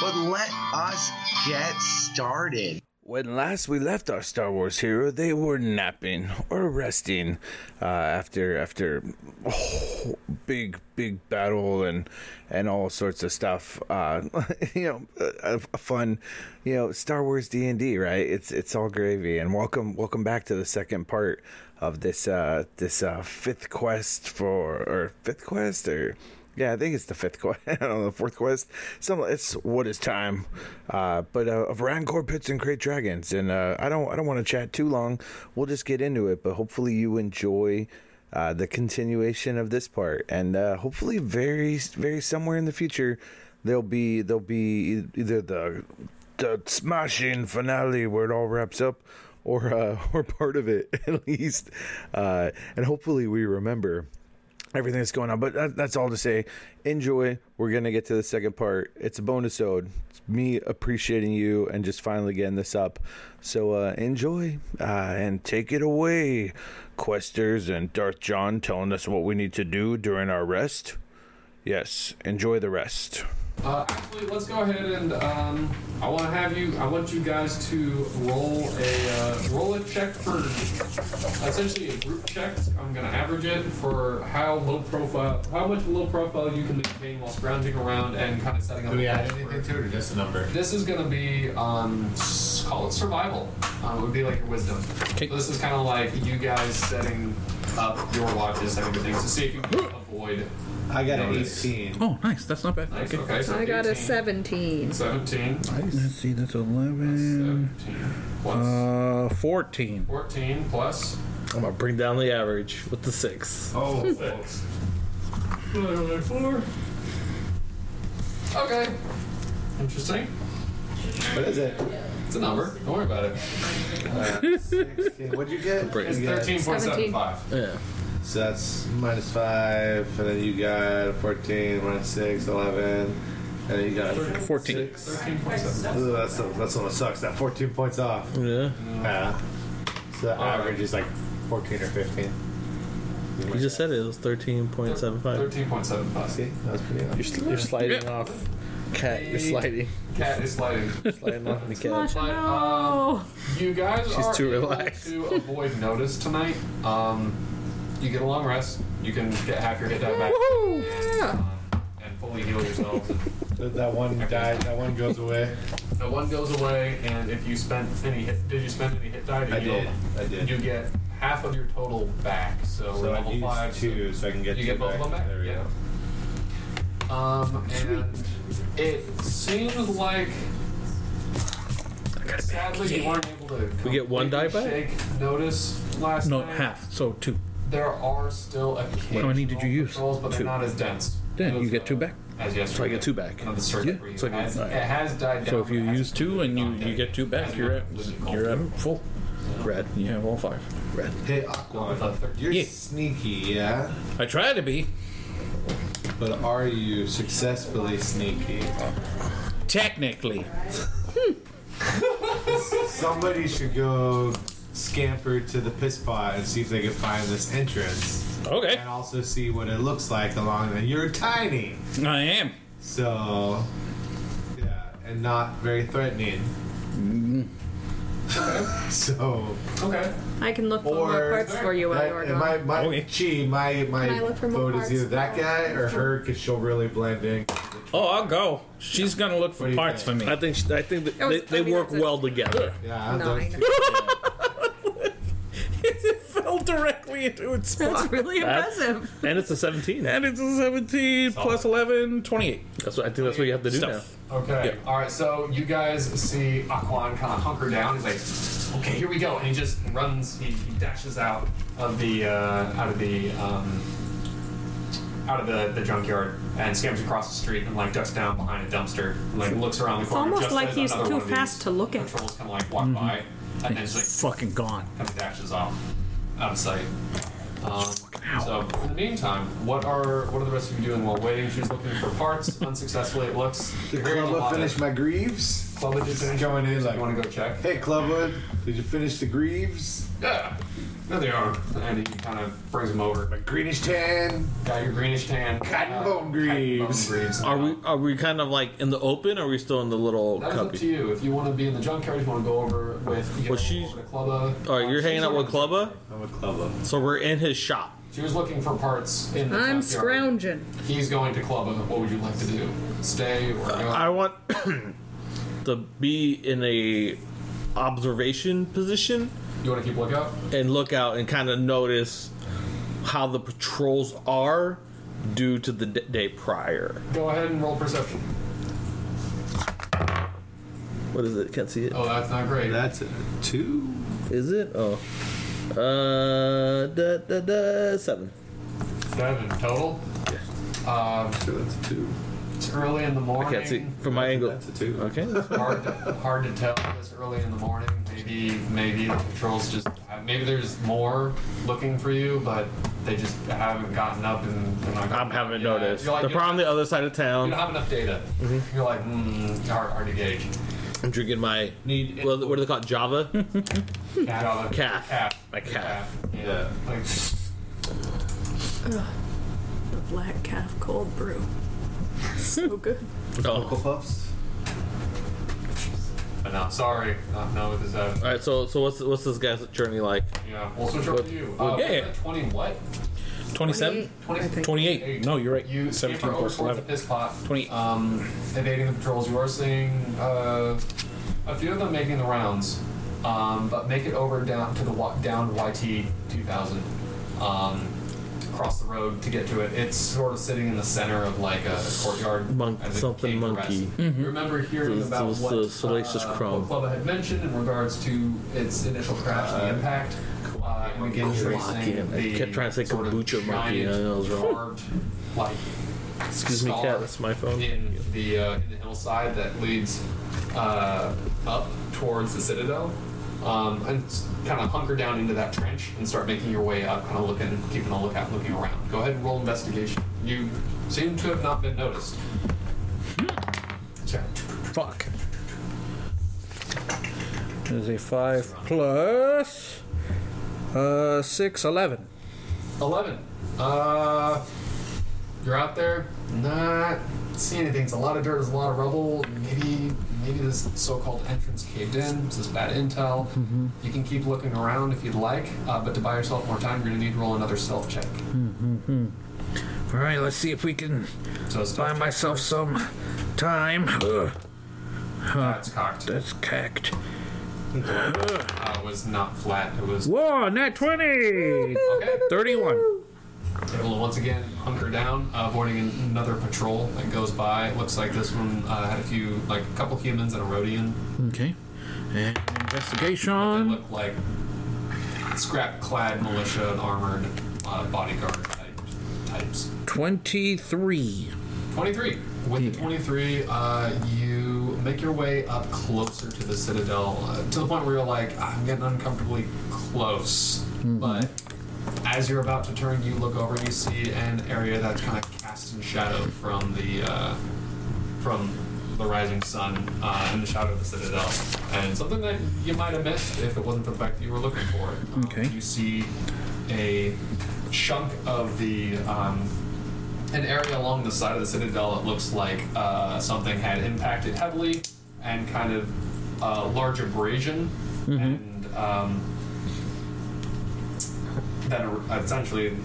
But let us get started. When last we left our Star Wars hero, they were napping or resting uh, after after oh, big big battle and and all sorts of stuff. Uh, you know, a, a fun, you know, Star Wars D and D, right? It's it's all gravy. And welcome welcome back to the second part of this uh, this uh, fifth quest for or fifth quest or yeah, I think it's the fifth quest. I don't know, the fourth quest. Some it's what is time, uh, but uh, of Rancor pits and crate dragons. And uh, I don't, I don't want to chat too long. We'll just get into it. But hopefully you enjoy uh, the continuation of this part, and uh, hopefully very, very somewhere in the future, there'll be there'll be either the the smashing finale where it all wraps up, or uh, or part of it at least, uh, and hopefully we remember everything that's going on. But that, that's all to say. Enjoy. We're gonna get to the second part. It's a bonus ode. It's me appreciating you and just finally getting this up. So uh, enjoy uh, and take it away, Questers and Darth John telling us what we need to do during our rest. Yes, enjoy the rest. Uh, actually, let's go ahead and um, I want to have you. I want you guys to roll a uh, roll a check for essentially a group check. I'm gonna average it for how low profile, how much low profile you can maintain while scrounging around and kind of setting up. Do we a add plan for- anything to it or just a number? This is gonna be um, s- call it survival. Um, it would be like your wisdom. So this is kind of like you guys setting up your watches, setting up things to see if you can avoid. I got an Oh, nice. That's not bad. Nice. Okay. Okay. So I got a 18, 17. 17. Let's see. That's eleven. 17 plus Uh, fourteen. 14 plus. I'm gonna bring down the average with the six. Oh, Six. Four. Okay. Interesting. what is it? It's a number. Don't worry about it. What'd you get? It's You got- 13.75. Yeah. So that's minus five, and then you got 14, minus 6, 11, and then you got. Fourteen. 13.75. Ooh, that's, the, that's the one that sucks. That 14 points off. Yeah. Yeah. Uh, So Uh, the Alright. average is like 14 or 15. You just said it, it was 13.75. 13.75. See? That was pretty You're, nice. sl- you're sliding off. Cat, you're sliding. Cat is sliding. Sliding off the Gosh, cat. no. um, You guys She's are too able relaxed. to avoid notice tonight. Um, you get a long rest. You can get half your hit die back Yeah. um, and fully heal yourselves. And That- That one died, that one goes away. the one goes away, and if you spent any hit, did you spend any hit die to I heal? did. I And you did. get half of your total back. So, So level I five. used so- two, so I can get you two get both back. of them back. There we yeah. go. Um, and it seems like sadly you weren't able to. We get one die back? completely Shake notice last No, night. half. So two. There are still occasional many did you use? controls, but Two. they're not as dense. Then you Those, get two uh, back. As yesterday. So I get two back. Another circuit Yeah, where you so I get- has- it has died down. So if you but it use two and you you get two back, you're at you're at full. Red. You have all five. Red. Hey, hasn't Aquan, gone with a you're Yeah. sneaky, yeah? I try to be But are you successfully sneaky? technically. Somebody should go scamper to the piss pot and see if they can find this entrance. Okay. And also see what it looks like along the. You're tiny! I am. So. Yeah, and not very threatening. Mm-hmm. so. third- Okay. I can look for more Or- parts for you while that- you're and my, gone. my, Okay. Gee, my, my Can I look for more vote is either parts? that guy or her because she'll really blend in. Oh, I'll go. She's gonna look What do for you parts for think? me. I think sh- I think that was- they, they I mean, work that's a- well together. Yeah, those Nine. two- it fell directly into its That's really That's- impressive. And it's a 17. And it's a 17 plus 11, 28. That's what I think. That's what you have to do Stuff. Okay. All right. So you guys see Aquan kind of hunker down. He's like, "Okay, here we go," and he just runs. He, he dashes out of the uh, out of the um, out of the, the junkyard and skims across the street and like ducks down behind a dumpster and like looks around the It's corner. almost just like as he's another too one of these fast to look at. Patrols kind of like walk by and then just like fucking gone. kind of dashes off out of sight. Um, so in the meantime, what are what are the rest of you doing while waiting? She's looking for parts unsuccessfully. It looks. Did you're hearing a lot Clubba of- finish my greaves? Clubba did finish. Going in like, You want to go check? hey Clubba, did you finish the greaves? Yeah. There they are. And he kind of brings them over. My greenish tan. Got your greenish tan. Cotton uh, bone greaves. Cotton bone greaves. Are we are we kind of like in the open? Or are we still in the little That's up to cubby? you. If you want to be in the junkyard, you want to go over with. You can go Well, she's- over to Clubba. All right, you're uh, She's hanging out over with to- Clubba, I'm a Clubba. so we're in his shop. She was looking for parts in the I'm junkyard. scrounging. He's going to Clubba. What would you like to do? Stay or go? Uh, I want to be in a observation position you want to keep lookout? and look out and kind of notice how the patrols are due to the d- day prior. Go ahead and roll perception. What is it? Can't see it. Oh, that's not great. That's a two. Is it? Oh. Uh, da, da, da, seven. Seven total. Sure, that's a two. It's early in the I morning. can't see from my angle. That's a two. Okay. hard to, hard to tell this early in the morning. Maybe maybe the patrols just uh, maybe there's more looking for you, but they just haven't gotten up and they're not. I'm gonna- haven't Yeah, noticed. you're like, The you don't- problem, the other side of You don't town. have enough data. You're like mm, hard, hard to gauge. I'm drinking my. Need What, what do they call it? Java. calf. Calf. calf. My calf. Yeah. Like, The black calf cold brew. So good. Oh. Puffs. but no, sorry. Uh, no, it is that. All right. So, so what's what's this guy's journey like? Yeah. We'll switch over to you. Uh, yeah, was yeah. that Twenty what? 27? I think. 28. No, you're right. You 17 Amber plus Overford's a 11. piss pot. 20. Um, evading the patrols. You are seeing uh, a few of them making the rounds, um, but make it over down to the wa- down YT 2000. Um, across the road to get to it. It's sort of sitting in the center of like a courtyard. Monk- as it something came to rest. monkey. You remember hearing This- about this- what, this salacious uh, crumb. what Bubba had mentioned in regards to its initial crash and the impact. Uh, and again, tracing Kowakin. I the kept trying to say sort of kombucha monkey, giant and I was wrong. carved, like Excuse me, scar cat. That's my phone. In the, uh, in the hillside that leads uh, up towards the citadel, um, and kind of hunker down into that trench and start making your way up, kind of looking, keeping a lookout, looking around. Go ahead and roll investigation. You seem to have not been noticed. Check. Fuck. There's a 5 plus uh, 6, 11. Eleven. Uh, you're out there, not seeing anything. It's a lot of dirt. There's a lot of rubble. Maybe, maybe this so-called entrance caved in. This is bad intel. You can keep looking around if you'd like, uh, but to buy yourself more time, you're gonna need to roll another stealth check. All right, let's see if we can So it's buy myself some time. Ugh, That's cocked. that's cacked. Uh, it was not flat. It was Whoa, net 20! okay. 31. Able to once again hunker down, uh, avoiding an- another patrol that goes by. It looks like this one uh, had a few, like a couple humans and a Rhodian. Okay. And They investigation. look like scrap-clad militia and armored uh, bodyguard type, types. 23. 23. With the 23, uh, you make your way up closer to the citadel uh, to the point where you're like, I'm getting uncomfortably close. But as you're about to turn, you look over and you see an area that's kind of cast in shadow from the uh, from the rising sun uh, in the shadow of the citadel, and something that you might have missed if it wasn't for the fact that you were looking for it. Um, Okay. You see a chunk of the um, an area along the side of the citadel. It looks like uh, something had impacted heavily, and kind of uh, large abrasion, and um, that er- essentially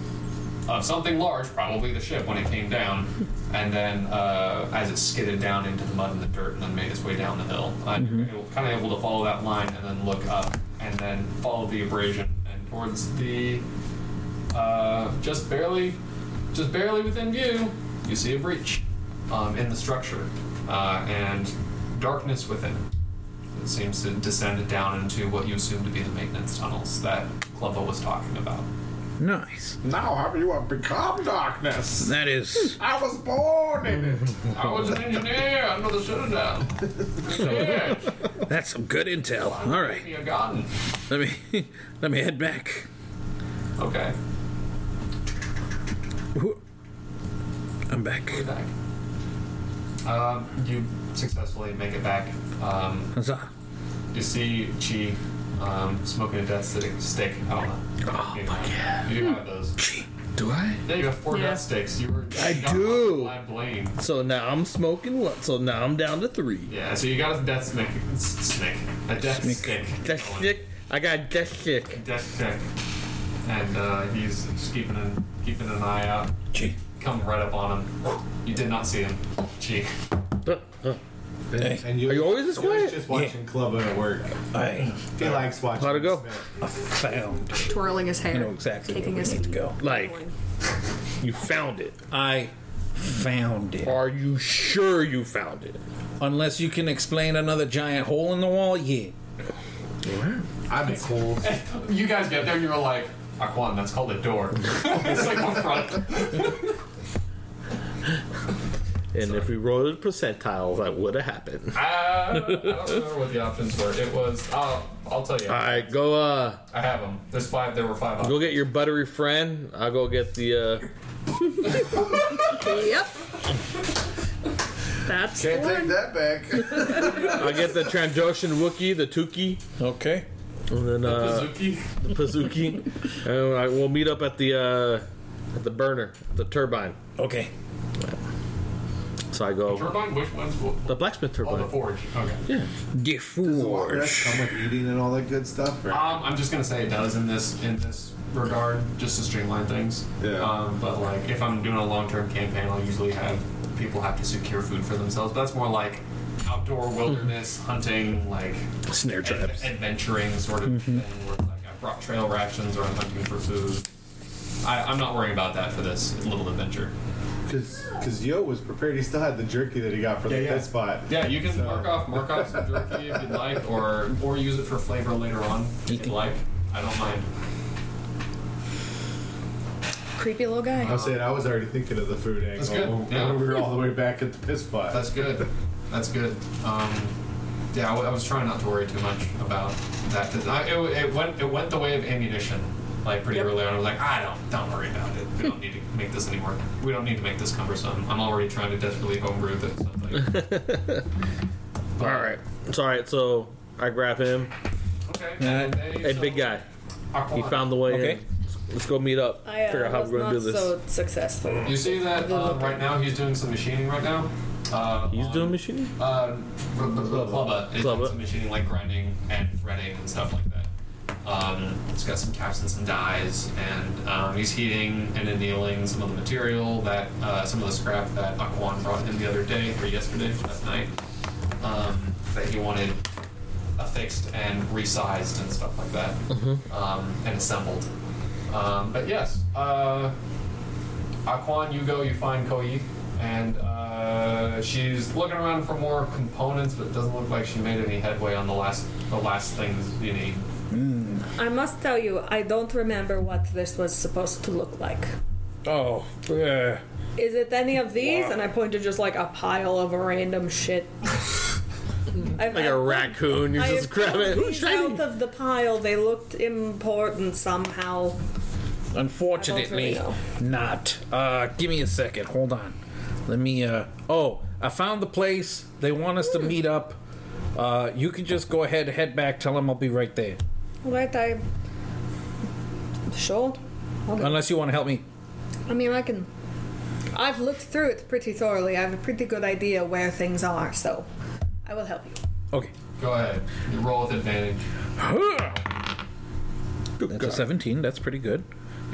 of something large, probably the ship when it came down, and then uh, as it skidded down into the mud and the dirt, and then made its way down the hill. uh, And you're kind of able to follow that line and then look up and then follow the abrasion and towards the uh, just barely, just barely within view, you see a breach um, in the structure uh, and darkness within. It seems to descend down into what you assume to be the maintenance tunnels that Clubbo was talking about. Nice. Now have you have become darkness? That is I was born in it. I was an engineer under the Citadel. Yeah, that's some good intel. All right, you're gone. let me let me head back. Okay, Who- I'm back. get back. Um, you successfully make it back. Um, Huzzah. you see Chi um, smoking a death stick. stick. I don't know. Oh, you fuck yeah. You do have those. Do I? Yeah, you have four Yeah. death sticks. You were. I you got do. one by Blaine. So now I'm smoking. one- So now I'm down to three. Yeah, so you got a death snick. s- Snick. A death stick. That's sick. I got that sick. Death check. And uh, he's just keeping an, keeping an eye out. Gee. Come right up on him. You did not see him. Cheek. Uh, And you, Are you always this he was quiet? just watching Clubber at work. I He likes watching. How'd it go? Smith. found. twirling his hair. I know exactly where Taking we his- need to go. Like you found it. I found it. Are you sure you found it? Unless you can explain another giant hole in the wall, yeah. I'd be cool. You guys get there, you were like, Aquan, that's called a door. it's like my front. And if we rolled percentiles, that would have happened. Uh, I don't remember what the options were. It was, uh, I'll tell you. All right, go. Uh, I have them. There's five, there were five options. go get your buttery friend. I'll go get the. Uh, Yep. That's the Can't take one. that back. I'll get the Trandoshan Wookie, the Tuki, Okay. and then uh, Suzuki. the Pazuki. and I, we'll meet up at the uh, at the burner, the turbine. Okay. So I go Turbine? Which one's? wh- the blacksmith Oh, the turbine. forge. Okay. Does come with eating and all that good stuff? Um, I'm just gonna say it does in this in this regard, just to streamline things. Yeah. Um, but like, if I'm doing a long-term campaign, I'll usually have people have to secure food for themselves. But that's more like outdoor wilderness hunting, like Mm-hmm. Snare ad- traps. Mm-hmm. adventuring sort of thing. Where it's like I brought trail rations or I'm hunting for food. I, I'm not worrying about that for this little adventure. Because Uh, Yo was prepared. He still had the jerky that he got from Yeah, the yeah. pit spot. Yeah, you can mark off mark off some jerky if you'd like, or or use it for flavor later on if you'd like. I don't mind. Creepy little guy. I was saying I was already thinking of the food angle. That's good, When yeah. we were all the way back at the pit spot. That's good. That's good. Um, yeah, I, w- I was trying not to worry too much about that because it, it went it went the way of ammunition. Like pretty early on, I was like, I don't don't worry about it. We don't need to make this anymore. We don't need to make this cumbersome. I'm already trying to desperately homebrew this. So I'm like, All right. It's all right. So I grab him. okay. and they- Uh, Hey, so- big guy. Aqua- He found the way Okay. in. Let's go meet up. I uh, figure out how was we're gonna do not this. so successful. You see that um, right now? He's doing some machining right now. Uh, He's on- doing machining. Uh, r- r- r- Clubba is doing Clubba. some machining like grinding and threading and stuff like that. Um, it's got some caps and some dies, and um, he's heating and annealing some of the material that uh, some of the scrap that Aquan brought in the other day or yesterday that night um, that he wanted affixed and resized and stuff like that um, and assembled. Um, but yes, uh, Aquan, you go, you find Koyi, and uh, she's looking around for more components, but it doesn't look like she made any headway on the last the last things you need. I must tell you, I don't remember what this was supposed to look like. Oh, uh, Is it any of these? And I point to just like a pile of random shit. I've, Like a raccoon. You I just have grab pulled it. Ooh, these shiny. out of the pile. They looked important somehow. unfortunately, I don't not. Uh, give me a second. Hold on. Let me. Uh, oh, I found the place. They want us to Hmm. meet up. Uh, you can just go ahead, head back. Tell them I'll be right there. Right, I. Sure. Unless you want to help me. I mean, I can. I've looked through it pretty thoroughly. I have a pretty good idea where things are, so I will help you. Okay. Go ahead, you roll with advantage. That's a 17. That's pretty good.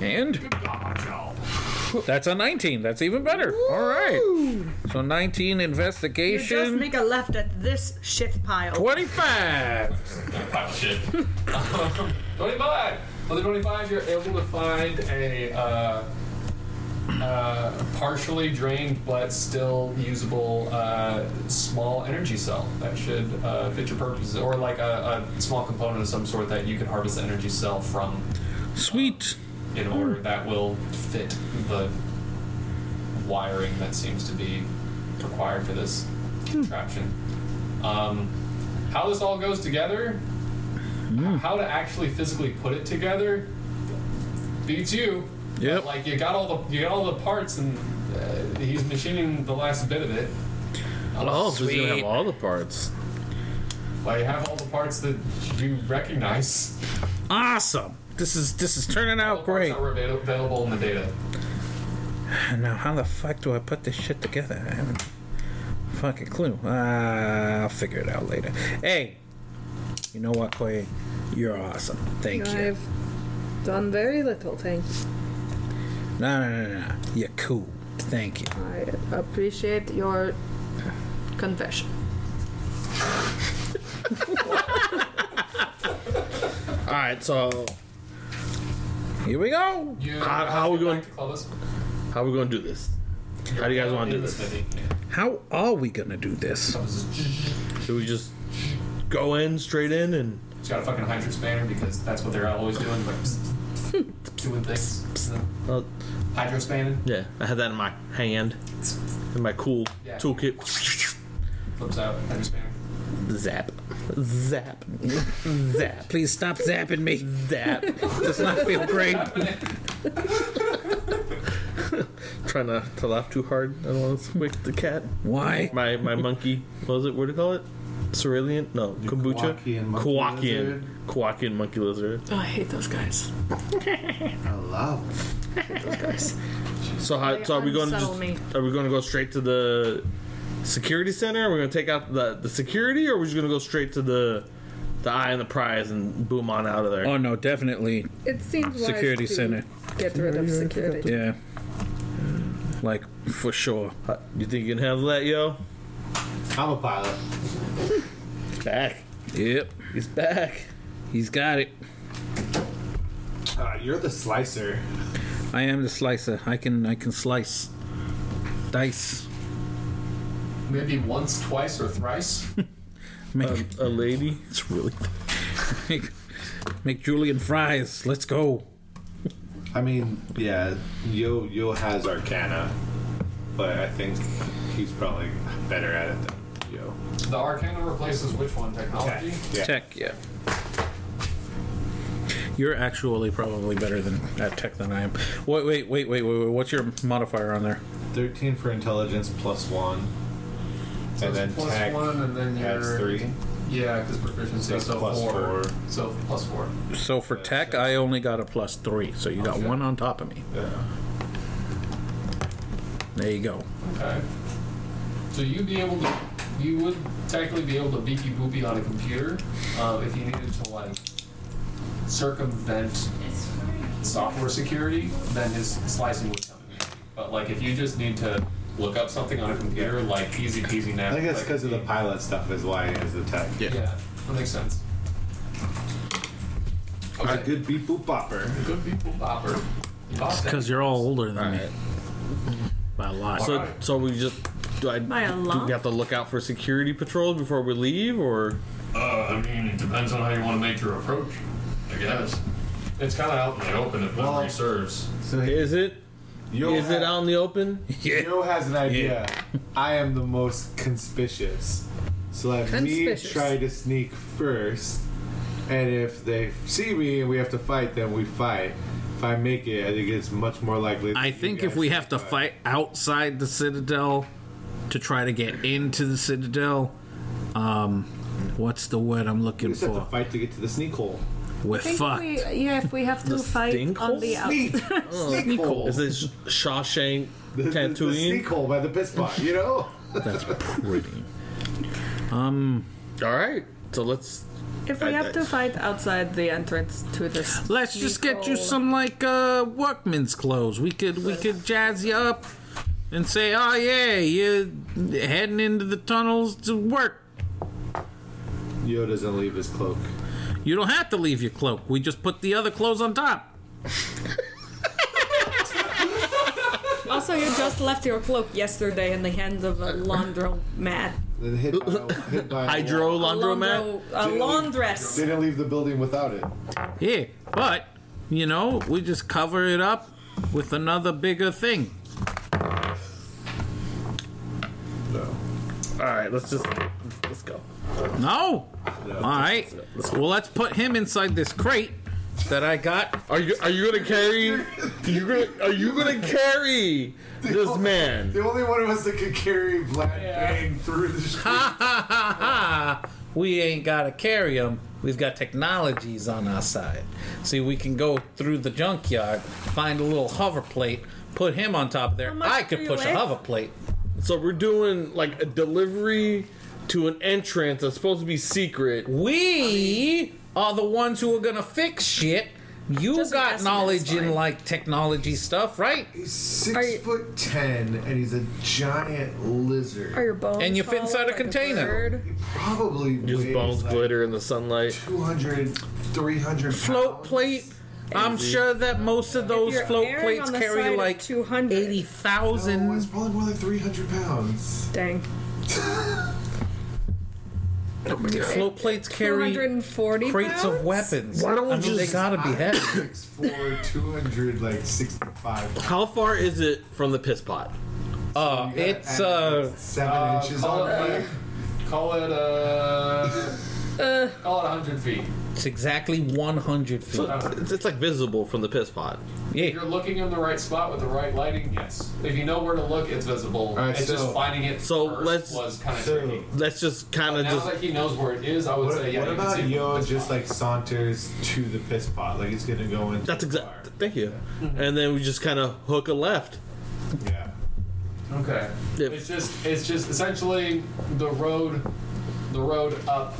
And Gotcha. that's a 19. That's even better. All right. So 19 investigation. a left at this shit pile. 25. pile of shit. Um, 25! On the 25, you're able to find a uh, uh, partially drained but still usable uh, small energy cell that should uh, fit your purposes, or like a, a small component of some sort that you can harvest the energy cell from. Sweet. It in order that will fit the wiring that seems to be required for this Hmm. contraption. Um, how this all goes together, Hmm. how to actually physically put it together, beats you. Yep. Like you got all the you got all the parts, and uh, he's machining the last bit of it. Oh, so he's gonna Sweet. have all the parts. Well, you have all the parts that you recognize. Awesome. This is this is turning All the parts out great. That were avail- available in the data. Now, how the fuck do I put this shit together? I haven't fucking clue. Uh, I'll figure it out later. Hey, you know what, Koi? You're awesome. Thank you. I've done very little, thank you. No, no, no, no. You're cool. Thank you. I appreciate your confession. All right, so Here we go. You, How- how we get going- back to Clovis. how are we gonna do this? How do you guys want to In do the this? city. Yeah. How are we gonna do this? Clovis is Do we just go in straight in and He's got a fucking hydrant spanner because that's what they're always doing, like doing things. uh, Hydro spanning. yeah? I had that in my hand, in my cool Yeah. toolkit. Flips out. Hydro spanner. Zap, zap, zap, Please stop zapping me. zap. Does not feel great. Trying not to laugh too hard. I don't want to wake the cat. Why? My my monkey. What was it? What do you call it? Cerulean? No, kombucha. Kowakian monkey Kowakian. lizard? Kowakian monkey lizard. Oh, I hate those guys. I love So how, They so are we going to unsettle just, me. are we going to go straight to the security center? Are we going to take out the the security, or are we just going to go straight to the the eye and the prize and boom on out of there? Oh no, definitely It seems wise security to center. Get rid of security. Yeah. Like for sure. Uh, You think you can handle that, yo? I'm a pilot. He's back. Yep. He's back. He's got it. Uh, you're the slicer. I am the slicer. I can I can slice. Dice. Maybe once, twice, or thrice. Make A, a lady. It's really. make, make Julian fries. Let's go. I mean, yeah, Yo Yo has Arcana, but I think he's probably better at it than Yo. the Arcana replaces which one? Technology. Yeah. Tech, yeah. You're actually probably better than at tech than I am. Wait, wait, wait, wait, wait, wait. What's your modifier on there? Thirteen for intelligence plus one, So and it's then plus tech one, and then adds your three. Yeah, because proficiency. That's so plus four. So plus four. So for tech, I only got a plus three. So you got Okay. one on top of me. Yeah. There you go. Okay. So you'd be able to, you would technically be able to beaky boopy on a computer uh, if you needed to like circumvent software security, then his slicing would come in. But like if you just need to look up something on a computer, like easy peasy now. I think that's like, because of the pilot stuff is why he has the tech. Yeah. Yeah, that makes sense. He's a good beep boop bopper. Good people, bopper. Because you're all older than me by a lot. So so we just do I By a do lot? we have to look out for security patrols before we leave, or Uh, I mean, it depends on how you want to make your approach, I guess. It's kind of out in the open if memory serves. So he, is it Yo is it ha- out in the open? Yo has an idea. I am the most conspicuous. So let me Conspicuous. try to sneak first. And if they see me and we have to fight, then we fight. If I make it, I think it's much more likely. that I you think guys if we have to fight outside the Citadel to try to get into the Citadel, um, what's the word I'm We looking just have to for? fight to get to the sneak hole. We're I think fucked. we, yeah, if we have to fight stink on the out. Sneak! Oh. sneak hole. Is this Shawshank The, the, the Tatooine? sneak hole by the piss pot, you know? That's pretty. All right, so let's If we I- have to I- fight outside the entrance to this, Let's just get you Nicole. some like uh, workman's clothes. We could we could jazz you up and say, "Oh yeah, you're heading into the tunnels to work." Yo doesn't leave his cloak. You don't have to leave your cloak. We just put the other clothes on top. Also, you just left your cloak yesterday in the hands of a laundromat. Then hit by, hit by a hydro wall. A laundromat. laundro- a laundress. They didn't leave the building without it. Yeah, but you know, we just cover it up with another bigger thing. No. All right, let's just let's, let's go. No. No. All right. Well, let's put him inside this crate that I got. Are you are you gonna carry? You gonna are you gonna carry this man? The only one of us that could carry Black Bang through the street. Ha ha ha ha! We ain't gotta carry him. We've got technologies on our side. See, we can go through the junkyard, find a little hover plate, put him on top of there. How much I do could you push a weigh? hover plate. So we're doing like a delivery to an entrance that's supposed to be secret. We are the ones who are gonna fix shit. You Just got guessing, knowledge it's in fine. like technology stuff, right? He's six Are you- foot ten and he's a giant lizard. Are your bones? And you fit hollow inside a like container. bird? He probably His weighs bones like glitter in the sunlight. 200, 300 Float pounds. plate. I'm sure that most of those you're float erring plates on the carry side of like 200. eighty No, it's thousand. probably more like 300 pounds. Dang. Float plates carry 240 crates of pounds? weapons. Why don't we I mean, just- they gotta be heavy. 6'4", 200, like 65 pounds. How far is it from the piss pot? Uh, it's uh, Seven Uh, inches call on it, there. like- call it, uh, Uh, call it 100 feet. it's exactly one hundred feet. So it's, it's like visible from the piss pot. If Yeah, you're looking in the right spot with the right lighting, yes. If you know where to look, it's visible. right, it's so- just finding it so first let's- was kind of so- tricky. Let's just kind of Now just. that he knows where it is, I would What, say, yeah, what you can see about it from Yo this just spot. like saunters to the piss pot? Like he's gonna go into That's the exact. Thank you. And then we just kind of hook a left. bar. Yeah. Okay. If- It's just it's just essentially the road the road up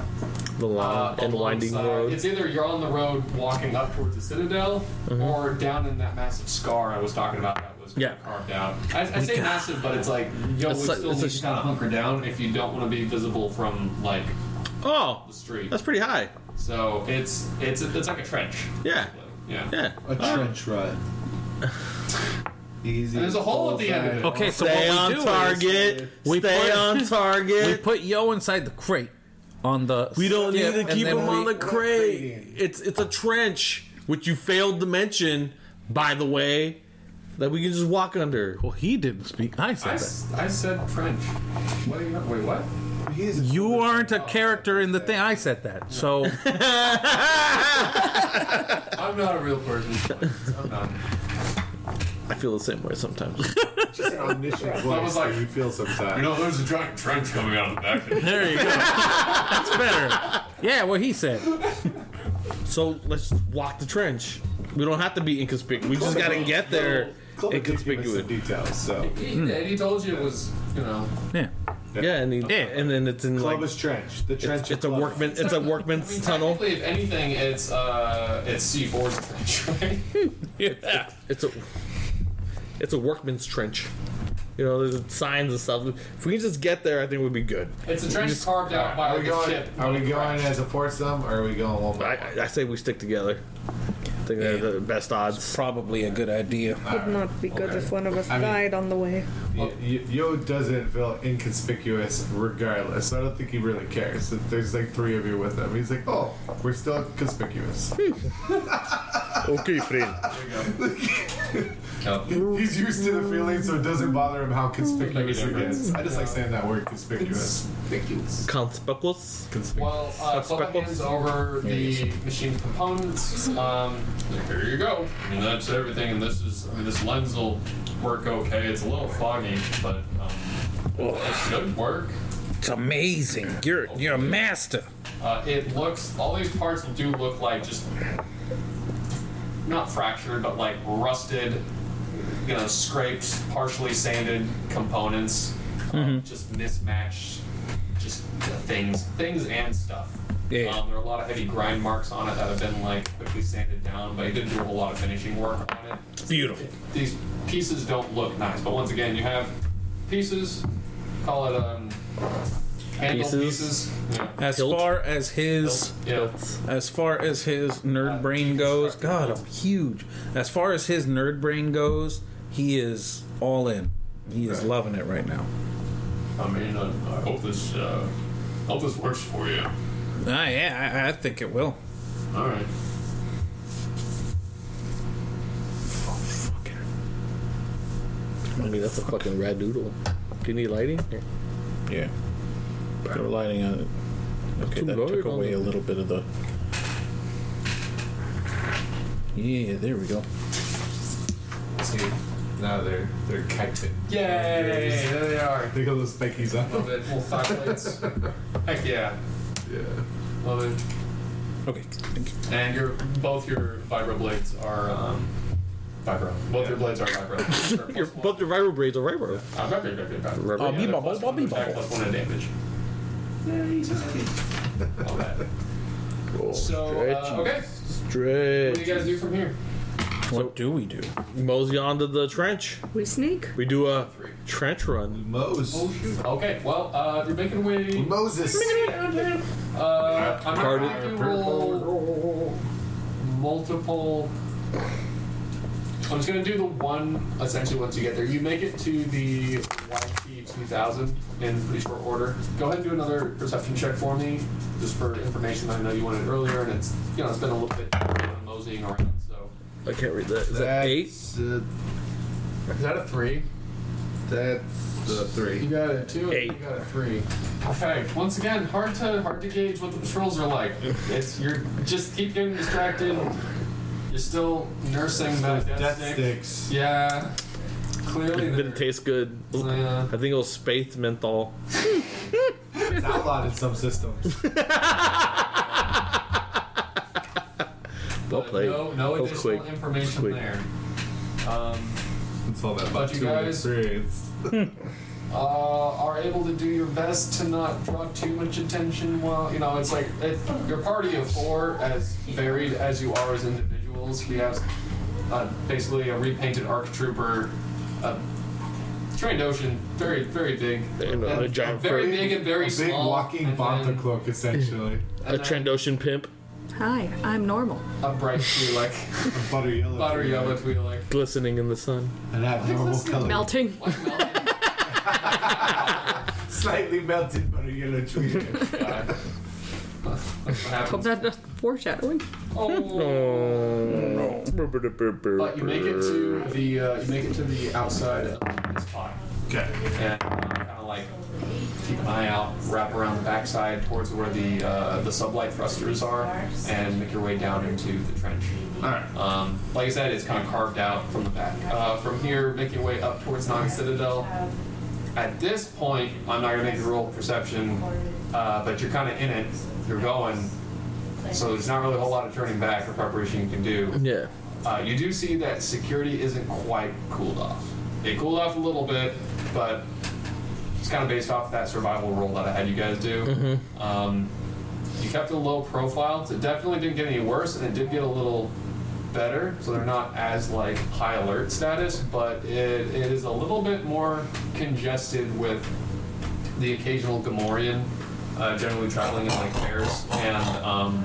The uh, long and winding alongside- road. It's either you're on the road walking up towards the citadel Mm-hmm. or down in that massive scar I was talking about that was Yeah. carved out. I, I say massive, but it's like yo, It's we like- still it's need a- to kind of hunker down if you don't want to be visible from like Oh, the street. that's pretty high. So it's it's it's like a trench. Yeah. Yeah. Yeah. A trench run. Easy. And there's a hole at the end of it. Okay, so Stay what we on do target. we Stay put- on is we target. put Yo inside the crate on the. We don't skip, need to and keep then him on we- the crate. It's it's a trench, which you failed to mention, by the way, that we can just walk under. Well, he didn't speak. I I, said that. s- I said trench. What do you wait what? He is a- You aren't a character in the thing. I said that. So I'm not a real person. I'm not. I feel the same way sometimes. just an omniscient voice. was like- that you feel sometimes. know, there's a giant trench coming out of the back. there you go. That's better. Yeah, what he said. so let's walk the trench. We don't have to be inconspicuous. We just gotta get there Club did give us inconspicuous. some details. So He, and he told you it was, you know, Yeah. Yeah, and, he- Yeah. and then it's in like Clovis Trench. The it's, trench. of it's a Clovis. workman. It's a I mean, workman's tunnel. technically, if anything, it's uh, it's C4's trench, right? Yeah. It's a it's a workman's trench. You know, there's signs and stuff. If we can just get there, I think we'd be good. It's a trench carved out by Are like we a going? ship. Are we going as a foursome or are we going one I, by I- I say we stick together. I think they're the best odds. Probably a good idea. Would not be good if one of us mean- died on the way. one? Y- y- Yo doesn't feel inconspicuous regardless. I don't think he really cares. If There's like three of you with him. He's like, oh, we're still conspicuous. Okay, friend. He's used to the feeling, so it doesn't bother him how conspicuous Like it a difference. gets. I just like saying that word, conspicuous. Conspicuous. Conspicuous. Well, uh, Clever Speckles? hands over the machine components. Um, here you go. And that's everything. And this is, I mean, this lens will work okay. It's a little foggy, but um, it should work. It's amazing. You're you're a master. Uh, it looks, all these parts do look like just not fractured, but like rusted, you know, scraped, partially sanded components, um, just mismatched, just things, things and stuff. Yeah. Um, there are a lot of heavy grind marks on it that have been like quickly sanded down, but he didn't do a whole lot of finishing work on it Beautiful. these pieces don't look nice. But once again, you have pieces, call it um, handle Pieces. pieces. Yeah. As Hilt. far as his yeah. as far as his nerd brain goes, God, I'm huge. As far as his nerd brain goes, he is all in. He is loving it right now. I mean, I, I hope this uh, hope this works for you. Ah, yeah, I, I think it will. All right. I mean, that's a fucking red noodle. Do you need lighting? Here. Yeah. They're lighting on it. Okay, Too that bright took on away the- a little bit of the. Yeah, there we go. See, Now they're they're connected. yay! There they are. They got those spikies A little on. bit, little thigh plates. Heck yeah, Yeah. love it. Okay, thank you. And your both your vibro blades are um, vibro. Both your blades are vibro. They're Your, plus both Uh, one. your vibro braids are vibro. Uh, vibro, vibro, vibro. Rubber. Oh, Yeah, bee they're bubble, plus one bee attack, bubble. Plus one in damage. All that. Oh, So uh, stretchy. okay, what do you Stretch. guys do from here? What do we do? Mosey onto the trench. We sneak. We do a trench run. Oh, Mose. Okay, well uh, you're making way. Moses. Uh, I'm Carded. not going to roll multiple. I'm just going to do the one essentially once you get there. You make it to the YP2000 in pretty short order. Go ahead and do another perception check for me, just for information I know you wanted earlier, and it's you know it's been a little bit moseying around. So I can't read that. Is that eight? Uh, is that a three? that's the You three. got a two. Eight. You got a three. Okay. Once again, hard to hard to gauge what the patrols are like. It's you're just keep getting distracted. You're still nursing that death, Death stick. sticks. Yeah. Clearly, It they're- didn't taste good. Yeah. I think it was spathe menthol. It's outlawed in some systems. Well but played. No, no That was additional quick. information Quick. there. Um, It's all that But you two and guys- experience. uh, are able to do your best to not draw too much attention while you know it's like it, your party of four as varied as you are as individuals we have uh, basically a repainted arc trooper a trained ocean very very big And a giant very furry. big and very A big small walking and then Bonta cloak, essentially. A and then trend ocean pimp. Hi, I'm normal. a bright like A butter yellow. butter yellow like Glistening in the sun. An abnormal color. Melting. Slightly melted butter yellow tree. God. That's uh, what Hope happens. that's not foreshadowing. Oh. Oh. But you make it to the uh, you make it to the outside of this pot. Okay. and kind of like keep an eye out, wrap around the backside towards where the uh, the sublight thrusters are, and make your way down into the trench. Alright. Um, like I said, it's kind of carved out from the back. Uh, from here, make your way up towards Nog Citadel. At this point, I'm not gonna make you roll perception, uh, but you're kind of in it. You're going. So there's not really a whole lot of turning back or preparation you can do. Yeah. Uh, you do see that security isn't quite cooled off. It cooled off a little bit, but it's kind of based off that survival roll that I had you guys do. Mm-hmm. Um, you kept a low profile. So it definitely didn't get any worse, and it did get a little better. So they're not as like high alert status, but it, it is a little bit more congested with the occasional Gamorrean, uh, generally traveling in like pairs and um,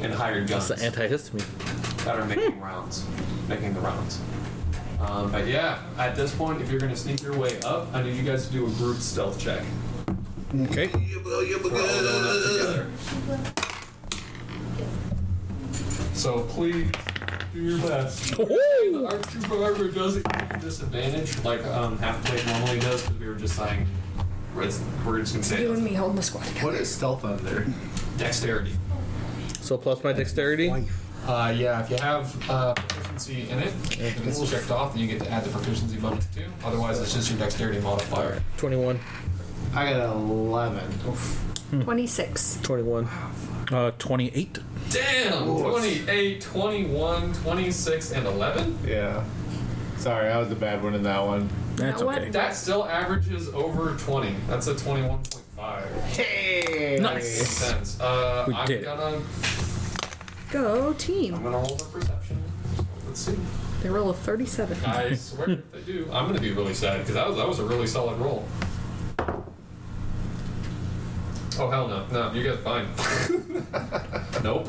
and hired guns That's the antihistamine. that are making rounds, making the rounds. Um, but yeah, at this point, if you're going to sneak your way up, I need you guys to do a group stealth check. Okay. We're all going up together. So please do your best. Our trooper armor doesn't give you disadvantage like um, half plate normally does because we were just saying we're just we're just gonna say You and that's me holding the squad together. What is stealth under? dexterity. So plus my dexterity. Uh, yeah, if you have uh, proficiency in it, if it's checked off, then you get to add the proficiency bonus too. Otherwise, it's just your dexterity modifier. 21. I got an 11. 26. 21. Uh, 28. Damn! 28, 21, 26, and 11? Yeah. Sorry, I was the bad one in that one. That's Now what? okay. That still averages over 20. That's a 21.5. Hey! Makes sense. Uh, We I'm did it. gonna Go I'm team. gonna roll the perception. Let's see. They roll a 37. I swear if they do. I'm gonna be really sad because that was that was a really solid roll. Oh hell no. No, you guys are fine. nope.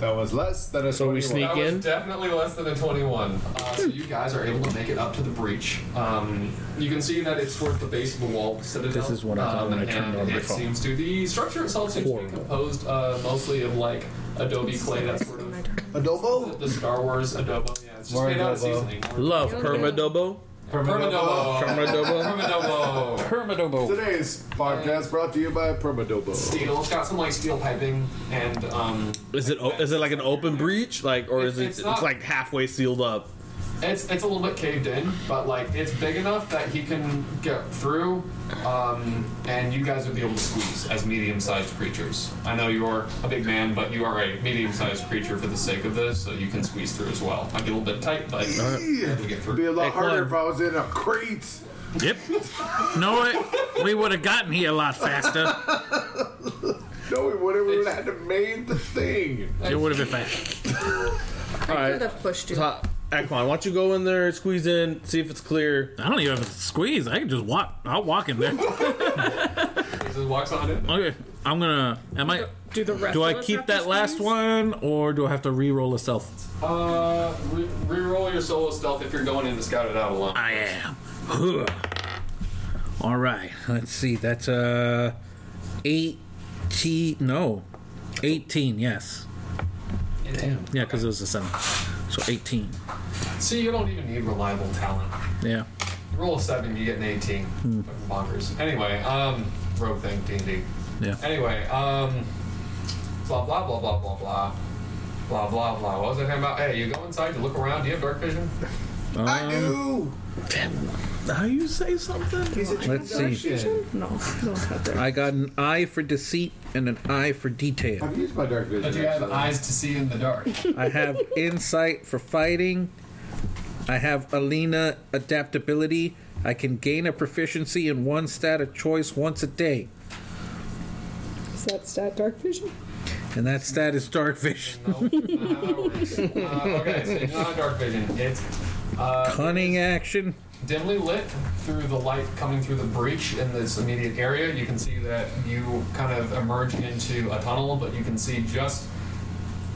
That was less than a So we 21. sneak- That Again? was definitely less than a 21. Uh, so you guys are able to make it up to the breach. Um, you can see that it's towards the base of the wall. Citadel. This is what I thought um, when I turned and on my it phone. seems to. The structure itself seems to be Horrible. composed uh, mostly of like adobe clay. That's sort of Adobo? the Star Wars adobo. Yeah, it's just More made out of adobo. seasoning. Love Okay. permadobo. Permadobo. Permadobo. Permadobo. Today's podcast brought to you by Permadobo. Steel. It's got some like steel piping and um. Is it o- is it like an open breach, like, or is it It's it's, not- like halfway sealed up? It's it's a little bit caved in, but like it's big enough that he can get through, um, and you guys would be able to squeeze as medium-sized creatures. I know you are a big man, but you are a medium-sized creature for the sake of this, so you can squeeze through as well. Might be a little bit tight, but you'll be able to get through. It'd be a lot Hey, harder Clyde. if I was in a crate. Yep. know it. We would have gotten here a lot faster. No, we would have. We would have had to made the thing. It would have been fast. All right. have pushed you. Ta- Akon, why don't you go in there, squeeze in, see if it's clear. I don't even have to squeeze. I can just walk. I'll walk in there. He just walks on in. Okay. I'm gonna. Am I? Do the rest Do of I us keep have to that last squeeze? one, or do I have to re-roll a stealth? Uh, re- re-roll your solo stealth if you're going in to scout it out alone. I am. Huh. All right. Let's see. That's uh, eighteen. No, eighteen. Yes. Damn. Yeah, because it was a seven. So eighteen. See, you don't even need reliable talent. Yeah. You roll a seven, you get an eighteen. Fucking bonkers. Anyway, um, rogue thing, D and D. Yeah. Anyway, um, blah blah blah blah blah blah. Blah blah blah. What was I talking about? Hey, you go inside, you look around. Do you have dark vision? I do. How you say something? He's a Let's see. transduction. No, don't have that. I got an eye for deceit and an eye for detail. I've used my dark vision. But you have actually. eyes to see in the dark. I have insight for fighting. I have Alina adaptability. I can gain a proficiency in one stat of choice once a day. Is that stat dark vision? And that stat is dark vision. no, not how it works. Uh, okay, so you don't have dark vision. It's uh, Cunning action. dimly lit through the light coming through the breach in this immediate area. You can see that you kind of emerge into a tunnel, but you can see just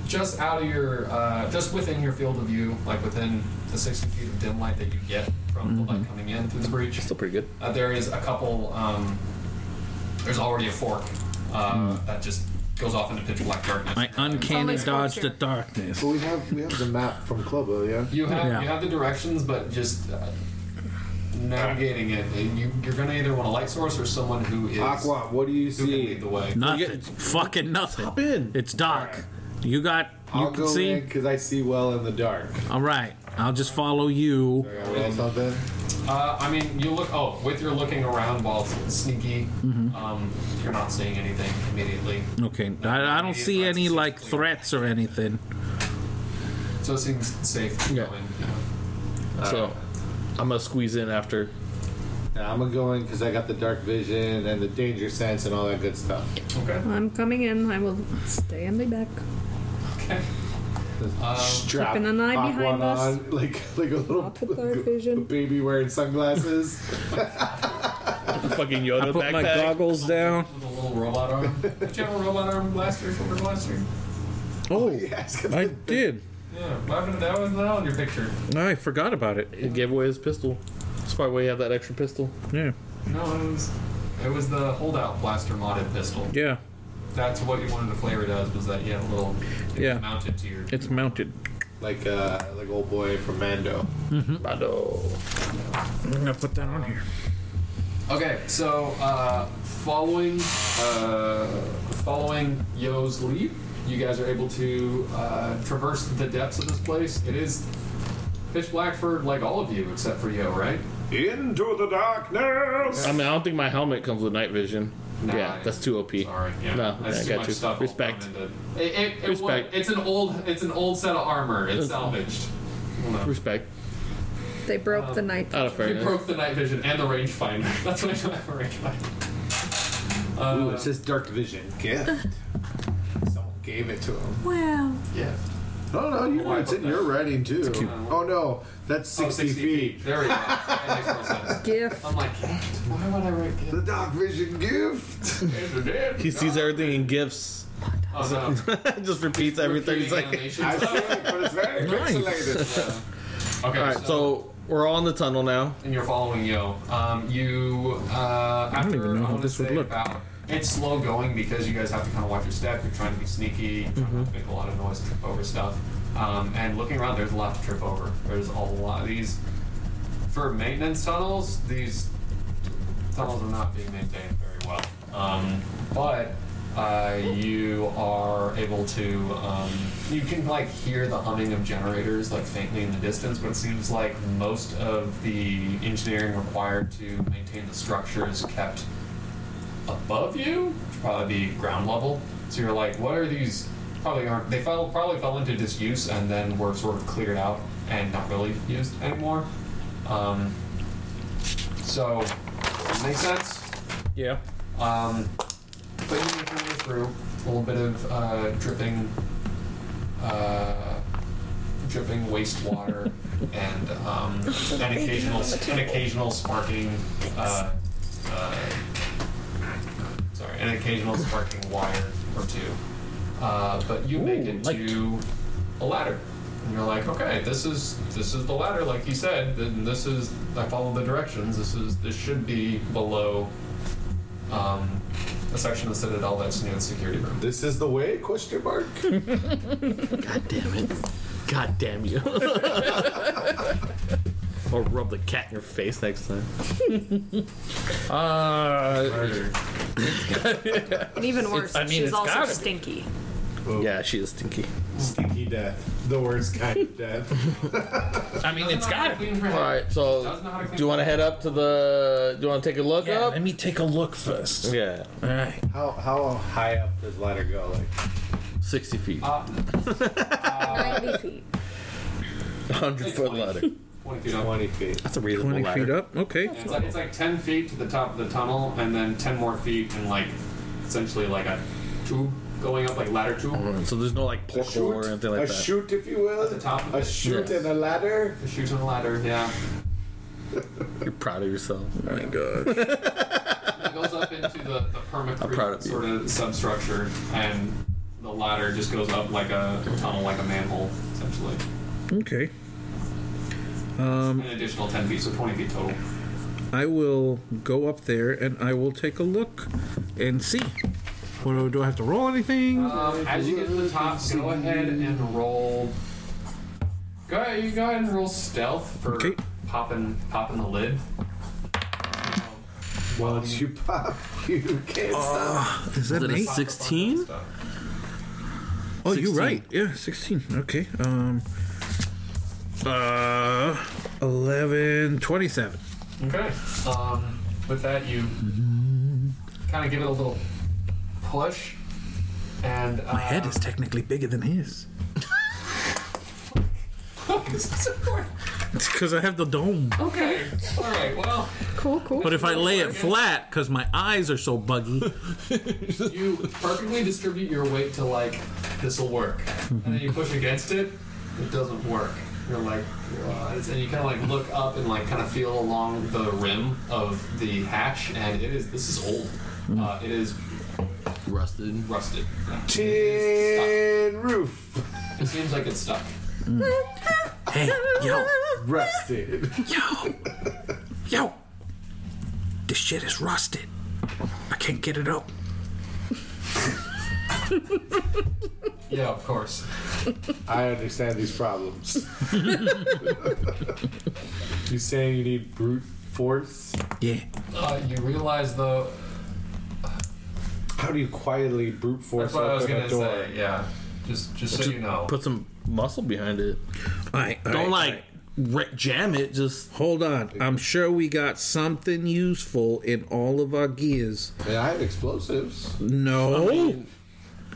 just out of your uh, just within your field of view, like within the 60 feet of dim light that you get from the light coming in through the breach. Mm-hmm. Still pretty good. Uh, there is a couple. Um, there's already a fork uh, Mm. that just goes off into pitch black darkness. I uncanny Always dodge the culture. darkness. But we have we have the map from Clubbo, yeah. You have Yeah. you have the directions, but just uh, navigating it. And you, you're going to either want a light source or someone who is Aqua, what do you who can lead see? the way. Nothing. Fucking nothing. in. It's dark. You got. You I'll can go see. because I see well in the dark. All right. I'll just follow you. I roll something. Uh, I mean, you look. Oh, with your looking around while it's sneaky, Mm-hmm. um, you're not seeing anything immediately. Okay. I, I don't see any like threats or anything. So it seems safe to go Yeah. in. you know. So I'm gonna squeeze in after. And I'm gonna go in because I got the dark vision and the danger sense and all that good stuff. Okay. I'm coming in. I will stay and be back. Okay. Strap Keeping an eye Aqua behind us. on, like like a little Not with dark vision. baby wearing sunglasses. Fucking Yoda I put my backpack. goggles down. With a little robot arm. Did you have a robot arm blaster, shoulder blaster? Oh, yes, I did. Yeah. What happened to that? Wasn't that on your picture? I forgot about it. It gave away his pistol. That's probably why you have that extra pistol. Yeah. No, it was. It was the holdout blaster modded pistol. Yeah. That's what you wanted to flavor it as. Was that you had a little it was Yeah. mounted to your. It's mounted. like uh, like old boy from Mando. Bado. I'm gonna put that on here. Okay, so uh, following uh, following Yo's lead, you guys are able to uh, traverse the depths of this place. It is pitch black for like all of you except for Yo, right? Into the darkness. I mean, I don't think my helmet comes with night vision. Nah, yeah, that's too OP. Sorry, yeah, No, that's I too got much you. stuff. all Respect. thrown into- It, it, it was- Respect. it's an old it's an old set of armor. It's salvaged. Respect. They broke the night. Out of You fairness. broke the night vision and the rangefinder. That's what I have Uh, a rangefinder. Ooh, it says dark vision gift. Someone gave it to him. Wow. Yeah. Oh no, you know I it's put in your writing too. Oh no, that's Oh, 60 feet. There we go. That makes more sense. Gift. I'm like, why would I write The dark vision gift. gift? He sees everything in gifts. Oh, no. Just repeats every Repeating 30 seconds. animations. I see it, but it's very Nice. pixelated. Okay, All right, so we're all in the tunnel now. and you're following Yo. Um, you uh, don't after, even know how wanna this would say look. About, it's slow going because you guys have to kind of watch your step. You're trying to be sneaky, you're trying not Mm-hmm. to make a lot of noise, trip over stuff. Um, and looking around, there's a lot to trip over. There's a lot of these for maintenance tunnels, these tunnels are not being maintained very well. Um, but uh, you are able to, um, you can like hear the humming of generators like faintly in the distance, but it seems like most of the engineering required to maintain the structure is kept above you, which would probably be ground level. So you're like, what are these? Probably aren't. They fell, probably fell into disuse and then were sort of cleared out and not really used anymore. Um, so, does it make sense? Yeah. Um, but you make your way through a little bit of uh, dripping, uh, dripping wastewater, and um, an occasional, an occasional sparking. Uh, uh, sorry, an occasional sparking wire or two. Uh, but you make it to a ladder, and you're like, okay, this is this is the ladder, like he said. Then this is I follow the directions. This is this should be below um, a section of the citadel that's near the security room. This is the way? Question mark. God damn it. God damn you. I'll rub the cat in your face next time. Uh, And even worse, I mean, she's it's also gotta be. stinky. yeah, she is stinky. Stinky death. The worst kind of death. I mean, it's got Clean for All him. right, so do you want to head up to the? Do you want to take a look yeah, up? let me take a look first. Yeah, All right. How how high up does ladder go? Like sixty feet, Uh, Ninety feet. hundred foot ladder. 20 feet up. twenty feet. That's a readable 20 ladder. feet up. Okay. It's like, it's like 10 feet to the top of the tunnel, and then 10 more feet, and like essentially like a tube going up, like ladder tube. Alright, So there's no like portal or anything like a that. shoot, if you will. At the top of A it. shoot Yeah. and a ladder. The shoes on the ladder, yeah. You're proud of yourself. Oh my god. It goes up into the, the proud of permacrete you. sort of substructure, and the ladder just goes up like a tunnel, like a manhole, essentially. Okay. Um, An additional 10 feet, so 20 feet total. I will go up there and I will take a look and see. What do, do I have to roll anything? Um, as you get to the top, go ahead and roll. Go ahead, you go ahead and roll stealth for Okay. popping popping the lid. Once you pop, you can't stop. Is that an Is it eight? a sixteen? Oh, you're 16. right. Yeah, 16. Okay. Um. Uh. 11, 27. Okay. Um, with that, you kind of give it a little push, and uh, My head is technically bigger than his. uh, It's because I have the dome. Okay, All right. Well, cool, cool. But if I lay it flat, because my eyes are so buggy, you perfectly distribute your weight to like this will work, and then you push against it, it doesn't work. You're like, what? and you kind of like look up and like kind of feel along the rim of the hatch, and it is this is old. Uh, it is Rusted. rusted. Tin roof. It seems like it's stuck. hey, yo, Rusted. yo, yo, this shit is rusted. I can't get it up. Yeah, of course. I understand these problems. you saying you need brute force? Yeah. Uh, you realize though How do you quietly brute force That's what I was open gonna a door? say. Yeah, just just so you know. Put some muscle behind it. All right. all Don't right, like ri- jam it. Just Hold on. I'm sure we got something useful in all of our gears. Yeah, I have explosives. No.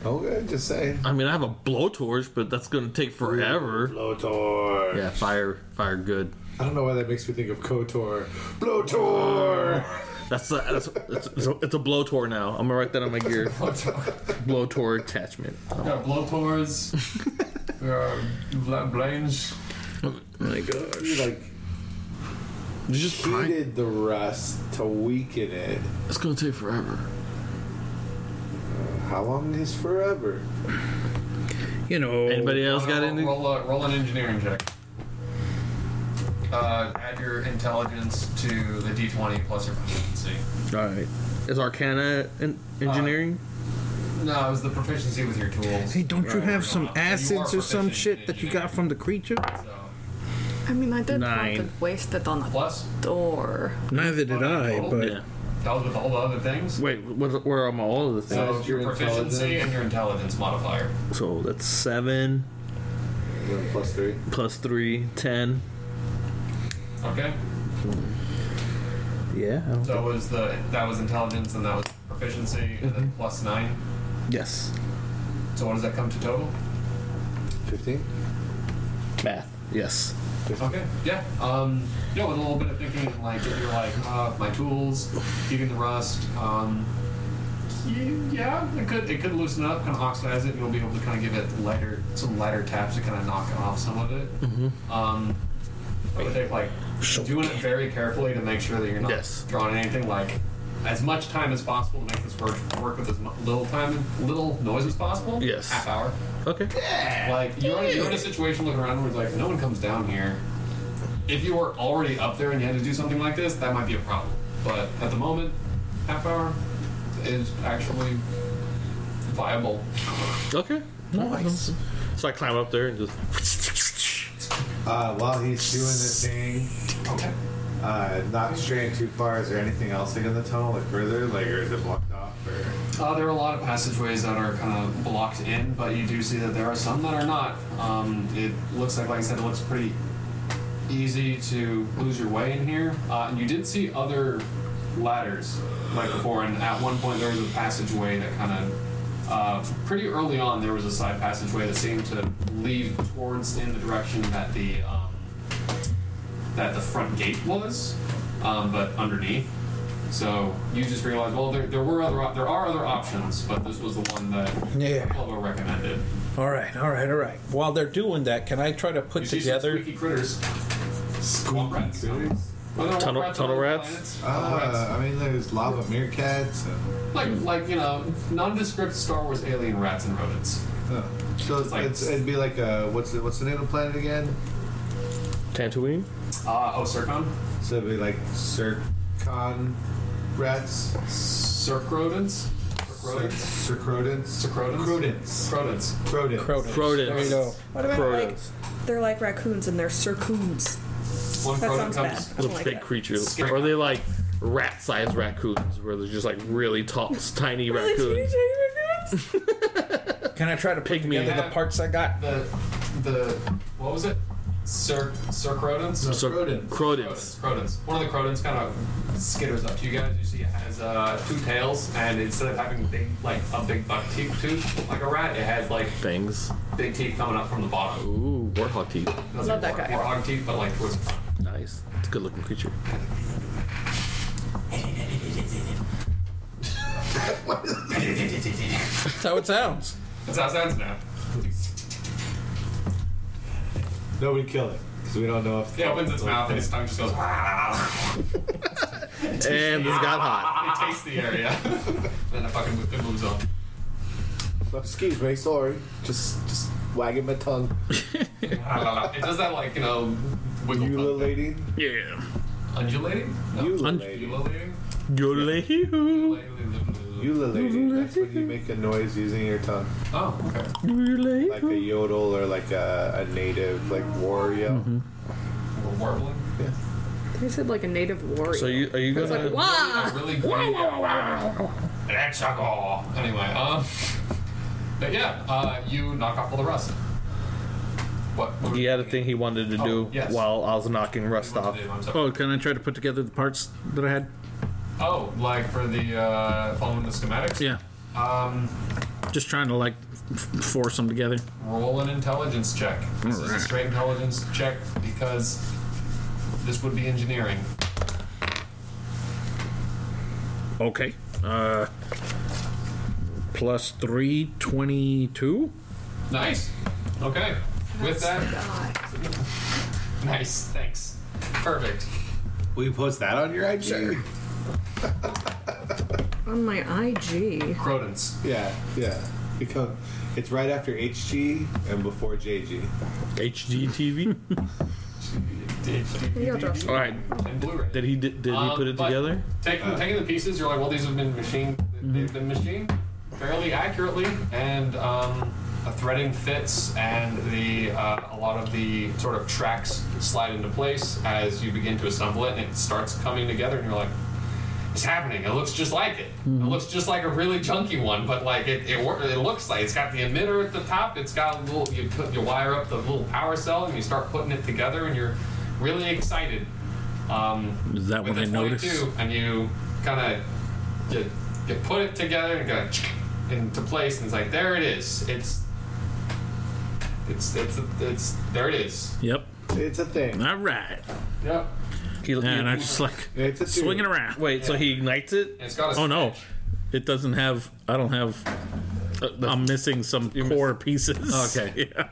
Okay, just saying. I mean, I have a blowtorch, but that's gonna take forever. Blowtor. Yeah, fire, fire, good. I don't know why that makes me think of Kotor. Blowtor. That's a, that's it's, it's, a, it's a blowtor now. I'm gonna write that on my gear. blowtor attachment. We got blowtorches. we got bl- blinds. my gosh. You like It's just pine. heated the rust to weaken it. It's gonna take forever. How long is forever? You know. Anybody else got Roll- any? Roll, a- roll an engineering check. Uh, add your intelligence to the d20 plus your proficiency. All right. Is Arcana in- engineering? No, it was the proficiency with your tools. Hey, don't you have some So Uh, you are acids or some proficient shit in that you got from the creature? engineering, I mean, I didn't Nine. want to waste it on a Plus? door. Neither did I, but Yeah. That was with all the other things. Wait, what, where are my all of the things? So That's your your proficiency and your intelligence modifier. So that's seven One plus three. plus three, ten. Okay. Yeah. I don't- So was the that was intelligence and that was proficiency and Mm-hmm. then plus nine. Yes. So what does that come to total? Fifteen? Math. Yes. Okay. Yeah. Um, you know, with a little bit of thinking, and like if you're like uh, my tools, keeping the rust. Um, y- yeah, it could it could loosen up, kind of oxidize it, and you'll be able to kind of give it lighter some lighter taps to kind of knock off some of it. Mm-hmm. Um, I would take like doing it very carefully to make sure that you're not Yes. drawing anything like as much time as possible to make this work work with as mu- little time little noise as possible. Yes. half hour. Okay. Like you're, in- you're in a situation looking around where it's like no one comes down here. If you were already up there and you had to do something like this, that might be a problem. But at the moment, half hour is actually viable. Okay. nice. So I climb up there and just. Uh, while he's doing the thing, Okay. uh, not straying too far, is there anything else like in the tunnel, like further, like or is it blocked off? Or Uh, there are a lot of passageways that are kind of blocked in, but you do see that there are some that are not. Um, it looks like, like I said, it looks pretty easy to lose your way in here. Uh, and you did see other ladders like before, and at one point there was a passageway that kind of, uh, pretty early on, there was a side passageway that seemed to lead towards in the direction that the um, that the front gate was, um, but underneath. So you just realized, well, there, there were other op- there are other options, but this was the one that Yeah. Elbow recommended. All right, all right, all right. While they're doing that, can I try to put You see some together? squeaky critters, swamp rats, Well, they're Tunnel- walk rats on tunnel other rats? planets. Tunnel rats. uh, I mean, there's lava meerkats. And, Like, like you know, nondescript Star Wars alien rats and rodents. oh. So it's, like- it's, it'd be like a what's the, what's the name of the planet again? Tatooine? Uh, oh, Circon? So it'd be like Circon rats, Circ rodents? Circ rodents? Circrodents, Circrodents? Rodents. Crodents, Crotus. Crotus. There you go. What about Crotos. like they're like raccoons and they're sircoons? One Oh, That sounds rodent comes. bad. I Those don't like big that. creatures. Scary. Or are they like rat sized raccoons where they're just like really tall, tiny Really teeny, raccoons? tiny raccoons? Can I try to put Pygmy. together the parts I got? The, the, what was it? Circ, circ rodents? So, Crodents. Crodents. Crodents. One of the Crodents kind of skitters up to you guys. You see it has uh, two tails, and instead of having big, like a big buck teeth tooth like a rat, it has like Things. big teeth coming up from the bottom. Ooh, warthog teeth. Those Love are that guy. Warthog teeth, but like towards the front. Nice. It's a good looking creature. That's how it sounds. That's how it sounds now. Nobody kill it because we don't know if It opens its mouth and its tongue just goes. "Ah." And this got hot. it takes the area, and it fucking mo- it moves on. Excuse me, sorry. Just just wagging my tongue. it does that like you know, wiggle You little lady. Yeah. undulating, no. You little Un- lady. ululating, Yule. You little lady. That's when you make a noise using your tongue. Oh, okay. Yule. Like a yodel or like a, a native like war yell. Mm-hmm. We're warbling. You said like a native warrior. So you, are you gonna? like, wow. really great. That's a goal. Anyway, um, but yeah, uh, you knock off all the rust. What? what were He you had a thinking? thing he wanted to Oh, do yes. while I was knocking rust What off. to do, I'm sorry. Oh, can I try to put together the parts that I had? Oh, like for the uh, following the schematics. Yeah. Um, Just trying to like f- f- force them together. roll an intelligence check. This is a straight intelligence check because this would be engineering. Okay. Uh, plus three twenty-two. Nice. Okay. With that, God. nice. Thanks. Perfect. Will you post that on your IG? On my IG. Crodens. Yeah, yeah. Become it's right after HG and before JG. HGTV. You gotta draw some- All right. Uh, And Blu-ray. Did he did, did he Um, put it but together? Taking, taking the pieces, you're like, well, these have been machined. They've been machined fairly accurately, and um, the threading fits and the uh, a lot of the sort of tracks slide into place as you begin to assemble it, and it starts coming together, and you're like, "It's happening! It looks just like it. It looks just like a really junky one, but like it it, wor- it looks like it's got the emitter at the top. It's got a little you put you wire up the little power cell, and you start putting it together, and you're really excited. Um, Is that with what I the noticed? 22, And you kind of you, you put it together and go into place, and it's like there it is. It's it's it's it's there it is. Yep. It's a thing. All right. Yep. He, And I just like It's a swing it around. wait, so he ignites it? It's got a Oh no, switch. it doesn't have. I don't have. Uh, I'm missing some core pieces. Okay. Yeah.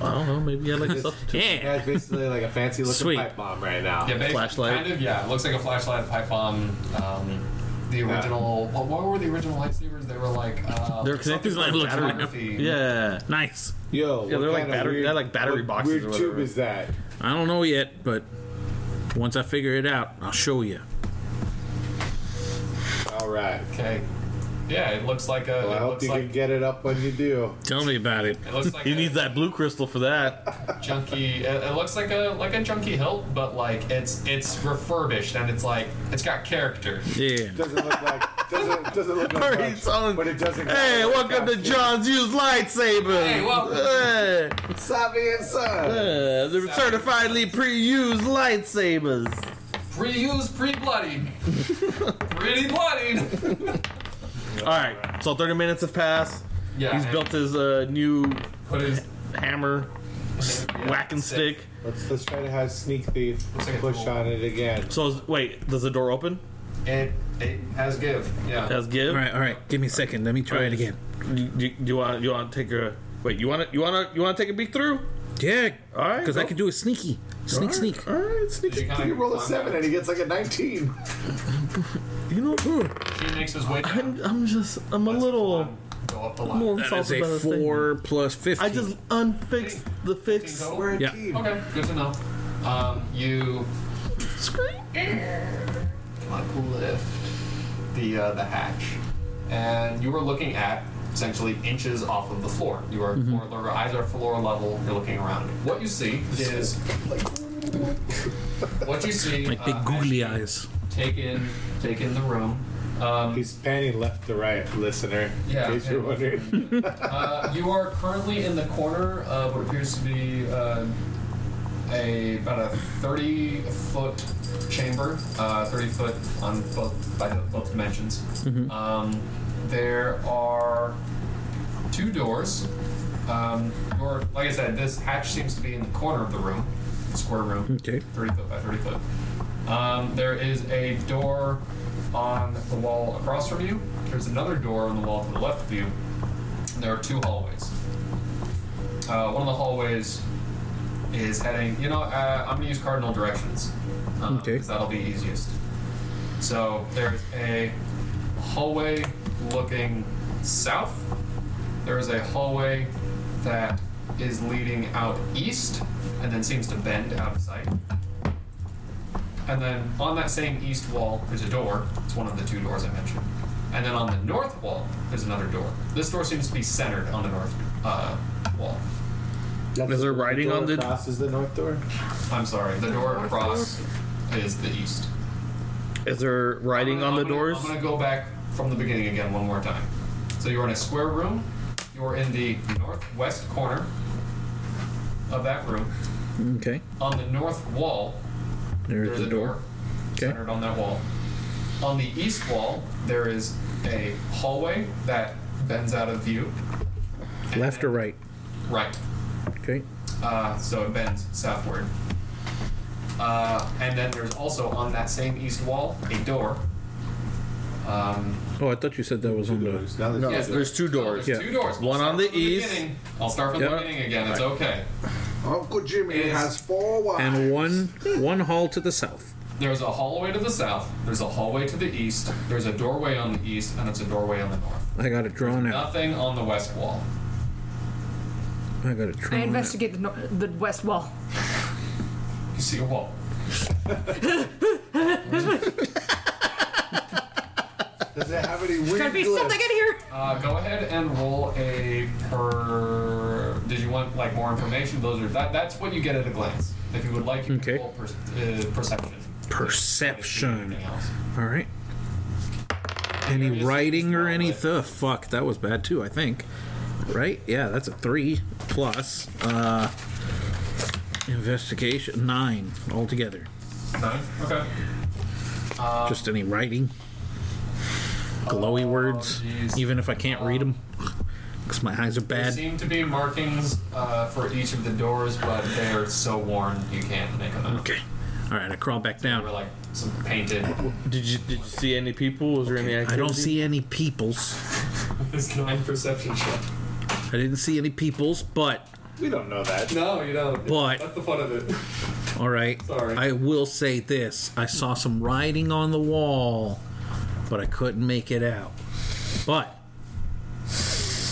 I don't know. Maybe I like a substitute. Yeah, it's basically like a fancy looking Sweet. pipe bomb right now. Yeah, basi- Flashlight. Kind of, yeah. It looks like a flashlight pipe bomb. Um, the original. What, what were the original lightsabers? They were like. Uh, They're connected something to with like battery. photography. Yeah. Nice. Yo, Yeah, what they're like kind of battery- Weird, they're like battery what boxes Weird or whatever. tube is that? I don't know yet, but once I figure it out, I'll show you. All right. Okay. Yeah, it looks like a. Well, I it hope looks you like, can get it up when you do. Tell me about it. It looks like He a needs that blue crystal for that. junky. It, it looks like a like a junky hilt, but like it's it's refurbished and it's like it's got character. Yeah. Doesn't look like doesn't doesn't look like Alright, much, so- but it doesn't. Hey, welcome to John's used lightsaber. Hey, welcome. Hey, Sabi and Son. uh, the certifiedly pre-used lightsabers. Pre-used, pre-bloodied, pretty bloodied. All right. So 30 minutes have passed. Yeah, He's and built his uh, new Put his hammer, yeah, whacking stick. Let's let's try to have sneak thief like a push tool. on it again. So is- wait, does the door open? It it has give. Yeah. Does give? All right, all right. Give me a second. Let me try it again. Do, do you want you want to take a wait? You want to you want to you want to take a peek through? Yeah. All right. Because I go. can do a sneaky. Sneak, sneak. All right, sneak. He it. kinda You roll a climbs seven out. and he gets like a nineteen. You know, hmm. ooh, He makes his way down. I'm I'm just I'm a Let's little climb, Go up the I'm a ladder. little That is insulted by a this thing. four plus fifteen. I just unfixed the fix. Total? Yeah. Okay, good to know. Um, you. Come on, cool lift. The uh, the hatch, and you were looking at essentially inches off of the floor. You are Mm-hmm. floor level, eyes are floor level. You're looking around. What you see is. What you see, like big uh, googly as you eyes. Take in, take in the room. He's panning left to right, listener. Yeah, In case you're okay. wondering. Uh, you are currently in the corner of what appears to be uh, a about a 30 foot chamber, uh, 30 foot on both by both dimensions. Um, there are two doors. Um, your, like I said, this hatch seems to be in the corner of the room, the square room. Okay. 30 foot by 30 foot. Um, there is a door on the wall across from you. There's another door on the wall to the left of you. And there are two hallways. Uh, one of the hallways is heading, you know, uh, I'm going to use cardinal directions. Because Okay. that'll be easiest. So there's a hallway looking south. There is a hallway that is leading out east and then seems to bend out of sight. And then on that same east wall, there's a door. It's one of the two doors I mentioned. And then on the north wall, there's another door. This door seems to be centered on the north uh, wall. That's- there writing door on the- across is the north door? I'm sorry, the door across is the east. Is there writing on I'm the gonna- doors? I'm going to go back from the beginning again one more time. So you're in a square room. You're in the northwest corner of that room. Okay. On the north wall, There's, there's the a door. door Okay. centered on that wall. On the east wall, there is a hallway that bends out of view. Left or right? Right. Okay. Uh, so it bends southward. Uh, and then there's also on that same east wall a door. Um, Oh, I thought you said that was on the. Now yes, there's two doors. There's two doors. There's Yeah. two doors. One I'll on the start from east. beginning. I'll start from the Yep. beginning again. It's okay. Uncle Jimmy has four wives. And one one hall to the south. There's a hallway to the south. There's a hallway to the east. There's a doorway on the east, and it's a doorway on the north. I got it drawn out. Nothing on the west wall. I got it I drawn out. investigate the, nor- the west wall. You see a wall. Does it have any weird Gotta be glyphs? something in here. Uh, go ahead and roll a per. Did you want like more information? Those are that. That's what you get at a glance. If you would like, you Okay. can roll per, uh, perception. Perception. Anything else? All right. Any writing or any th- uh, fuck? That was bad too. I think. Right? Yeah, that's a three plus uh, investigation nine altogether. Nine. Okay. Um, Just any writing, glowy words, Oh, even if I can't read them, because my eyes are There bad. seem to be markings uh, for each of the doors, but they are so worn you can't make them out. Okay. All right, I crawl back down. We're like some painted. Did you did you see any people? Was there any I activity? don't see any peoples. this nine perception check. I didn't see any peoples, but We don't know that. No, you don't. But- that's the fun of it. all right. Sorry. I will say this: I saw some writing on the wall, but I couldn't make it out. But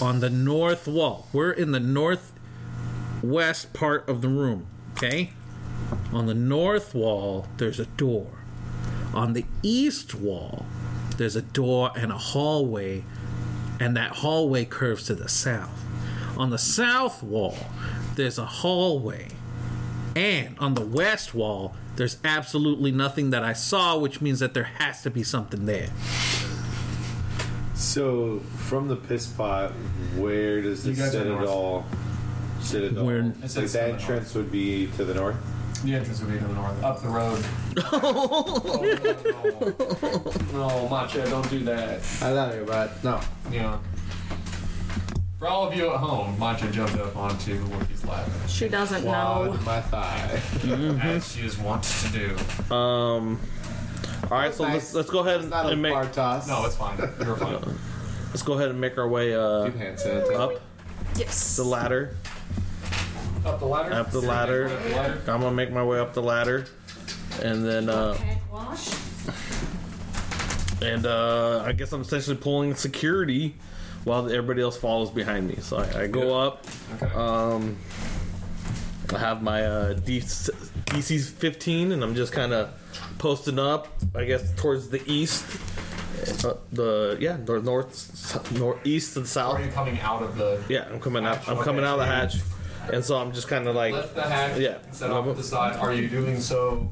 on the north wall, we're in the northwest part of the room. Okay. On the north wall, there's a door. On the east wall, there's a door and a hallway, and that hallway curves to the south. On the south wall, there's a hallway. And on the west wall, there's absolutely nothing that I saw, which means that there has to be something there. So from the piss pot, where does the You guys are citadel? Citadel. We're- Like, It's- it's the to the entrance would be to the north. The entrance would be to the north, up the road. Oh, No, Macha, don't do that. I love you, but no. Yeah. For all of you at home, Macha jumped up onto Wookiee's lap She doesn't Oh, Oh. know. Wad my thigh. Mm-hmm. as she is wont to do. Um. All right, so let's, Nice. let's go ahead It's not a and make bar toss. No, it's fine. You're fine. let's go ahead and make our way uh, Two hand sanitizer. up Yes. the ladder. Up the ladder. Up the ladder. Up the ladder. I'm gonna make my way up the ladder, and then uh, Hand wash. and uh, I guess I'm essentially pulling security while everybody else follows behind me. So I, I go up. Okay. Um, I have my uh, DC, DC 15, and I'm just kind of posting up, I guess, towards the east. Uh, the yeah, the north, northeast and Are south. you coming out of the? Yeah, I'm coming out. I'm coming out of the hatch, and so I'm just kind of like Lift the hatch. Yeah. Set off to the side. Are you doing so?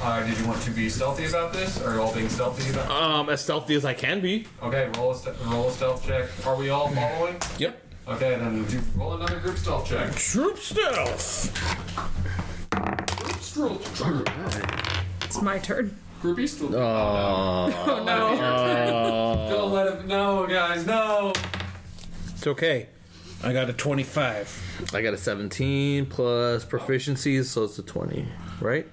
Uh, did you want to be stealthy about this? Are you all being stealthy about? um as stealthy as I can be. Okay, roll a ste- roll a stealth check. Are we all following? Yep. Okay, then do roll another group stealth check. Troop stealth. Group stealth check. It's my turn. Groupie stealth. Oh no. Don't let him. No, guys, no. It's okay. I got a 25. I got a 17 plus proficiencies, so it's a 20, right?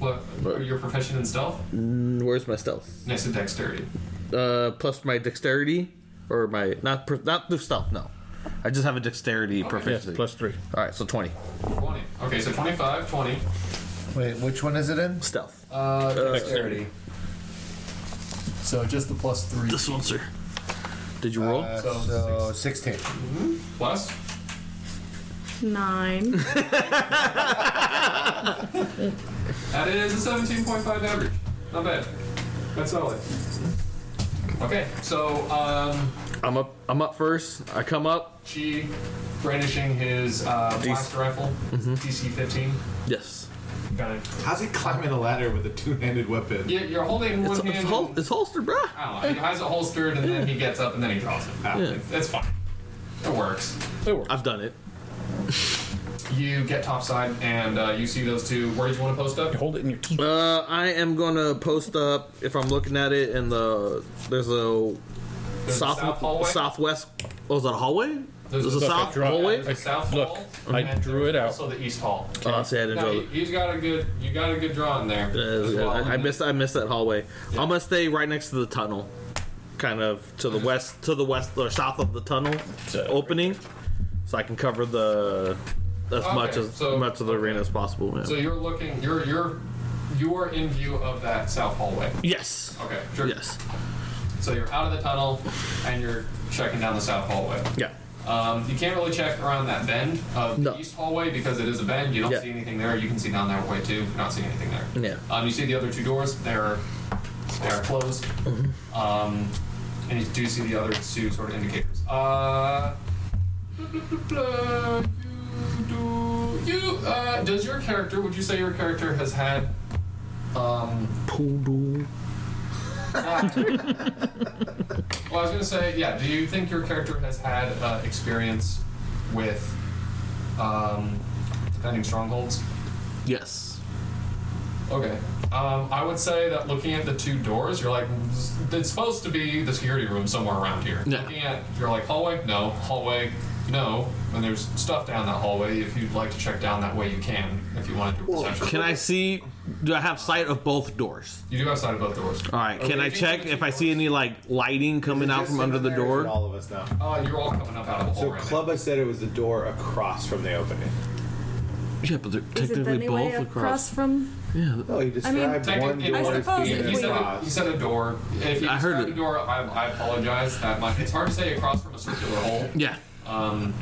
What? Are you proficient in stealth? And Where's my stealth? Next to dexterity. Uh, plus my dexterity or my not per, not the stealth. No, I just have a dexterity proficiency. Plus three. All right, so 20 20. Okay, so 25, 20. Wait, which one is it in? stealth. Uh, dexterity. So just the plus three. This one, sir. Did you roll? Uh, So, so 16. Plus? Nine. That is a 17.5 average. Not bad. That's solid. Okay, so um, I'm up. I'm up first. I come up. Chi brandishing his uh, blast rifle, Mm-hmm. DC 15. Yes. Got it. How's he climbing a ladder with a two-handed weapon? You- You're holding one It's, hand. Ah. it's, hol- it's holster, bruh. I don't know. He has it holstered and then he gets up and then he draws it. Ah, it's, it's fine. It works. I've done it. You get topside and uh, you see those two. Where did you want to post up? Hold it in your teeth. Uh, I am gonna post up if I'm looking at it in the there's a There's a south, south hallway. southwest. Oh, is that a hallway? There's There's a- a Look, I south drew it. hallway. The south Look, hall. I and drew it out. Also the east hall. Oh, I see. I didn't No, draw he, it. he's got a good. You got a good draw in there. Uh, As well. I, I missed. I missed that hallway. Yeah. I'm gonna stay right next to the tunnel, kind of to the west, to the west or south of the tunnel opening, so I can cover the as Okay, much as so- much of the arena as possible. yeah. So you're looking. You're you're you are in view of that south hallway. yes. Okay. Sure. Yes. So you're out of the tunnel and you're checking down the south hallway. Yeah. Um, you can't really check around that bend of No. the east hallway because it is a bend. You don't Yeah. see anything there. You can see down that way too. You're not seeing anything there. Yeah. Um, you see the other two doors. They're they're closed. Um, and you do see the other two sort of indicators. Uh, you, do, you, uh, does your character? Would you say your character has had, um, well, I was gonna say, yeah. Do you think your character has had uh, experience with, um, defending strongholds? Yes. Okay. Um, I would say that looking at the two doors, you're like, "Mm, it's supposed to be the security room somewhere around here. Yeah. Looking at, you're like, hallway? No. Hallway? No. And there's stuff down that hallway. If you'd like to check down that way, you can, if you want to do a perception. Can I see? Do I have sight of both doors? You do have sight of both doors. All right. Can I check if I see any like lighting coming out from under the door? All of us now. Uh, you're all coming up out of the hole So right now. Clubba said it was the door across from the opening. Yeah, but they're Is it technically anyway both across, across. from? Yeah. No, he described Technically, one it- door I as suppose being if He we- said, a, he across. said a door. If you I heard describe it. a door, I, I apologize that much. It's hard to say across from a circular hole. Yeah. Um,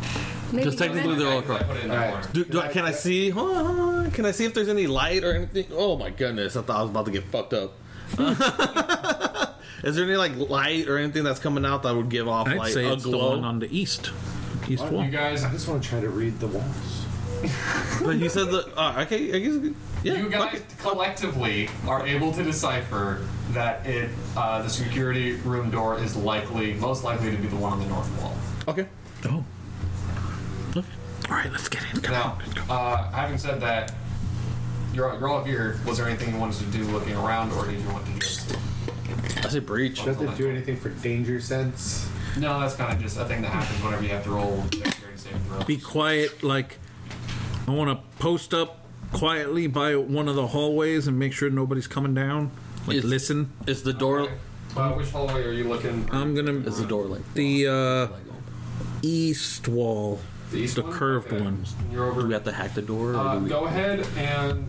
Maybe Just technically not. they're all I- I across. put it in that Alright. order. Do, do I, can I see? Hold on, hold on. Can I see if there's any light or anything? Oh my goodness! I thought I was about to get fucked up. Is there any like light or anything that's coming out that would give off I'd like say a it's the one glow? on the east, east wall. You guys, I just want to try to read the walls. but he said the. Uh, okay, I guess. Yeah. you fuck guys it. collectively are able to decipher that it uh, the security room door is likely most likely to be the one on the north wall. Okay. Oh. All right, let's get in. Come Now, on. uh, having said that, you're, you're all up here. Was there anything you wanted to do looking around, or did you want to just? I say breach. Does it do anything for danger sense? No, that's kind of just a thing that happens whenever you have to roll dexterity saving throw. Be quiet. Like, I want to post up quietly by one of the hallways and make sure nobody's coming down. Like, It's- listen. Is the door? Uh, which hallway are you looking? I'm gonna. Is the door like The uh, east wall, The east the one? curved Okay. one. You're Do over. we have to hack the door? Or Uh, do we... go ahead and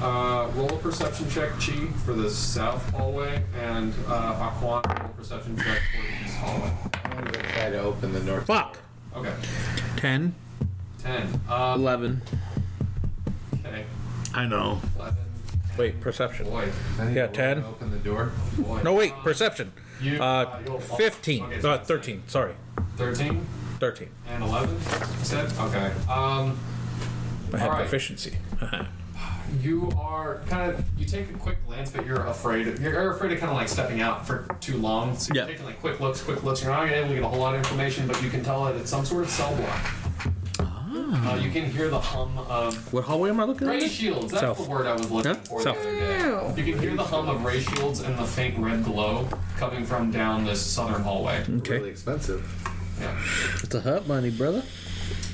uh, roll a perception check, Chi, for the south hallway, and uh, Aquan roll a perception check for the east hallway. I'm going to try to open the north. Fuck. Okay, Ten. ten. Um, Eleven. okay, I know. eleven. Wait, perception. Boy, Yeah, ten. Open the door. boy. No, wait, Um, perception. you- Uh, you'll fall- fifteen. okay, so Uh, it's thirteen. Sorry, Thirteen thirteen. and eleven. you Said okay. Um, I have All right. proficiency. you are kind of you take a quick glance, but you're afraid. You're afraid of kind of like stepping out for too long. So you're Yeah. taking like quick looks, quick looks. You're not able to get a whole lot of information, but you can tell that it's some sort of cell block. Uh, you can hear the hum of Ah. What hallway am I looking ray at? shields. That's South. the word I was looking Huh? for South. the other day. You can hear the hum of ray shields and the faint red glow coming from down this southern hallway. Hmm. Really Okay. expensive. Yeah. It's a hut, money, brother.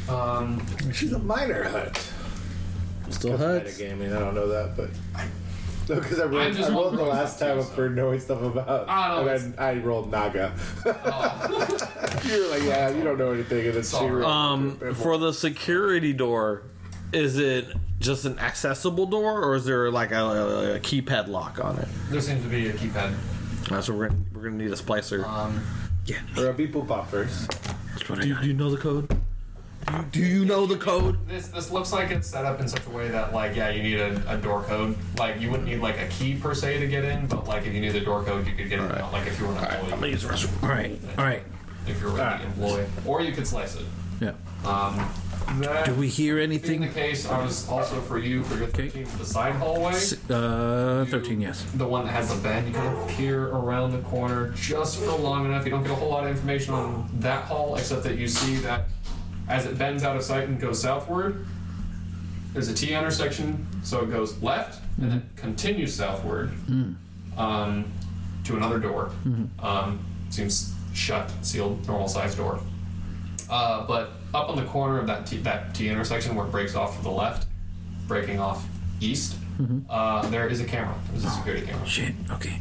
Um, She's a minor hut. Still That's huts. metagaming. I don't know that, but. No, because I I'm rolled, just I rolled the wondering last about time you, for knowing stuff about. I don't know, and I, I rolled Naga. oh, you were like, yeah, you don't know anything, and then she all rolled. Um, for the security door, is it just an accessible door, or is there like a, a, a keypad lock on it? there seems to be a keypad. That's what we're gonna, we're gonna need a splicer. Um, Or a beep boop bop first. do, you, do you know the code? Do you, do you know the code? This this looks like it's set up in such a way that like yeah you need a, a door code like you wouldn't need like a key per se to get in but like if you knew the door code you could get in out, like if you were an employee use the restroom. All right. All right. if you were an employee or you could slice it. Yeah. Um, that Do we hear being the anything? case, I was also for you for your 13 for the side hallway. Uh, thirteen. Yes. The one that has the bend, you kind of peer around the corner just for long enough. You don't get a whole lot of information on that hall, except that you see that as it bends out of sight and goes southward, there's a T intersection, so it goes left and then continues southward um, to another door. Um, seems shut, sealed, normal sized door. Uh, but up on the corner of that T, that T intersection where it breaks off to the left, breaking off east, Mm-hmm. uh, there is a camera. There's a security camera. Shit. Okay.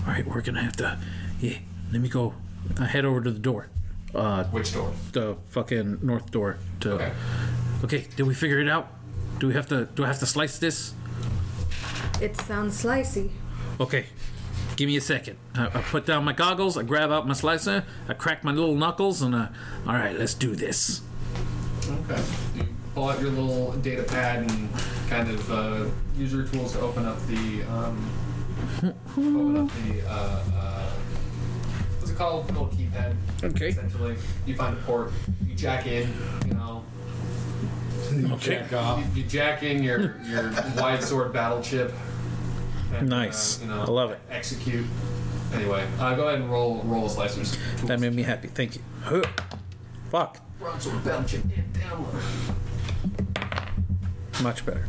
All right. We're gonna have to. Yeah. Let me go. I head over to the door. Uh, Which door? the fucking north door. To. Okay. Okay. Did we figure it out? Do we have to? Do I have to slice this? It sounds slicey. Okay. Give me a second. I, I put down my goggles. I grab out my slicer. I crack my little knuckles, and uh, all right, let's do this. Okay. You pull out your little data pad and kind of uh, use your tools to open up the um, open up the uh, uh, what's it called a little keypad. Okay. Essentially, you find a port, you jack in, you know, Okay. you, you jack in your your wide sword battleship. and, Nice. uh, you know, I love it. Execute. Anyway, uh, go ahead and roll roll a slicers. That made me happy. Thank you. Huh. Fuck. Run sword battleship and downward. Much better.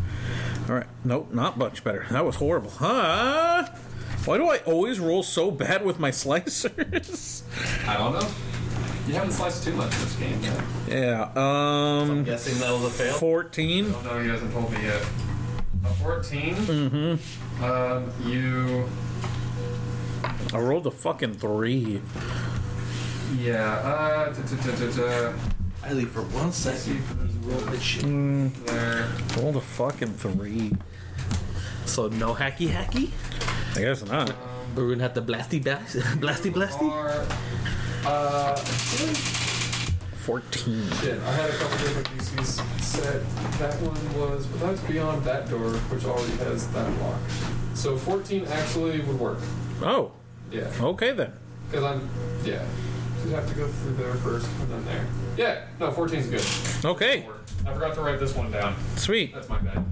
All right. Nope, not much better. That was horrible. Huh? Why do I always roll so bad with my slicers? I don't know. You haven't sliced too much this game. Yet. yeah. Um. guessing that was a fail? Fourteen. Oh no, he hasn't told me yet. A 14. Mm-hmm. Um, you. I rolled a fucking three. Yeah. Uh. duh, duh, duh, duh, duh. I leave for one Let's see second. if there's Roll this shit. There. Rolled a Mm. fucking three. So no hacky hacky. I guess not. We're gonna have to blasty blast, blasty blasty. Are, uh. Fourteen. Shit, I had a couple different DCs set. That one was, but that's beyond that door, which already has that lock. So 14 actually would work. Oh. Yeah. Okay then. Because I'm. Yeah. You'd have to go through there first and then there. Yeah. No, 14 is good. Okay. Work. I forgot to write this one down. Sweet. That's my bad.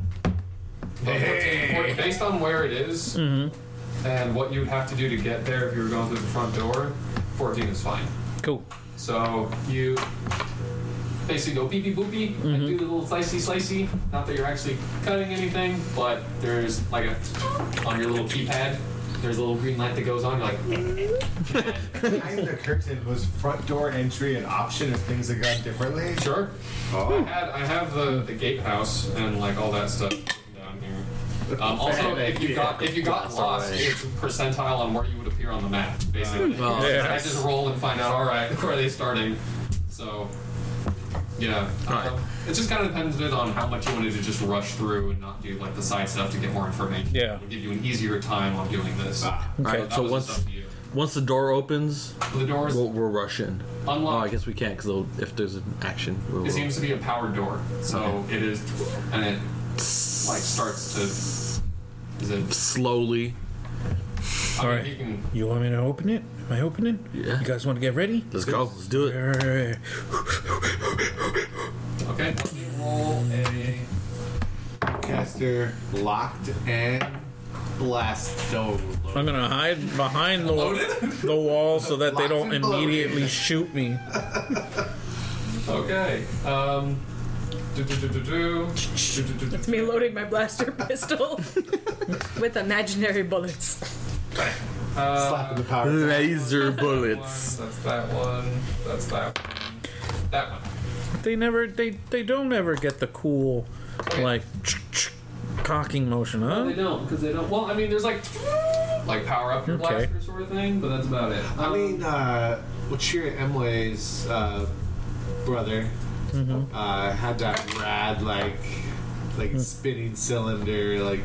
But 14 based on where it is Mm-hmm. and what you would have to do to get there if you were going through the front door, 14 is fine. Cool. So you basically go beepy boopy Mm-hmm. and do the little slicey slicey. Not that you're actually cutting anything, but there's like a on your little keypad. There's a little green light that goes on. You're like, Behind the curtain was front door entry an option if things had gone differently. sure. I had I have the the gatehouse and like all that stuff down here. Um, also, if you got if you got lost, it's percentile on where you would appear on the map. Basically, Oh, yeah. I just roll and find out. All right, where are they starting? So, yeah, um, it just kind of depends bit on how much you wanted to just rush through and not do like the side stuff to get more information. Yeah. It'll give you an easier time on doing this. All But right. that So was just once up to you. once the door opens, the doors we'll, we'll rush in. Unlock. Oh, I guess we can't because if there's an action, we'll, It seems to be a powered door, so it is, and it like starts to. Is it? slowly. I mean, Alright. you can. You want me to open it? Am I opening? Yeah. You guys want to get ready? Let's go. Let's do it. Alright. Okay, let me roll a. Caster locked and blast door. I'm gonna hide behind the, the wall so that they don't Locked and loaded. immediately shoot me. Okay. Um. Do, do, do, do, do. Do, do, do, do. It's me loading my blaster pistol with imaginary bullets. Uh, Slapping the power. Laser one, That's that one. That's that one. That one. They never, they, they don't ever get the cool, like, cocking motion, They huh? don't, because they don't. Well, I mean, there's like. Like power up your Okay. blaster sort of thing, but that's about it. I mean, uh, Wachira Emway's uh, brother uh, had that rad, like, like spinning cylinder, like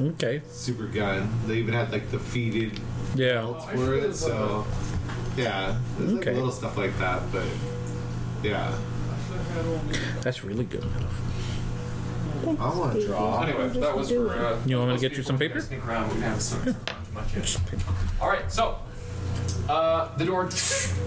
Okay. super gun. They even had like the feeded Yeah. belts for it. So, yeah, there's Okay. like little stuff like that. But yeah, That's really good. I want to draw. Anyway, that was for. Uh, You want me those to get you some people who paper? Sneak around. We have some. All right, so uh, the door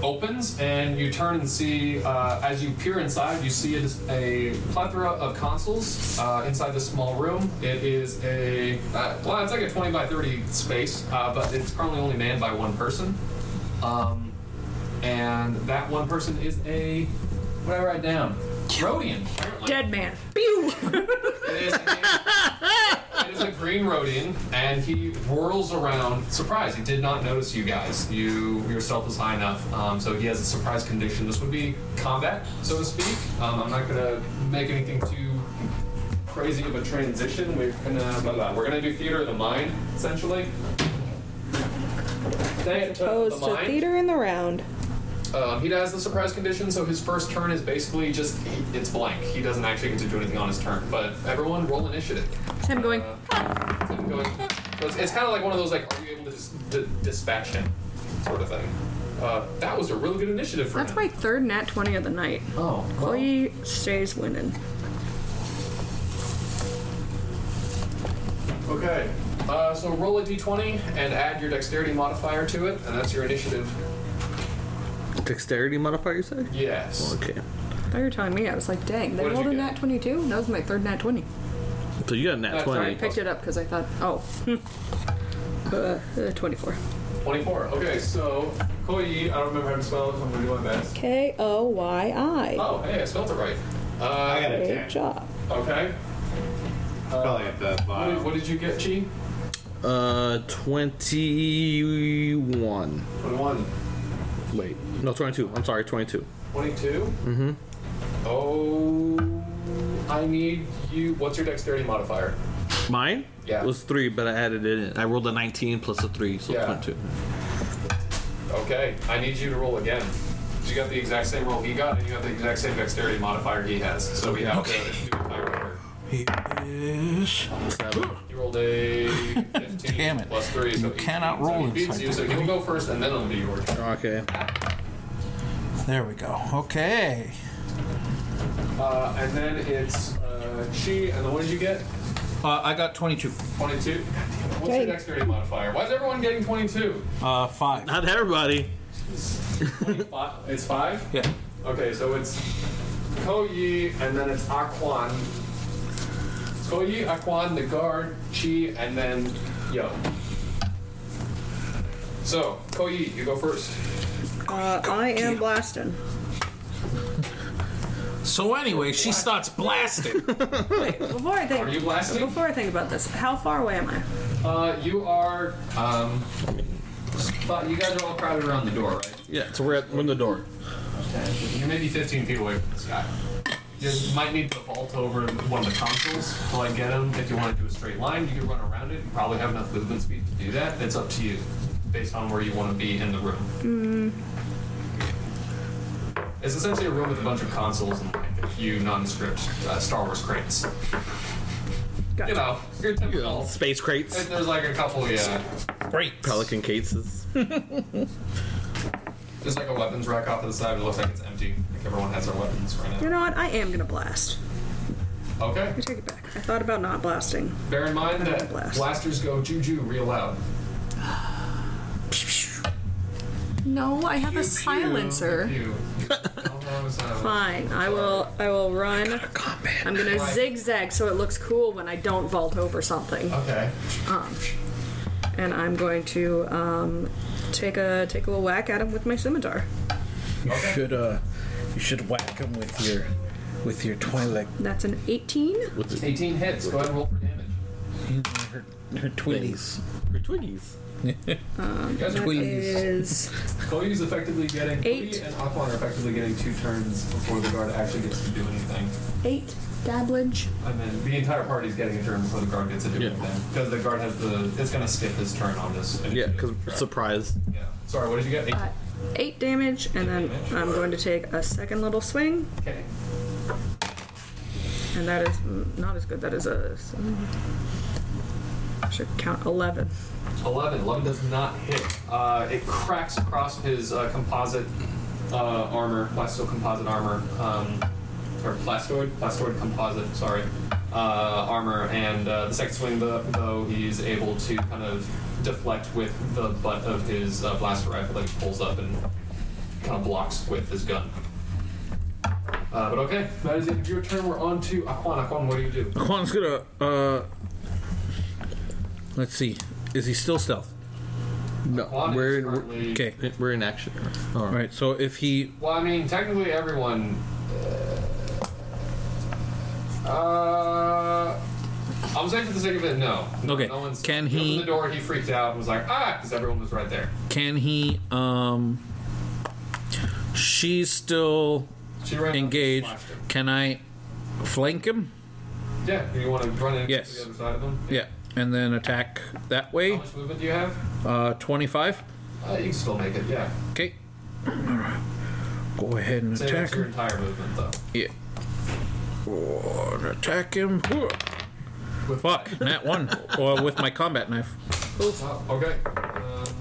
opens and you turn and see. Uh, as you peer inside, you see it is a plethora of consoles uh, inside this small room. It is a uh, well, it's like a 20 by 30 space, uh, but it's currently only manned by one person. Um, and that one person is a what did I write down? Rodian, apparently. Dead man. Pew! It is, it is a green Rhodian, and he whirls around. Surprise! He did not notice you guys. You yourself is high enough, um, so he has a surprise condition. This would be combat, so to speak. Um, I'm not gonna make anything too crazy of a transition. We're gonna blah, blah. we're gonna do theater of the mind essentially. They- Opposed the to mind. theater in the round. Um, he has the surprise condition, so his first turn is basically just it's blank. He doesn't actually get to do anything on his turn. But everyone, roll initiative. Him going, Uh, him going. So it's kind of like one of those like, are you able to dis- d- dispatch him, sort of thing. Uh, that was a really good initiative for that's him. my third nat 20 of the night. Oh, well, Chloe stays winning. okay. Uh, so roll a d20 and add your dexterity modifier to it, and that's your initiative. Dexterity modifier, you say? Yes. Okay. They were telling me, I was like, dang, they What did rolled you a get? nat 22? That was my third nat 20. So you got a nat That's So I 20. picked it up because I thought, oh, hmm. Uh, uh, 24. 24. Okay, so Koyi, I don't remember how to spell it, so I'm gonna do my best. K O Y I. Oh, hey, I spelled it right. Uh, I got it. Good job. Okay. Uh, Probably at the What did, bottom. what did you get, Chi? Uh, 21. 21. Wait. No, 22. I'm sorry, 22. 22? Mm Mm-hmm. hmm. Oh. I need you. What's your dexterity modifier? Mine? Yeah. was 3, but I added it in. I rolled a 19 plus a 3, so Yeah. 22. Okay, I need you to roll again. You got the exact same roll he got, and you have the exact same dexterity modifier he has. So we have to do entire order. He is. Seven. You rolled a 15 Damn it. plus 3. so You cannot 18, so roll he beats inside you, so the you'll go first, and then it'll be your turn. Okay. There we go. Okay. Uh, and then it's uh, she, and then what did you get? Uh, I got 22. 22? God damn it, What's your Dang. dexterity modifier? Why is everyone getting 22? Uh, five. Not everybody. 25? It's 5? Yeah. Okay, so it's Koyi, and then it's Aquan. It's Koyi, Aquan, the guard, Chi, and then Yo. So, Koyi, you go first. Uh, I am blasting. So anyway, she starts blasting. Wait, before I think. Are you blasting? Before I think about this, how far away am I? Uh, you are. Um, but you guys are all crowded around the door, right? Yeah, so we're at we're in the door. You may be 15 feet away from this guy. You might need to vault over one of the consoles to like get him. If you want to do a straight line, you can run around it. You probably have enough movement speed to do that. It's up to you, based on where you want to be in the room. It's essentially a room with a bunch of consoles and like a few nondescript uh, Star Wars crates. Gotcha. You know, your typical. Space crates. There's like a couple, yeah. Great. Pelican cases. There's like a weapons rack off to the side. It looks like it's empty. Like everyone has their weapons right You now. know what? I am gonna blast. Okay. I take it back. I thought about not blasting. Bear in mind that Blast. blasters go juju real loud. No, I have a silencer. Pew, pew. Oh, that was, uh, Fine. I will. I will run. I'm gonna Right. zigzag so it looks cool when I don't vault over something. Okay. And I'm going to um, take a take a little whack at him with my scimitar. You should uh, you should whack him with your, with your twilight. That's an 18. 18 hits. Go ahead and roll for damage. Her, her twinnies. Things. Or Twiggies. You guys That are, is Koyu's effectively getting. Eight. Koyu and Aquan are effectively getting two turns before the guard actually gets to do anything. eight dabblage. And then the entire party's getting a turn before the guard gets to do Yeah. anything. Because the guard has the. It's going to skip his turn on this. Yeah, because Right. surprise. Yeah. Sorry, what did you get? Eight. Uh, eight damage, and then I'm going to take a second little swing, Okay. and that is mm, not as good. That is a I should count 11. 11. 11 does not hit. Uh, it cracks across his uh, composite uh, armor, plasto composite armor, um, or plastoid, plastoid composite, sorry, uh, armor. And uh, the second swing, tho- though, he's able to kind of deflect with the butt of his uh, blaster rifle that he pulls up and kind of blocks with his gun. Uh, but okay, that is it. Your turn. We're on to Aquan. Aquan, what do you do? Juan's gonna uh, let's see. Is he still stealth? No, Aquan is we're, we're currently- Okay. we're in action. All All right. right. So if he Well, I mean, technically everyone. Uh, I was saying for the sake of it, no. No- Okay, No one's, can he he- opened the door? He freaked out and was like, ah, because everyone was right there. can he um, she's still She ran up and engaged. slashed him. Can I flank him? Yeah. Do you want to run in Yes. to the other side of them? Yeah, and then attack that How way. much movement do you have? Uh, twenty-five. Uh, you can still make it. Yeah. Okay. Go ahead and Save attack that's your him. entire movement though. Yeah. Oh, and attack him. Fuck, nat one. or with my combat knife. Oh, okay. Um,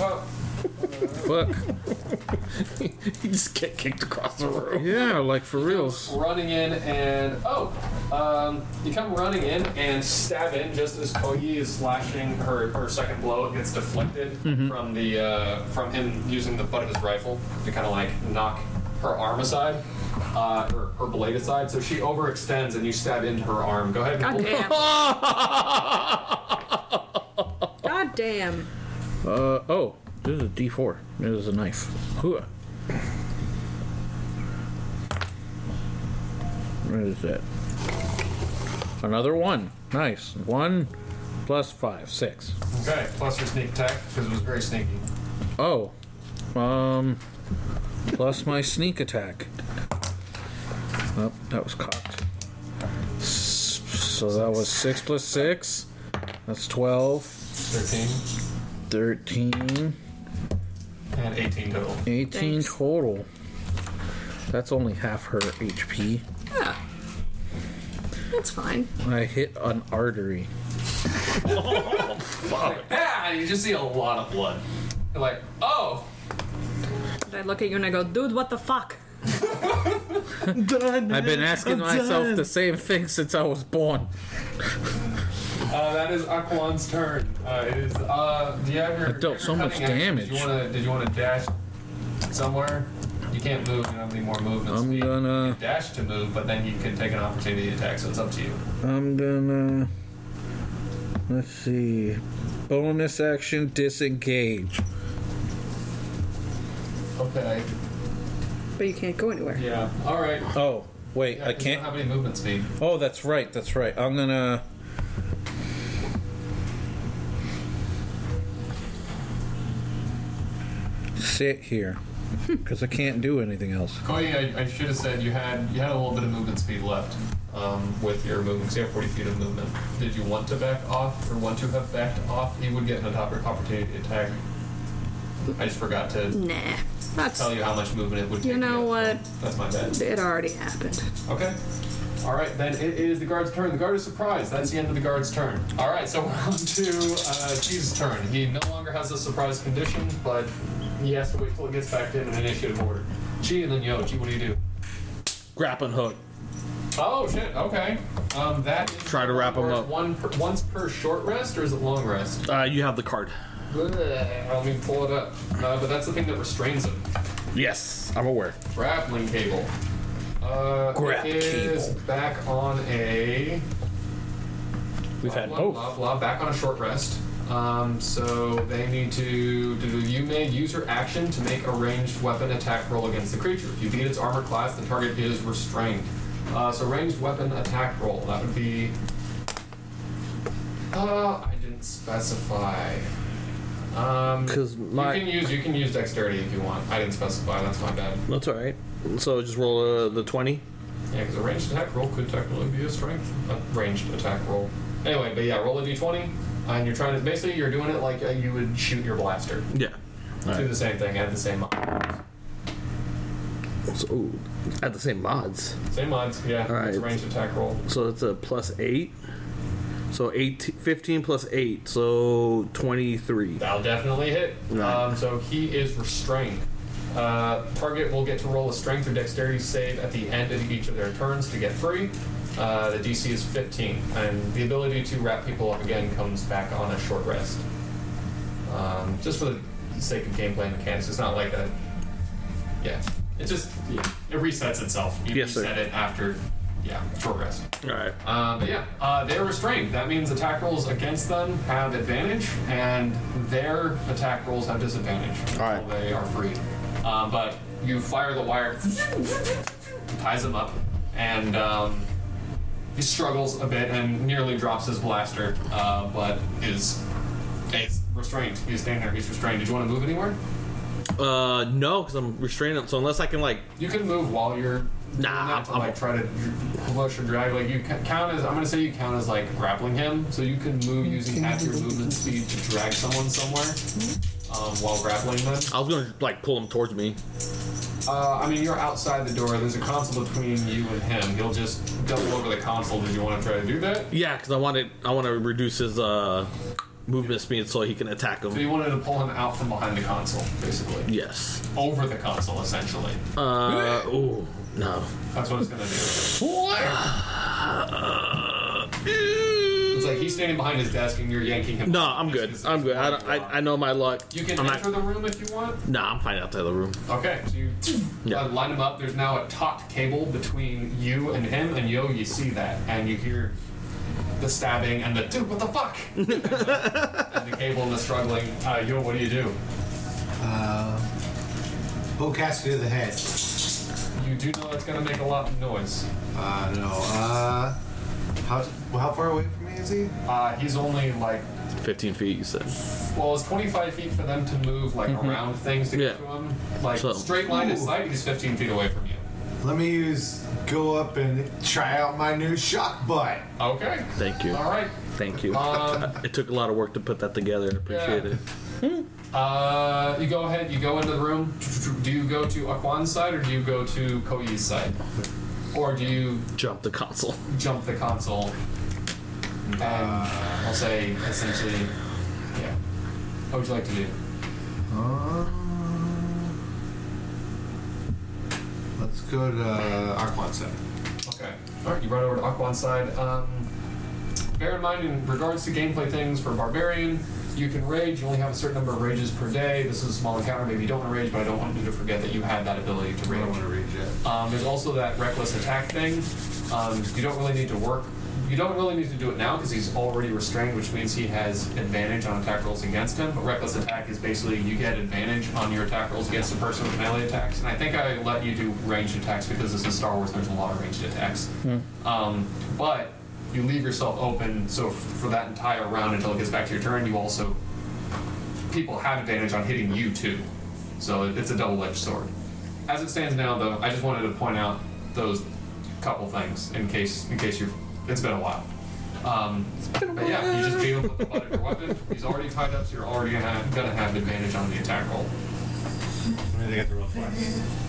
oh, Fuck. You just get kicked across the room. Yeah, like for reals. running in and oh, Um, you come running in and stab in just as Koyi is slashing her, her second blow. It gets deflected from the uh, from him using the butt of his rifle to kind of like knock her arm aside, uh, or her blade aside. So she overextends and you stab into her arm. Go ahead. and God roll- damn. God damn. Uh oh, this is a D4. This is a knife. Hooah. What is that? Another one. Nice. One plus five, six. Okay, plus your sneak attack because it was very sneaky. Oh, um, plus my sneak attack. Oh, that was cocked. S- So that was six plus six. That's 12, Thirteen 13, and eighteen total. 18 Thanks. total. That's only half her HP. Yeah. That's fine. I hit an artery. Yeah, and Ah, you just see a lot of blood. You're like, oh, And I look at you and I go, dude, what the fuck? I've been asking myself the same thing since I was born. Uh, that is Aquan's turn. Uh, it is. Uh, do you have your? That dealt so your much cutting actions? damage. Did you want to? Did you want to dash somewhere? You can't move. You don't have any more movement. I'm speed. gonna- You can dash to move, but then you can take an opportunity attack. So it's up to you. I'm gonna. Let's see. Bonus action disengage. Okay. But you can't go anywhere. Yeah. All right. Oh, wait, I You don't can't. have any movement speed. Oh, that's right, that's right. I'm gonna. Sit here. Because I can't do anything else. Koyi, I, I should have said you had you had a little bit of movement speed left um, with your movement. 'cause You have 40 feet of movement. Did you want to back off or want to have backed off? You would get an oppor- opportunity to attack. I just forgot to Nah. That's. tell you how much movement it would take. You to know get. what? That's my bad. It already happened. Okay. All right, then it is the guard's turn. The guard is surprised. That's the end of the guard's turn. All right, so we're on to uh, Cheese's turn. He no longer has a surprise condition, but he has to wait till it gets back to him in initiative order. Chi and then Yoji, what do you do? Grappling hook. Oh shit. Okay. Um, that is Try to wrap 'em worth up. One per, once per short rest, or is it long rest? Uh, you have the card. Bleh, Let me pull it up. Uh, but that's the thing that restrains him. Yes, I'm aware. Grappling cable. Uh, Grap it is cable. back on a. We've had blah, both. Blah, blah, back on a short rest. Um, so they need to. do- do- You may use your action to make a ranged weapon attack roll against the creature. If you beat its armor class, the target is restrained. Uh, so ranged weapon attack roll. That would be. Uh, I didn't specify. Um, 'Cause my- you can use you can use dexterity if you want. I didn't specify. That's my bad. That's all right. So just roll uh, the twenty. Yeah, because a ranged attack roll could technically be a strength a ranged attack roll. Anyway, but yeah, roll a d20, and you're trying to basically you're doing it like uh, you would shoot your blaster. Yeah. All Do right. the same thing, add the same mod. So, ooh, at the same mods. Same odds, yeah. All right. It's a ranged attack roll. So it's a plus eight. So 18, 15 plus eight. So twenty-three. That'll definitely hit. Right. Um, so he is restrained. Uh, target will get to roll a strength or dexterity save at the end of each of their turns to get free. Uh, the DC is 15, and the ability to wrap people up again comes back on a short rest. Um, just for the sake of gameplay mechanics, it's not like a. Yeah. It just yeah, it resets itself. You Yes, sir. reset it after, yeah, short rest. All right. Uh, but yeah, uh, they're restrained. That means attack rolls against them have advantage, and their attack rolls have disadvantage until Alright. they are freed. Um, but you fire the wire, ties him up, and um, he struggles a bit and nearly drops his blaster, uh, but is is restrained. He's standing there. He's restrained. Did you want to move anywhere? Uh, no, because I'm restraining him. So unless I can like, You can move while you're. doing Nah, that to, I'm- like try to dr- push or drag. Like you ca- count as I'm gonna say you count as like grappling him, so you can move using half your movement speed to drag someone somewhere um, while grappling them. I was gonna like pull him towards me. Uh, I mean you're outside the door. There's a console between you and him. He'll just double over the console. Did you want to try to do that? Yeah, because I wanted I want to reduce his uh movement speed so he can attack So him. you wanted to pull him out from behind the console, basically Yes. over the console, essentially. Uh. Ooh. No. That's what it's gonna do. It's like he's standing behind his desk and you're yanking him. No, I'm good. I'm good. I, don't- I, I know my luck. You can I'm enter the room if you want. Nah, I'm fine outside the room. Okay, so you Yeah. uh, line them up. There's now a taut cable between you and him, and yo, you see that, and you hear the stabbing and the dude, what the fuck? and, the cable and the struggling. Uh, yo, what do you do? Poke Cassidy to the head. You do know it's gonna make a lot of noise. Uh, no. Uh, how, how far away from me is he? Uh, he's only like, 15 feet, you said. well, it's 25 feet for them to move like around things to get Mm-hmm. Yeah. to him. Like So- straight line of sight, he's 15 feet away from you. Let me use go up and try out my new shock butt. Okay. Thank you. All right. Thank you. Um, it took a lot of work to put that together. I appreciate Yeah. it. Uh, you go ahead. You go into the room. Do you go to Akwan's side or do you go to Koyi's side, or do you Jump the console. jump the console? And I'll say essentially, yeah. What would you like to do? Uh, let's go to Aquan Center. Okay. All right. You run over to Aquan's side. Um, bear in mind, in regards to gameplay things for Barbarian, you can rage. You only have a certain number of rages per day. This is a small encounter. Maybe you don't want to rage, but I don't want you to forget that you had that ability to rage. I want to read it. Um, there's also that reckless attack thing. Um, you don't really need to work. You don't really need to do it now because he's already restrained, which means he has advantage on attack rolls against him. But reckless attack is basically you get advantage on your attack rolls against the person with melee attacks. And I think I let you do ranged attacks because this is Star Wars. There's a lot of ranged attacks. Um, but you leave yourself open. So f- for that entire round until it gets back to your turn, you also people have advantage on hitting you too. So it's a double-edged sword. As it stands now, though, I just wanted to point out those couple things in case in case you have it's been a while. Um, but yeah, you just beat him with the butt of your weapon. He's already tied up, so you're already gonna have, gonna have advantage on the attack roll.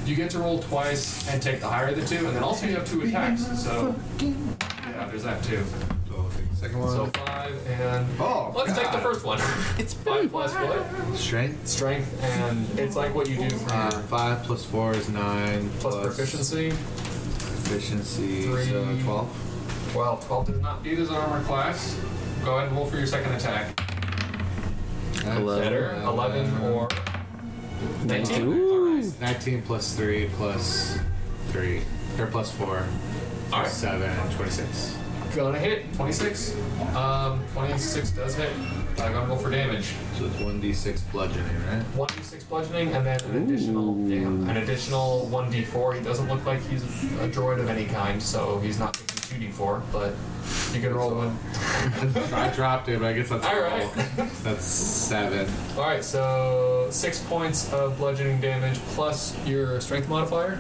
You get to roll twice and take the higher of the two, and then also you have two attacks. So yeah, there's that too. Oh, okay. Second one. So five and Oh, let's take the God. first one. It's five plus what? Strength. Strength and it's like what you do for Uh, your five plus four is nine. plus proficiency. Proficiency is uh, Three. twelve. 12. 12 does not beat his armor class. Go ahead and roll for your second attack. Eleven. Better. 11 or 19. Ooh. Uh, Nineteen plus three plus three or plus four. All right. Seven. Twenty-six. Gonna hit. 26. Um, 26 does hit. I'm gonna roll for damage. So it's one d six bludgeoning, right? 1d6 bludgeoning and then an additional damn, an additional 1d4. He doesn't look like he's a droid of any kind, so he's not taking 2d4, but you can roll one. I dropped it, but I guess that's All right. That's seven. All right, so 6 points of bludgeoning damage plus your strength modifier.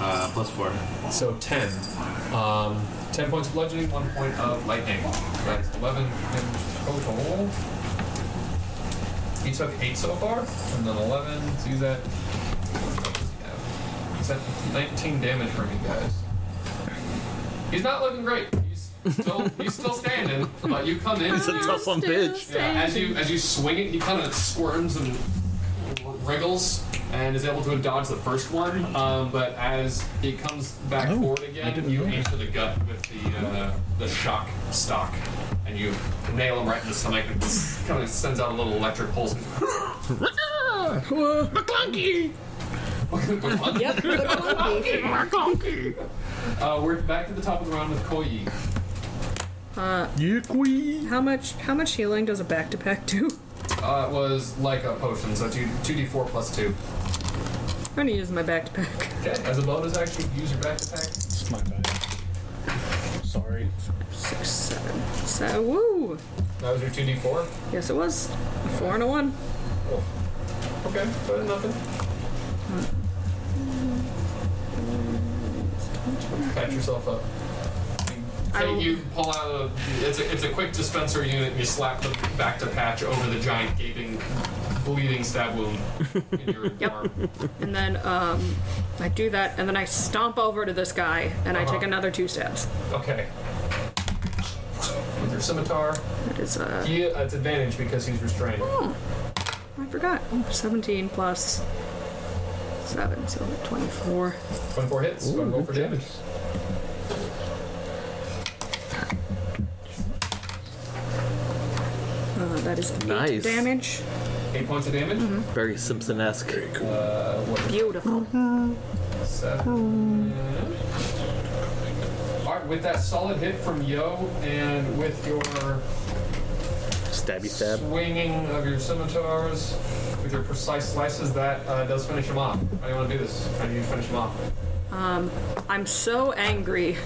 Uh, plus four. So 10. Um, 10 points of bludgeoning, 1 point of lightning. So that's 11 in total. He took 8 so far, and then 11. So he's at. He's at 19 damage from you guys. He's not looking great. He's still, he's still standing, but you come in. He's a and you- tough one, Still bitch. yeah, as you standing. as you swing it, he kind of squirms and wriggles and is able to dodge the first one. Um, but as he comes back forward again, you aim for the gut with the uh, the shock stock, and you nail him right in the stomach. And kind of sends out a little electric pulse. McClunky! uh, Yep. look clunky. McClunky! we're back to the top of the round with Koyi. Yickee! How much? How much healing does a back to pack do? Uh, it was like a potion, so two two d four plus two. I'm gonna use my back to pack. Okay, as a bonus action, use your back attack. It's my bad. Sorry. Six, seven. So woo. That was your two d four. Yes, it was. A four and a one. Okay, but nothing. Patch yourself up. I Hey, will- you pull out a. It's a, it's a quick dispenser unit, and you slap the back to patch over the giant gaping, bleeding stab wound in your Yep. arm. And then um, I do that, and then I stomp over to this guy, and I Uh-huh. take another two steps. Okay. With your scimitar, That is uh. he, uh, it's advantage because he's restrained. I forgot. Oh, 17 plus 7, so 24. 24 hits. Go ahead and roll for damage. Uh, that is eight Nice. damage. Eight points of damage. Very Simpson-esque. Uh, what? Beautiful. Seven. All right, with that solid hit from Yo, and with your Stabby stab. swinging of your scimitars, with your precise slices, that uh, does finish him off. How do you want to do this? How do you finish him off? I'm so angry.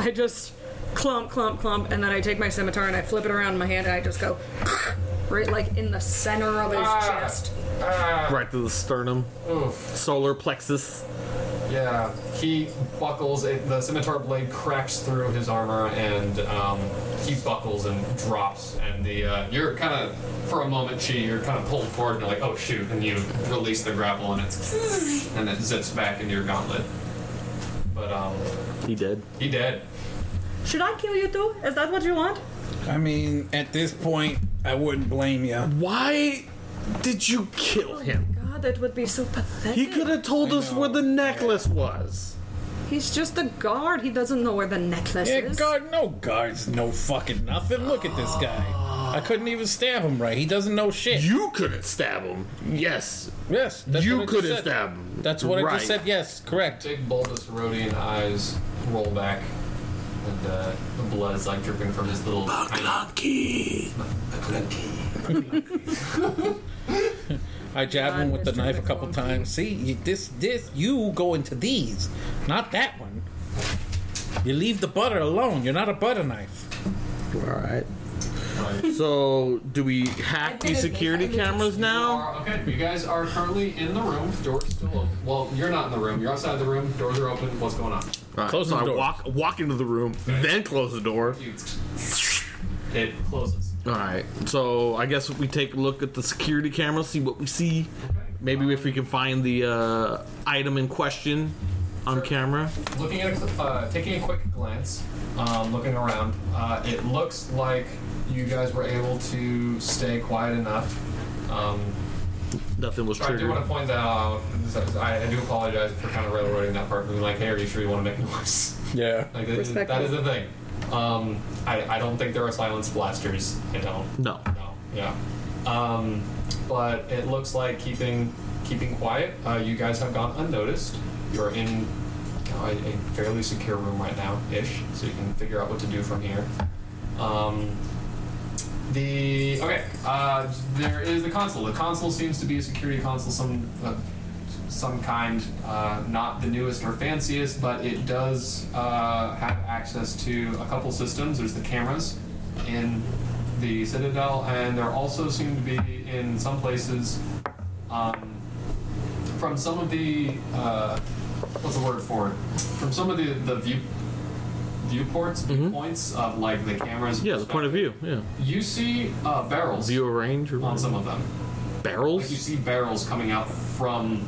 I just clump, clump, clump, and then I take my scimitar and I flip it around in my hand and I just go right like in the center of his Ah. chest. Right to the sternum. Oof. Solar plexus. Yeah, he buckles. It, the scimitar blade cracks through his armor, and um, he buckles and drops. And the uh, you're kind of for a moment, Chi, you're kind of pulled forward, and you're like, oh shoot! And you release the grapple, and it's and it zips back into your gauntlet. But um, He did. he dead. Should I kill you too? Is that what you want? I mean, at this point, I wouldn't blame you. Why did you kill him? God, that would be so pathetic. He could have told us where the necklace was. He's just a guard. He doesn't know where the necklace Yeah, is. guard, no guards, no fucking nothing. Look at this guy. I couldn't even stab him right. He doesn't know shit. You couldn't stab him. Yes. yes, that's you what I just couldn't said. stab him. That's what I Right. just said. Yes, correct. Big bulbous Rhodian eyes roll back, and uh, the blood is like dripping from his little. Tiny, I jab him with the Mr. knife a couple McClunky. times. See, you, this, this, you go into these, not that one. You leave the butter alone. You're not a butter knife. Alright. So, do we hack these security cameras now? Are- Okay, you guys are currently in the room. Door's still open. Well, you're not in the room. You're outside the room. Doors are open. What's going on? Alright, Close so the I door. walk walk into the room, then close the door. You- It closes. Alright, so I guess we take a look at the security cameras, see what we see. Maybe if we can find the uh, item in question on camera. Looking at, a, cl- uh, taking a quick glance, um, looking around. Uh, it looks like you guys were able to stay quiet enough. Um, Nothing was I do want triggered. to point that out. I, I do apologize for kind of railroading that part. Being like, hey, are you sure you want to make noise? Yeah. Like that is, that Respectful. is the thing. Um, I, I don't think there are silence blasters. I don't. No. No. Yeah. Um, but it looks like keeping keeping quiet. Uh, you guys have gone unnoticed. You're in you know, a, a fairly secure room right now, ish. So you can figure out what to do from here. Um, the okay. Uh, there is the console. The console seems to be a security console, some uh, some kind. Uh, not the newest or fanciest, but it does uh, have access to a couple systems. There's the cameras in the Citadel, and there also seem to be in some places. Um, from some of the uh, what's the word for it? From some of the the view viewports, viewpoints of like the cameras. Mm-hmm. Yeah, the point of view. Yeah. You see uh, barrels View of range or on some of them. Like you barrels? see barrels coming out from,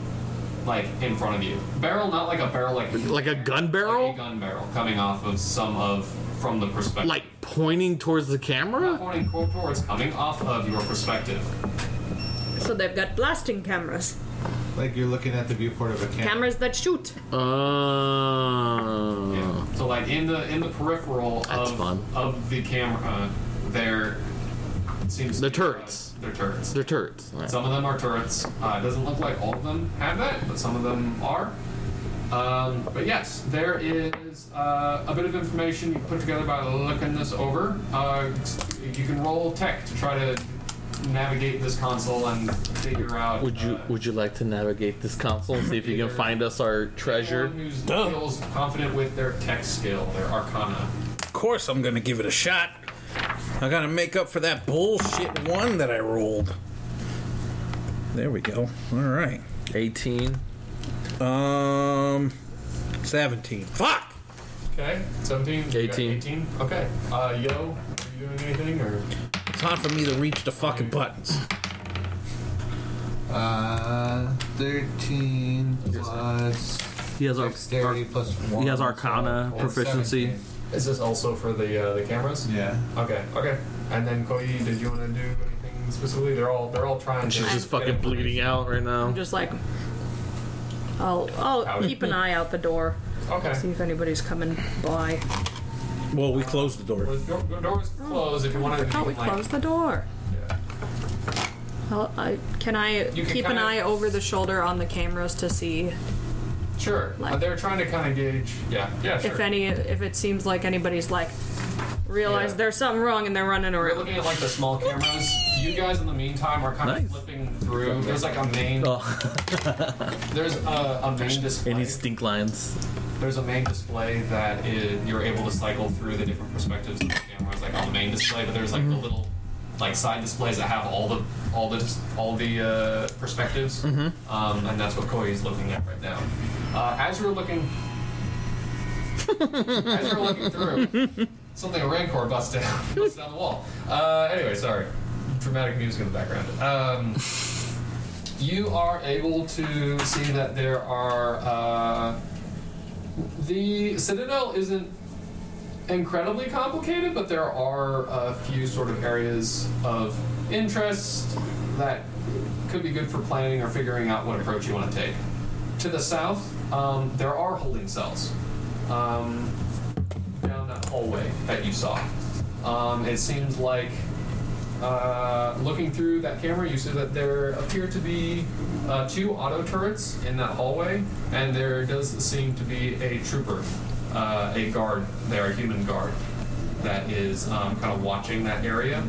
like, in front of you. Barrel, not like a barrel, like Like a gun like a barrel? gun barrel coming off of some of from the perspective. Like pointing towards the camera? according to reports, coming off of your perspective. Uh. So they've got blasting cameras, Like you're looking at the viewport of a camera. cameras that shoot. Uh, Yeah. So like in the in the peripheral That's of fun. of the camera, uh, there seems The to be, uh, turrets. They're turrets. They're turrets. All right. Some of them are turrets. Uh, it doesn't look like all of them have that, but some of them are. Um, but yes, there is uh, a bit of information you put together by looking this over. Uh, you can roll tech to try to navigate this console and figure out. Would you uh, Would you like to navigate this console and see if you can find us our treasure? Anyone who's feels confident with their tech skill, their arcana. Of course, I'm gonna give it a shot. I gotta make up for that bullshit one that I rolled. There we go. All right. 18. Um, seventeen. Fuck. Okay, 17? You got 18. 18? Okay. Uh, yo, are you doing anything? or It's hard for me to reach the fucking buttons. Uh, 13 plus He has our. dexterity plus 1. he has arcana so- proficiency. Is this also for the uh, the cameras? Yeah. Okay, okay. And then Cody, did you want to do anything specifically? They're all they're all trying to. She's just fucking bleeding out right now. I'm just like, I'll I'll Howdy. keep an eye out the door, Okay. see if anybody's coming by. Well, we closed the door. Well, the door, the door is closed. If you want to, Oh, we like, closed the door. yeah. I'll- I, can I You can keep an kinda- eye over the shoulder on the cameras to see Sure. Like- Uh, they're trying to kind of gauge. Yeah. Yeah. Sure. if any, if it seems like anybody's like realize Yeah. there's something wrong and they're running We're around? looking at like the small cameras. You guys, in the meantime, are kind Nice. of flipping through. There's like a main. Oh, There's a, a main display. any stink lines? There's a main display that is, you're able to cycle through the different perspectives of the cameras, like on the main display. But there's like the little, like side displays that have all the all the all the uh, perspectives, um, and that's what Koei's looking at right now. Uh, as you're looking, as you're looking through, something a rancor busts down, busts down the wall. Uh, anyway, sorry, dramatic music in the background. Um, you are able to see that there are. Uh, the Citadel isn't incredibly complicated, but there are a few sort of areas of interest that could be good for planning or figuring out what approach you want to take. To the south, um, there are holding cells um, down that hallway that you saw. Um, it seems like uh, looking through that camera, you see that there appear to be uh, two auto turrets in that hallway, and there does seem to be a trooper, uh, a guard there, a human guard, that is um, kind of watching that area.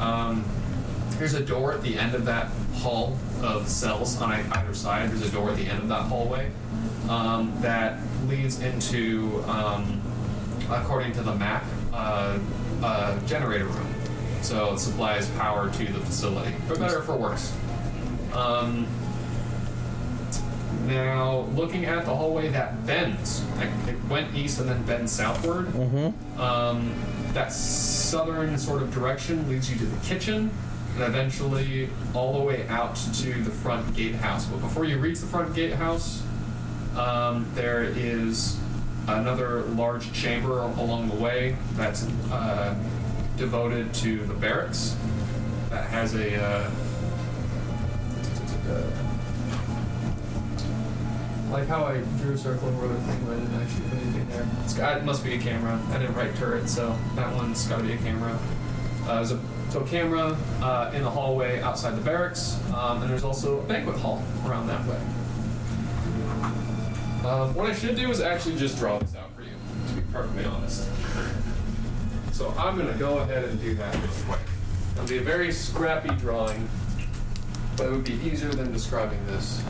Um, there's a door at the end of that hall of cells on ei- either side. There's a door at the end of that hallway um, that leads into, um, according to the map, uh, a generator room. So it supplies power to the facility, for better or for worse. Um, now, looking at the hallway that bends, like it went east and then bends southward. Um, that southern sort of direction leads you to the kitchen and eventually all the way out to the front gatehouse. But before you reach the front gatehouse, um, there is another large chamber along the way that's uh, devoted to the barracks that has a. Uh, like how I drew a circle and wrote a thing, but I didn't actually put anything there. It's got, it must be a camera. I didn't write turret, so that one's got to be a camera. Uh, there's a so a camera uh, in the hallway outside the barracks, um, and there's also a banquet hall around that way. Um, what I should do is actually just draw this out for you, to be perfectly honest. So I'm going to go ahead and do that real quick. It'll be a very scrappy drawing, but it would be easier than describing this.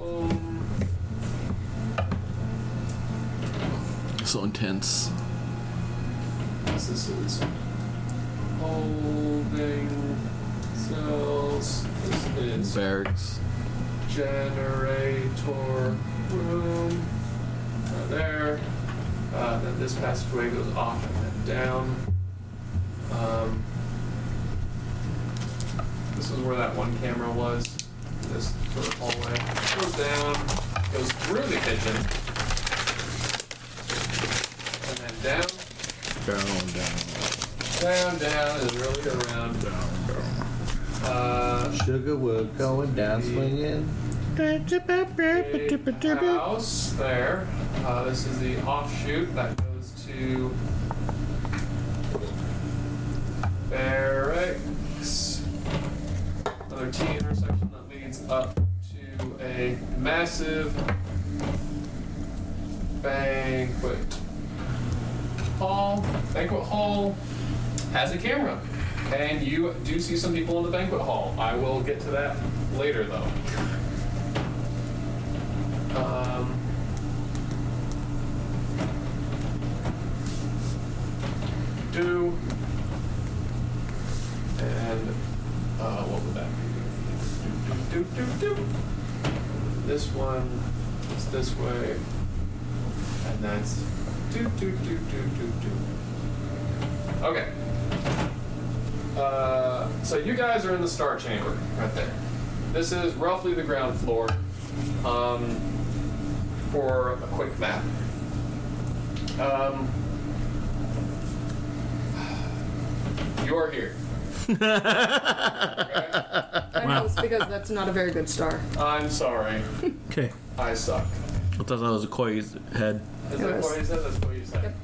Um, So intense. this is holding cells. This is Barracks. generator room. Uh, there. Uh, then this passageway goes off and then down. Um, this is where that one camera was. This sort of hallway goes down, goes through the kitchen, and then down. Down, down, Down, down, and really go around. Uh, Sugar, we're going down swinging. big house there. Uh, this is the offshoot that goes to barracks. Another T intersection that leads up to a massive banquet hall. Banquet hall has a camera. And you do see some people in the banquet hall. I will get to that later, though. Um, do and uh, what would that be? Do, do, do, do, do. This one is this way, and that's do do do do do do. Okay. Uh, so you guys are in the star chamber right there. This is roughly the ground floor. Um, for a quick map. Um, you're here. I know it's because that's not a very good star. I'm sorry. Okay. I suck. I thought that was a Koi's head. Is that what he said? That's what you said.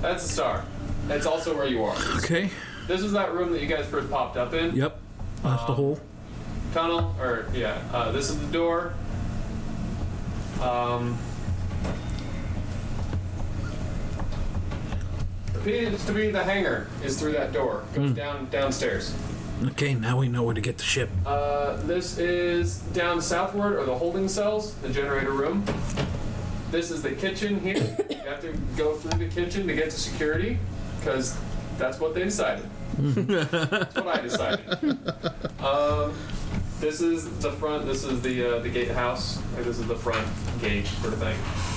That's a star. That's also where you are. Okay. This is that room that you guys first popped up in. Yep. That's the hole. Tunnel, or yeah, uh, this is the door. Um. Appears to be the hangar is through that door. Goes down downstairs. Okay, now we know where to get the ship. Uh, this is down southward, or the holding cells, the generator room. This is the kitchen here. you have to go through the kitchen to get to security, because that's what they decided. that's what I decided. Um, this is the front. This is the uh, the gatehouse. Or this is the front gate for the thing.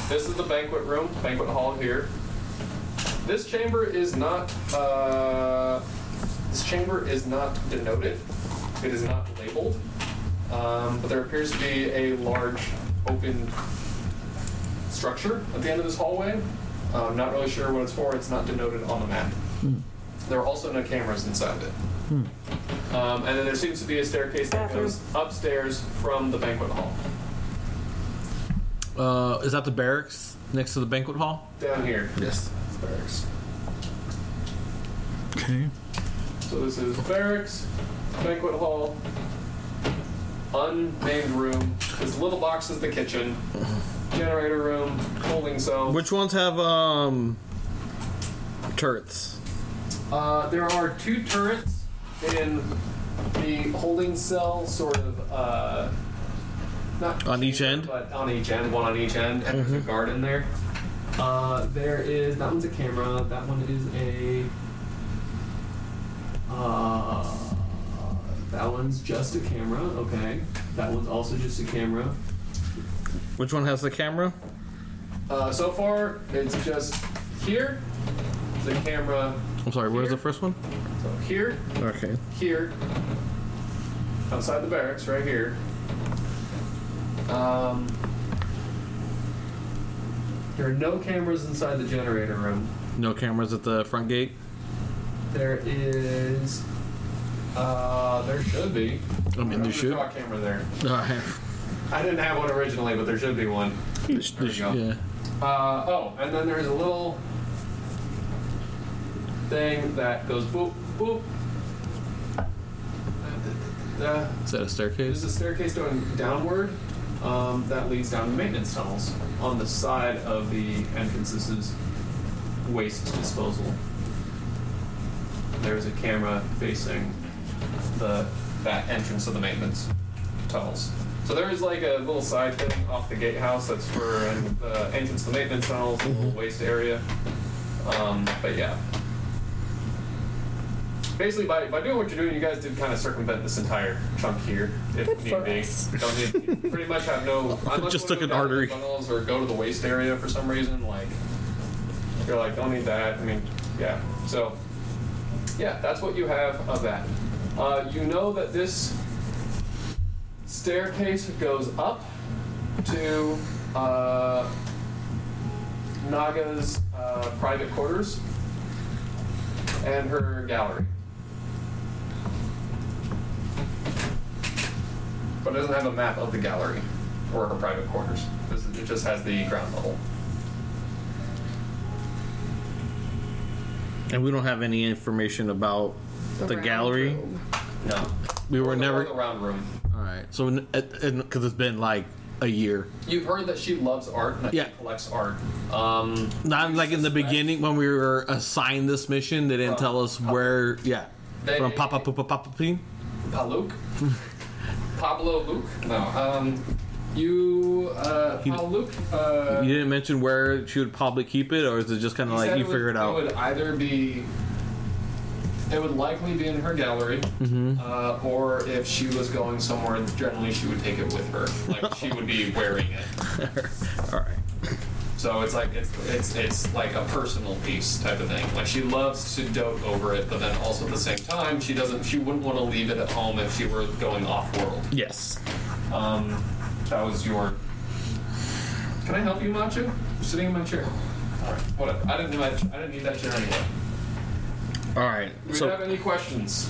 This is the banquet room, banquet hall here. This chamber is not. Uh, this chamber is not denoted. It is not labeled. Um, but there appears to be a large open structure at the end of this hallway. I'm not really sure what it's for. It's not denoted on the map. There are also no cameras inside it. Um, and then there seems to be a staircase that Bathroom. goes upstairs from the banquet hall. Uh, is that the barracks next to the banquet hall? Down here. Yes. Barracks. Okay. So this is barracks, banquet hall, unnamed room. This little box is the kitchen, generator room, holding cell. Which ones have um turrets? Uh, there are two turrets in the holding cell, sort of. Uh, not On each end? Mm-hmm. but on each end, one on each end, and there's a guard in there. Uh, there is that one's a camera. That one is a. Uh, that one's just a camera. Okay, that one's also just a camera. Which one has the camera? Uh, so far, it's just here. The camera I'm sorry. Where's the first one? so here, Okay. here, outside the barracks, right here. Um, there are no cameras inside the generator room. No cameras at the front gate. There is. Uh, there should be. I mean, I'm there gonna should. draw a camera there. All right. I didn't have one originally, but there should be one. There we go. Yeah. Uh, oh, and then there's a little thing that goes boop, boop. Uh, da, da, da, da. Is that a There's staircase? a staircase going downward um, that leads down to maintenance tunnels on the side of the entrance. This is waste disposal. There's a camera facing the that entrance of the maintenance tunnels. So there is like a little side thing off the gatehouse that's for an- the entrance to the maintenance tunnels, a Mm-hmm. little waste area. Um, but yeah. Basically, by, by doing what you're doing, you guys did kind of circumvent this entire chunk here, if Good need for be. us. Don't need, you pretty much have no. unless Just you wanna took go an down to the artery. Tunnels or go to the waste area for some reason. Like you're like, don't need that. I mean, yeah. So yeah, that's what you have of that. Uh, you know that this staircase goes up to uh, Naga's uh, private quarters and her gallery. But it doesn't have a map of the gallery or her private quarters. This is- It just has the ground level. And we don't have any information about the, round gallery. room. No. We were Or the- never. or the round room. All right. So, because it's been like a year. You've heard that she loves art and that Yeah. she collects art. Um, Not like in the suspect- beginning when we were assigned this mission, they didn't tell us where. Yeah. They- From Papa Papa Papa Peen. Paluk? Pablo Luke? No. Um, you, uh, Paluk, uh, You didn't mention where she would probably keep it, or is it just kind of said like you would- figured out? It would either be, it would likely be in her gallery, Mm-hmm. uh, or if she was going somewhere, generally she would take it with her. Like she would be wearing it. All right. So it's like it's it's it's like a personal piece type of thing. Like she loves to dote over it, but then also at the same time, she doesn't. She wouldn't want to leave it at home if she were going off world. Yes. Um, that was your. Can I help you, Macho? You're sitting in my chair. All right. Whatever. I didn't. need my- I didn't need that chair anyway. All right. Do we So. have any questions?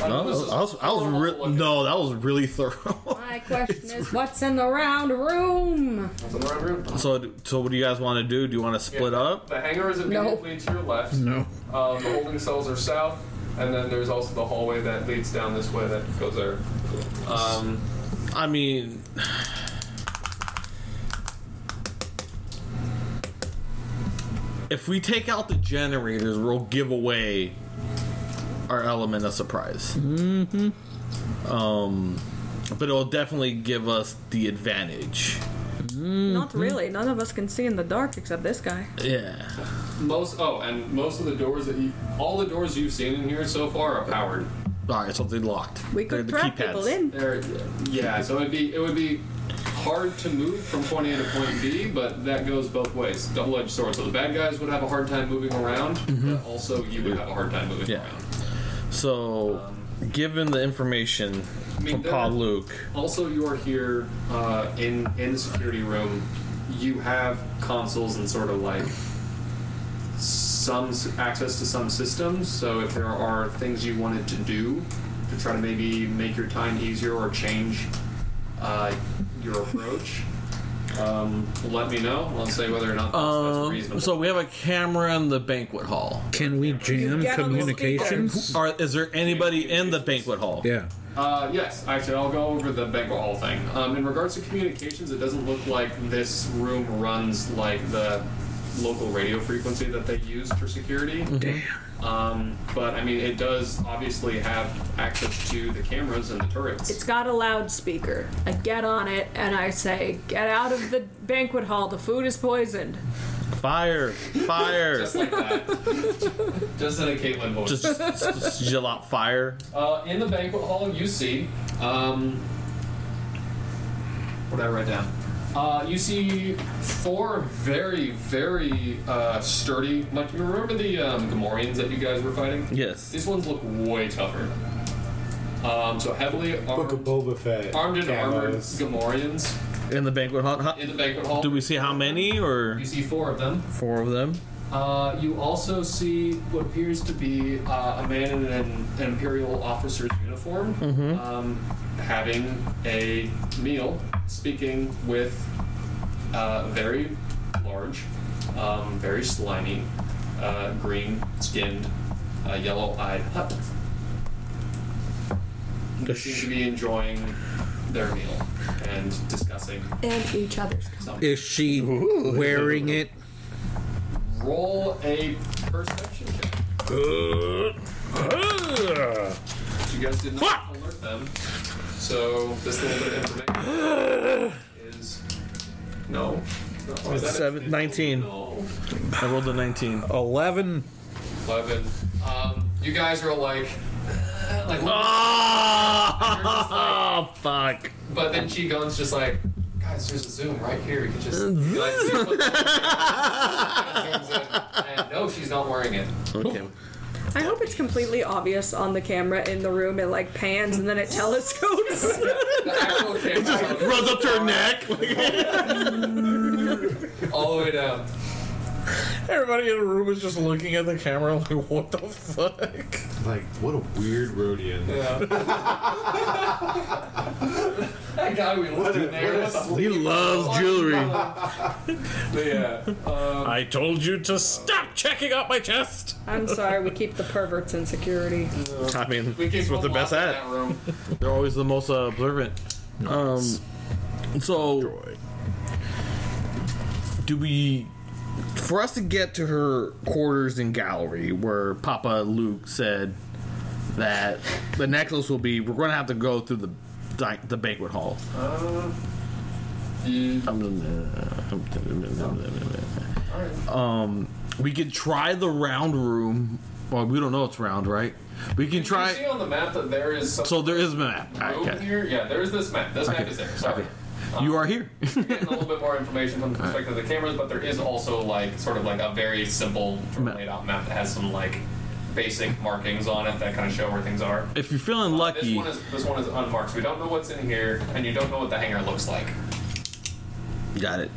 I No, know I this was, is I was, I was horrible re- looking. no, that was really thorough. My question is, what's in the round room? It's in the right room. so, so what do you guys want to do? Do you want to split Yeah. up? The hangar is immediately to your left. No. Um, the holding cells are south, and then there's also the hallway that leads down this way that goes there. Um, I mean, if we take out the generators, we'll give away our element of surprise. Mm-hmm. Mm-hmm. Um, but it'll definitely give us the advantage. Not really. None of us can see in the dark except this guy. Yeah. most oh, and most of the doors that you, all the doors you've seen in here so far are powered. All right, so they locked. We They're could trap people in. There, yeah. So it'd be it would be hard to move from point A to point B, but that goes both ways. Double-edged sword. So the bad guys would have a hard time moving around, but also you would have a hard time moving Mm-hmm. Yeah. around. So, given the information Um, mean, from they're- Paul Luke, Also, you are here uh, in in the security room. You have consoles and sort of like some s- access to some systems. So if there are things you wanted to do to try to maybe make your time easier or change uh, your approach, um, let me know. I'll say whether or not that's, that's um, reasonable. so we have a camera in the banquet hall. Can we jam Get on the communications? Are is there anybody in the banquet hall? Yeah. Uh, yes, actually, I'll go over the banquet hall thing. Um, in regards to communications, it doesn't look like this room runs like the local radio frequency that they use for security. Damn. Um, but I mean, it does obviously have access to the cameras and the turrets. It's got a loudspeaker. I get on it and I say, "Get out of the banquet hall. The food is poisoned." Fire! Fire! just like that. just in a Caitlin voice. just, just, just yell out fire. Uh, in the banquet hall, you see. Um, what did I write down? Uh, you see four very, very uh, sturdy. Like you remember the um, Gamorreans that you guys were fighting? Yes. These ones look way tougher. Um, so heavily Book of armed, Boba Fett. armed and armored Camos. Gamorreans In the banquet hall. How- in the banquet hall. do we see how many or You see four of them. four of them? Uh, you also see what appears to be uh, a man in an, an imperial officer's uniform um, having a meal, speaking with uh, very large, um, very slimy, uh, green skinned, uh, yellow eyed hut. They seem to be enjoying their meal and discussing And each other's. something. Is she wearing it? Roll a perception check. You guys did not alert them. So this little bit of information is no. Oh, is that a Seven, 19. No. I rolled a 19. 11. Eleven. Um, you guys are like, uh, like, Oh, fuck. but then she guns just like, guys, there's a zoom right here. You can just. you like, zoom up." Zooms in, and no, she's not wearing it. Okay. I hope it's completely obvious on the camera in the room. It like pans and then it telescopes. The actual camera Runs up to her neck. all the way down. Everybody in the room is just looking at the camera like, what the fuck? Like, what a weird Rodian. That guy we left in there. What the- He loves jewelry. But yeah. I told you to stop checking out my chest. I'm sorry, we keep the perverts in security. I mean, We that's keep what they're best unlocking at. That room. They're always the most uh, observant. Um, so, do we? For us to get to her quarters in gallery, where Papa Luke said that the necklace will be, we're going to have to go through the di- the banquet hall. Uh, Um, we could try the round room. Well, we don't know it's round, right? We can You see try. on the map that there is some So there is a map. room Okay. here. Yeah, there is this map. This map Okay. is there. Sorry. Okay. You are here. We're getting a little bit more information from the perspective of the cameras, but there is also like sort of like a very simple Map. laid out map that has some like basic markings on it that kind of show where things are. if you're feeling Uh, This lucky, one is this one is unmarked. So we don't know what's in here, and you don't know what the hangar looks like. got it.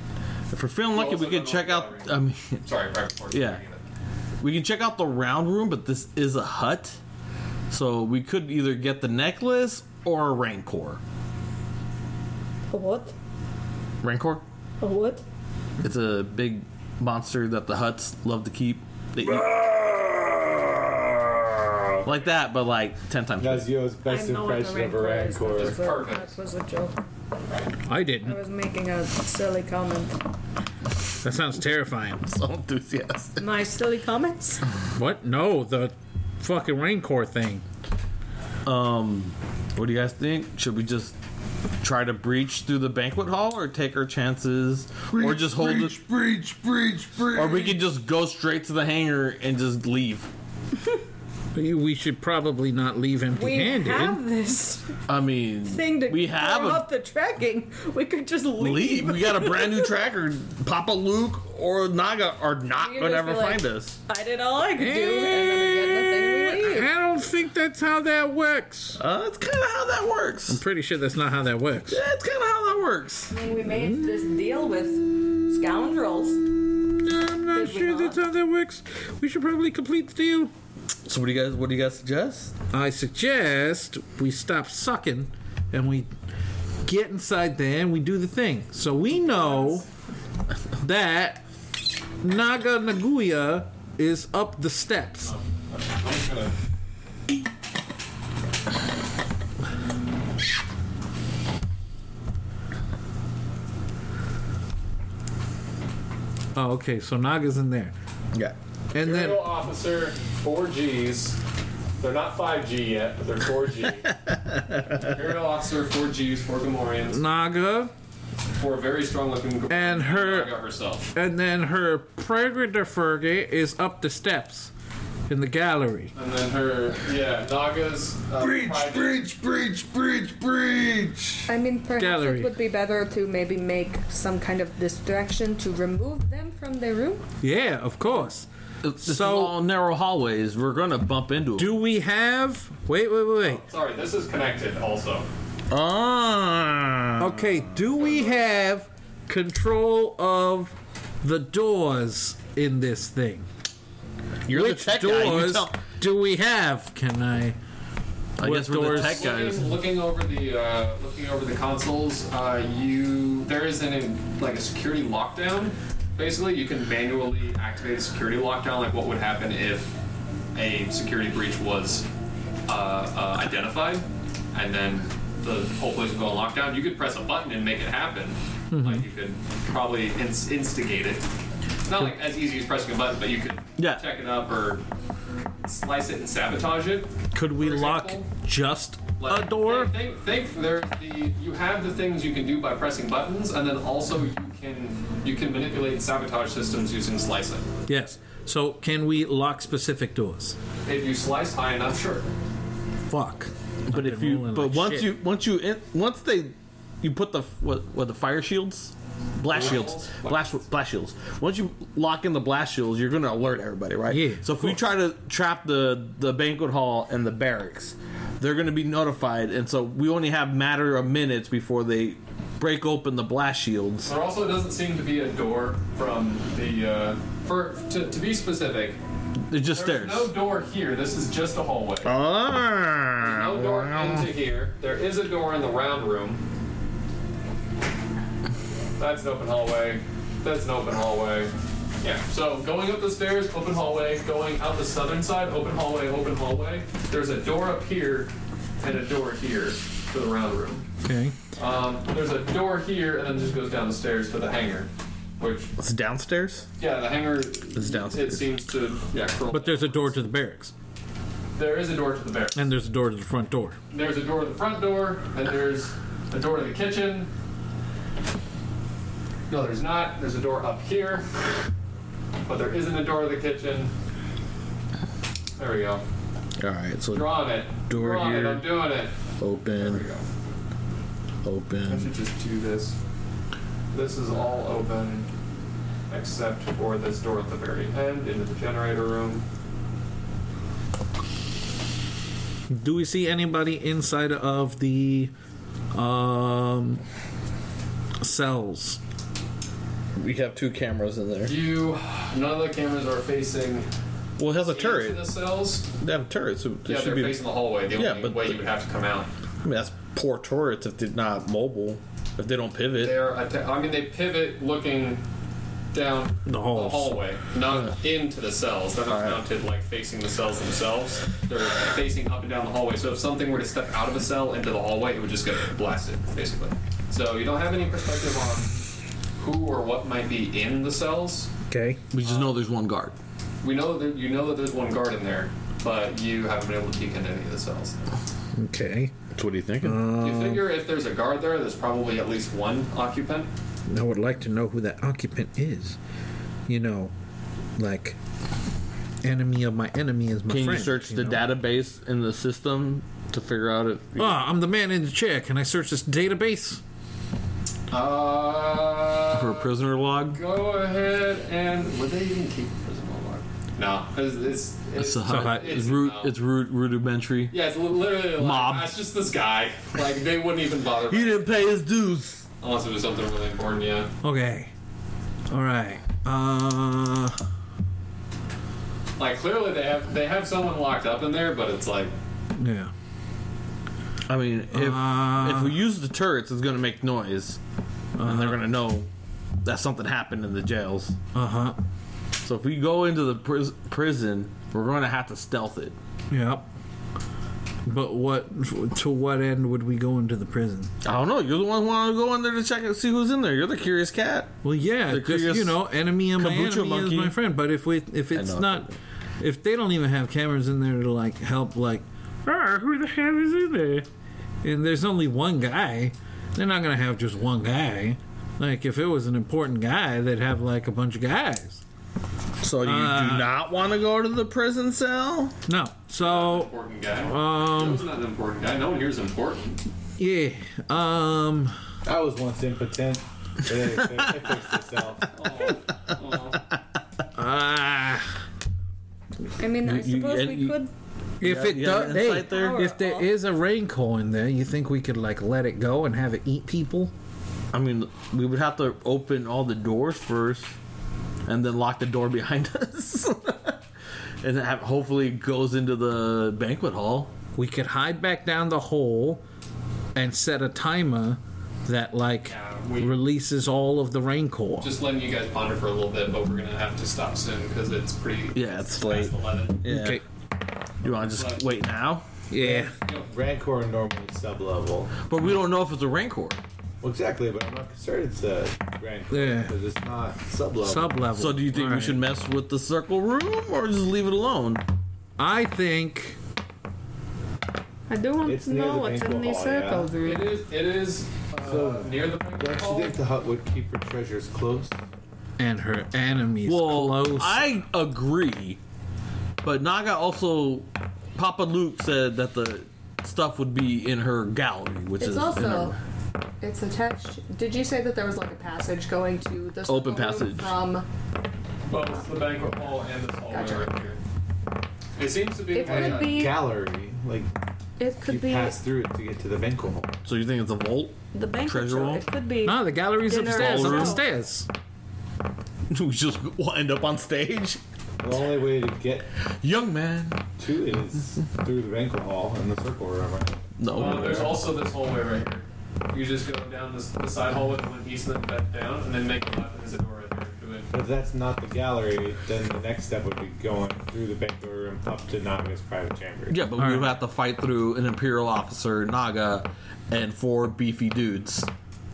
If we're feeling lucky, also we can don't check know out. gallery. I mean, Sorry, right before. Yeah. we can check out the round room, but this is a hut, so we could either get the necklace or a rancor. A what? Rancor. A what? It's a big monster that the huts love to keep. They eat. Uh, Like that, but like 10 times. That's Yo's best I know what impression the of a rancor is. rancor. That was a- Perfect. That was a joke. I I didn't. was making a silly comment. That sounds terrifying. So enthusiastic. My silly comments? What? No, the fucking raincore thing. What do you guys think? Should we just try to breach through the banquet hall or take our chances? or just hold it? breach, breach, breach. Or we can just go straight to the hangar and just leave. We we should probably not leave We empty-handed. have this I mean, thing to we have throw a off the tracking. We could just leave. leave. We got a brand new tracker. Papa Luke or Naga are not You gonna just ever be like- find us. I did all I could do, and then we get the thing we Eh. leave. Eh, I don't think that's how that works. Uh, that's kind of how that works. Pretty sure that's not how that works. That's kind of how that works. I mean, we made this deal with scoundrels. I'm not Did we sure not? that's how that works. We should probably complete the deal. So what do you guys? What do you guys suggest? I suggest we stop sucking and we get inside there and we do the thing. So we know that Naga Naguya is up the steps. Oh, okay. So Naga's in there. Yeah. And then. Imperial officer, 4Gs. They're not 5G yet, but they're 4G. Imperial officer, four Gs, four Gamorreans, Naga, four very strong looking Gamorreans. And her- Naga herself. and then her predator Fergie is up the steps in the gallery. And then her, yeah, Naga's. Uh, private- breach, breach, breach, breach. I mean, perhaps Gallery. it would be better to maybe make some kind of distraction to remove them from their room. Yeah, of course. This is So- all narrow hallways. We're gonna bump into. it. Do we have? Wait, wait, wait, wait. Sorry, this is connected also. Ah. Okay, do we have control of the doors in this thing? You're Which the tech guy. You doors tell- do we have? Can I? I what guess we're the doors- tech guys. Looking, looking over the uh, looking over the consoles, uh, you there is an like a security lockdown. Basically, you can manually activate a security lockdown. Like what would happen if a security breach was uh, uh, identified, and then the whole place would go on lockdown. You could press a button and make it happen. Mm-hmm. Like you could probably ins- instigate it. It's not like as easy as pressing a button, but you could Yeah. check it up or slice it and sabotage it. Could we For lock example, just Like, a door? Think, think, think there's the you have the things you can do by pressing buttons, and then also you can you can manipulate and sabotage systems using slicing. Yes. So can we lock specific doors? If you slice high enough, sure. Fuck. But if you, but once you, once you, in, once they, you put the what, what the fire shields, blast shields, blast blast shields. Once you lock in the blast shields, you're gonna alert everybody, right? Yeah, So if we try to trap the the banquet hall and the barracks, they're gonna be notified, and so we only have matter of minutes before they break open the blast shields. There also doesn't seem to be a door from the uh, for to, to be specific. They're just There's stairs. no door here. This is just a hallway. Ah. No door into here. There is a door in the round room. That's an open hallway. That's an open hallway. Yeah, so going up the stairs, open hallway. Going out the southern side, open hallway, open hallway. There's a door up here and a door here to the round room. Okay. Um, there's a door here and then just goes down the stairs to the hangar. Which, It's downstairs. yeah, the hangar. It downstairs. seems to, yeah, curl. But there's a door to the barracks, there is a door to the barracks. and there's a door to the front door. There's a door to the front door, and there's a door to the kitchen. No, there's not. There's a door up here, but there isn't a door to the kitchen. There we go. All right. So Drawing it. Door Drawing here. It. I'm doing it. open, There we go. I open. should just do this. This is all open, except for this door at the very end into the generator room. Do we see anybody inside of the um, cells? We have two cameras in there. You. None of the cameras are facing Well, it has a turret. into the cells. They have turrets. So they Yeah, should they're be. facing the hallway. The Yeah, only but way the- you would have to come out. I mean, that's poor turrets if they're not mobile. If they don't pivot. They're. atta- I mean, they pivot looking down The halls. hallway, not into the cells. They're not mounted like facing the cells themselves. They're facing up and down the hallway. So if something were to step out of a cell into the hallway, it would just get blasted, basically. So you don't have any perspective on who or what might be in the cells. Okay. We just know there's one guard. We know that you know that there's one guard in there, but you haven't been able to peek into any of the cells. Okay. That's what are you thinking? You figure if there's a guard there, there's probably at least one occupant. I would like to know who that occupant is. You know, like enemy of my enemy is my Can friend. you search the know? database in the system to figure out if Ah, I'm the man in the chair. Can I search this database? Uh, for a prisoner log? Go ahead and would they even keep prison log? No, it's it's, It's a hut. It's, root. no. It's root rudimentary. yeah, it's li- literally like, Mob. "Ah, It's just this guy. Like they wouldn't even bother He didn't pay his dues. unless it was something really important. Yeah, Okay. All right. Uh, like clearly they have they have someone locked up in there, but it's like yeah. I mean, if Uh, if we use the turrets, it's gonna make noise, and they're gonna know that something happened in the jails. Uh huh. So if we go into the pris- prison, we're gonna have to stealth it. Yep. But what? To what end would we go into the prison? I don't know. You're the one who want to go in there to check and see who's in there. You're the curious cat. Well, yeah, The just, curious you know, enemy of my kombucha enemy is monkey. my friend. But if we, if it's know, I not, if they don't even have cameras in there to like help, like, ah, who the hell is in there? And there's only one guy. They're not gonna have just one guy. Like, if it was an important guy, they'd have like a bunch of guys. So you Uh. do not want to go to the prison cell. No. So important guy. Um, Joe's not an important guy. No one here's important. yeah. Um. I was once impotent. but It, it, it fixed itself. Ah. I mean, I you- suppose and we you- could. if it you have does, an hey, insight there? if there is a raincoat in there, you think we could like let it go and have it eat people? I mean, we would have to open all the doors first, and then lock the door behind us, and have, hopefully it goes into the banquet hall. We could hide back down the hole and set a timer that like Yeah, we- releases all of the raincoat. Just letting you guys ponder for a little bit, but we're gonna have to stop soon because it's pretty. Yeah, it's past late. eleven. Yeah. Okay. You want to just wait now? Yeah. Rancor normally sub level. But we don't know if it's a rancor. Well, exactly, but I'm not concerned it's a Rancor Yeah. because it's not sub level. Sub level. So do you think we should mess with the circle room or just leave it alone? I think. I do want It's to near know the what's in banquet these hall, yeah. circles. It is. It is uh, So, near the banquet Don't you hall. think the hut would keep her treasures close? And her enemies Well, close. I agree, but Naga also, Papa Luke said that the stuff would be in her gallery, which It's is in also her- it's attached. Did you say that there was like a passage going to the circle room passage. from? Both the banquet hall and this hallway Gotcha. right here. It seems to be. It could be. Gallery, like It you could be pass through it to get to the banquet hall. So you think it's a vault? the banquet treasure hall. room? It could be. no, Ah, the gallery's Dinner upstairs. hall Up room. the stairs. we just end up on stage, The only way to get young man. to it is through the banquet hall and the circle room. Right? No, Uh, there's also this hallway right here. You just go down this the side hallway that went east and then back down, and then make a left. and There's a door right there. to it. But if that's not the gallery, then the next step would be going through the banquet room up to Naga's private chamber. yeah, but we would have to fight through an imperial officer, Naga, and four beefy dudes.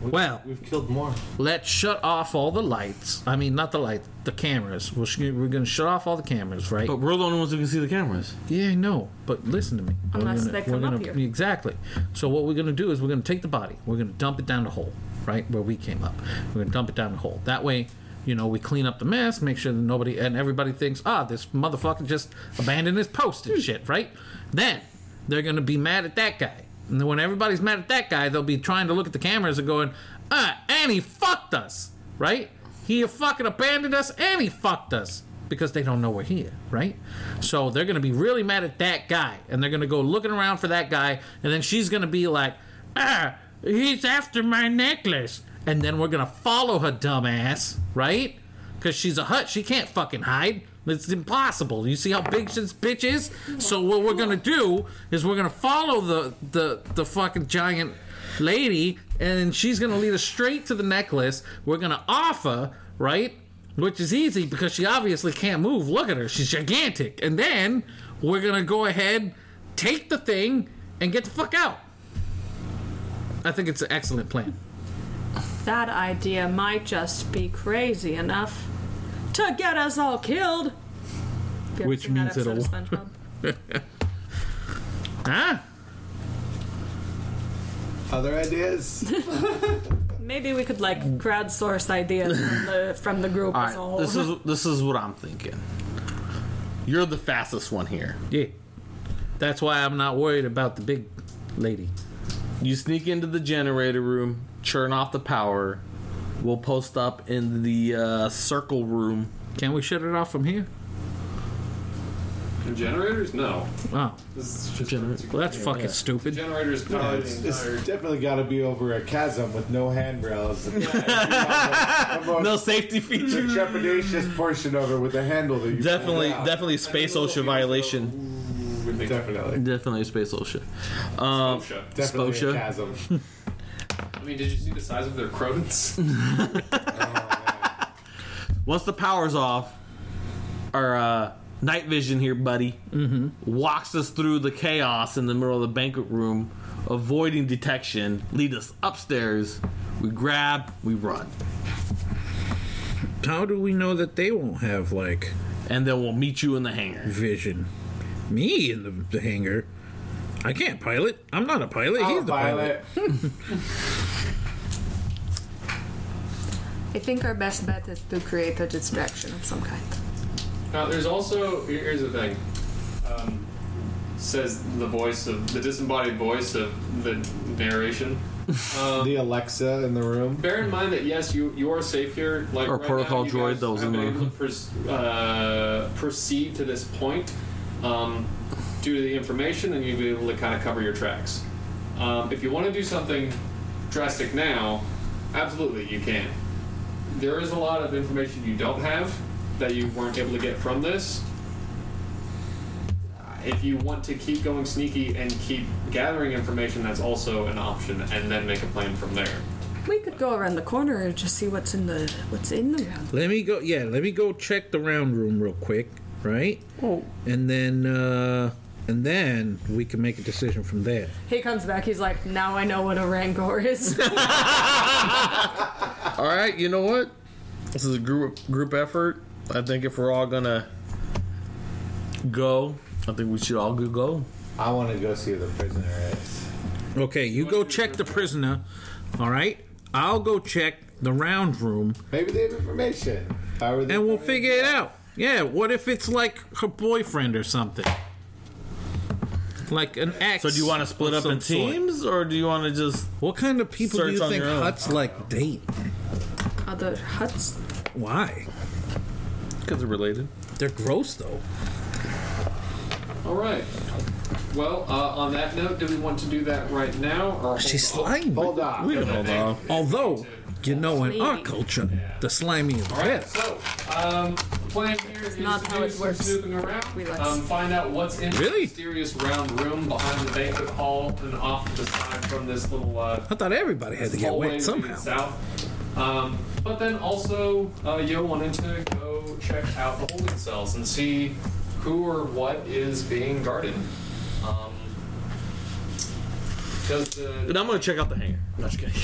Well, We've killed more. let's shut off all the lights. I mean, not the lights, the cameras. We're, sh- we're gonna shut off all the cameras, right? But we're the only ones who can see the cameras. Yeah, I know, but listen to me. We're Unless gonna- they come we're up gonna- here. Exactly. So what we're going to do is we're going to take the body. We're going to dump it down the hole, right where we came up. We're going to dump it down the hole. That way, you know, we clean up the mess, make sure that nobody and everybody thinks, ah, this motherfucker just abandoned his post and shit, right? Then they're going to be mad at that guy, and then when everybody's mad at that guy, they'll be trying to look at the cameras and going, ah, and he fucked us, right? He fucking abandoned us and he fucked us because they don't know we're here, right? So they're going to be really mad at that guy and they're going to go looking around for that guy and then she's going to be like, ah, he's after my necklace. And then we're going to follow her dumbass, right? Because she's a hut. She can't fucking hide. It's impossible. You see how big this bitch is? So what we're gonna do is we're gonna follow the the, the fucking giant lady, and she's gonna lead us straight to the necklace. We're gonna offer, right? which is easy because she obviously can't move. Look at her; she's gigantic. And then we're gonna go ahead, take the thing, and get the fuck out. I think it's an excellent plan. That idea might just be crazy enough to get us all killed. You ever Which seen that means episode of it'll- SpongeBob? Huh? Other ideas? Maybe we could like crowdsource ideas from the from the group All as a whole. right, this is this is what I'm thinking. You're the fastest one here. Yeah. That's why I'm not worried about the big lady. You sneak into the generator room, churn off the power. We'll post up in the uh, circle room. Can we shut it off from here? The generators? No. Oh, This is just well, that's fucking the stupid. generators No, power the it's, it's entire. definitely got to be over a chasm with no handrails. No no. safety The feature. trepidatious portion of it with a handle that you Definitely, pull out. definitely space OSHA violation. definitely, Definitely space OSHA. Um, OSHA. definitely Sposha. a chasm. I mean, did you see the size of their rodents? once the power's off, our uh, night vision here, buddy, walks us through the chaos in the middle of the banquet room, avoiding detection. Lead us upstairs. We grab. We run. How do we know that they won't have like and then we'll meet you in the hangar. vision? Me in the, the hangar. I can't pilot. I'm not a pilot. I'm He's a the pilot. pilot. I think our best bet is to create a distraction of some kind. Now, there's also here- here's the thing. Um, says the voice of the disembodied voice of the narration. Um, The Alexa in the room. Bear in mind that yes, you you are safe here. Like Or right protocol now, you droid guys that was have in been the- able to pers- uh, proceed to this point um, due to the information, and you've been able to kind of cover your tracks. Um, if you want to do something drastic now, absolutely you can. There is a lot of information you don't have that you weren't able to get from this. If you want to keep going sneaky and keep gathering information, that's also an option, and then make a plan from there. we could go around the corner and just see what's in the what's in the room. Let me go. Yeah, let me go check the round room real quick, right? Oh. And then, uh, and then we can make a decision from there. He comes back. He's like, now I know what a rancor is. All right, you know what? This is a group group effort. I think if we're all gonna go, I think we should all go. go. I want to go see who the prisoner is. Okay, you go check the prisoner. All right, I'll go check the round room, Maybe they have information. How are they and we'll coming? figure it out. Yeah, what if it's like her boyfriend or something? Like an ex. So do you want to split of up in some sort. teams, or do you want to just? What kind of people Search do you on think your own. huts like date? Other huts. Why? Because they're related. They're gross though. All right. Well, uh, on that note, do we want to do that right now, or hold Oh, She's off? slimy. Hold on. We don't know. Although, you know, in our culture, the slimy is All right. best. So, um, the plan here is not to how do it some works. snooping around. We like- um, find out what's in the Really? mysterious round room behind the banquet hall and off to the side from this little uh, I thought everybody had to get hallway wet leading somehow. south. Um, but then also, uh, Yo wanted to go check out the holding cells and see who or what is being guarded. Um, because the And I'm gonna check out the hangar. No, just kidding.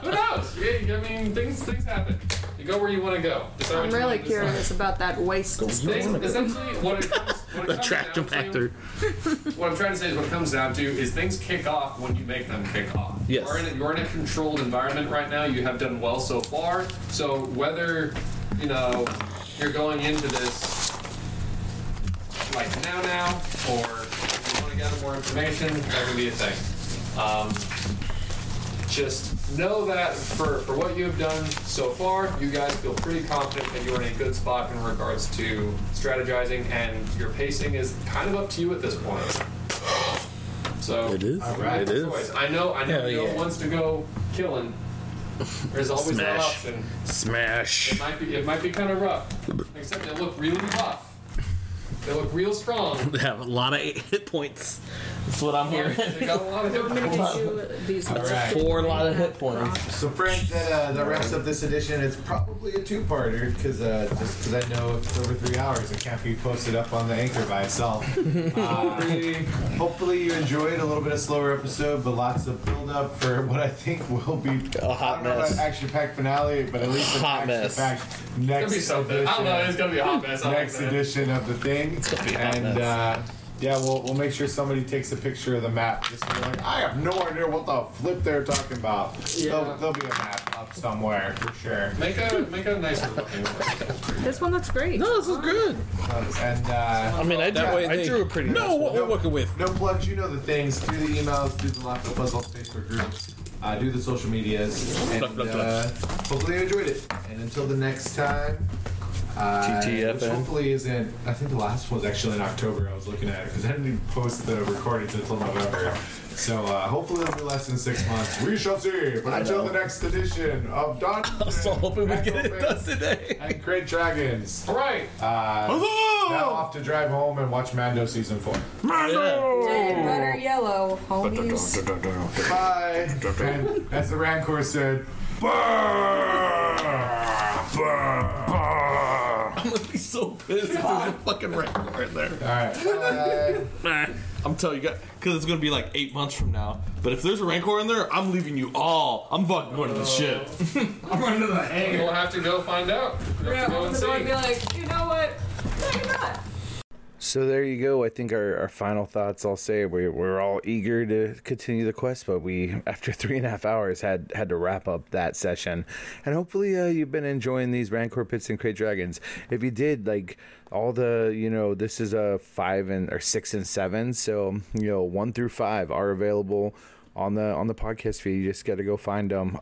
Who knows? Yeah, I mean, things things happen. You go where you want to go. Decide I'm what you really wanna decide. curious about that waste. Things- essentially, what it comes, what it comes Attraction down to- factor. What I'm trying to say is, what it comes down to is things kick off when you make them kick off. Yes. You're in a, you're in a controlled environment right now. You have done well so far. So whether you know you're going into this like now now, or if you want to gather more information, that would be a thing. Um, just know that for, for what you have done so far, you guys feel pretty confident that you're in a good spot in regards to strategizing, and your pacing is kind of up to you at this point. So It is. all right, It is. choice. I know. I know. Hell Neil yeah. wants to go killing. There's always that Smash. option. It Smash. might be. It might be kind of rough. Except they look really tough. They look real strong. They have a lot of hit points. That's what I'm hearing. They got a lot of hit points. That's four lot of hit points. So Frank, that uh, that wraps up this edition. It's probably a two-parter because uh, just because I know it's over three hours, it can't be posted up on the anchor by itself. Uh, hopefully, you enjoyed a little bit of slower episode, but lots of build-up for what I think will be A hot I don't know mess. about action-packed finale, but at least Hot mess. action-packed next It's gonna be something. edition. I don't know. It's gonna be a hot mess. I next like that. edition of the thing. be a hot and mess. uh, yeah, we'll, we'll make sure somebody takes a picture of the map. Just so they're like, I have no idea what the flip they're talking about. There'll, there'll be a map up somewhere for sure. Make a make a nicer looking one. This one looks great. No, this is good. And uh, I mean, I drew, way I they- drew a pretty Know nice what we're working with. no plugs, you know the things. Do the emails, do the Lots of Puzzle Facebook groups, uh, do the social medias. And Plug, plug, plug. uh, hopefully you enjoyed it. And until the next time. Uh, which TTFN. hopefully isn't. I think the last one's actually in October. I was looking at it because I didn't even post the recordings until November. So uh, hopefully it'll be less than six months. We shall see. But until the next edition of Dungeons I'm so hoping we and get it done Dragons today. and Great Dragons. All right. Uh, now off to drive home and watch Mando season four. Yeah. Red, butter, yellow, homies. Bye. and as the Rancor said, "Bah! Bah! Bah!" I'm gonna be so pissed if there's a fucking rancor in there. All right. Bye. I'm telling you, guys, because it's gonna be like eight months from now. But if there's a rancor in there, I'm leaving you all. I'm fucking going to the ship. I'm running to the hangar. We'll have to go find out. We'll Yeah, have to go open and the door see. and be like, you know what? Maybe not. So there you go. I think our, our final thoughts. I'll say we we're all eager to continue the quest, but we after three and a half hours had had to wrap up that session. And hopefully uh, you've been enjoying these Rancor pits and Crate Dragons. If you did, like all the you know this is a five and or six and seven, so you know one through five are available on the on the podcast feed. You just got to go find them.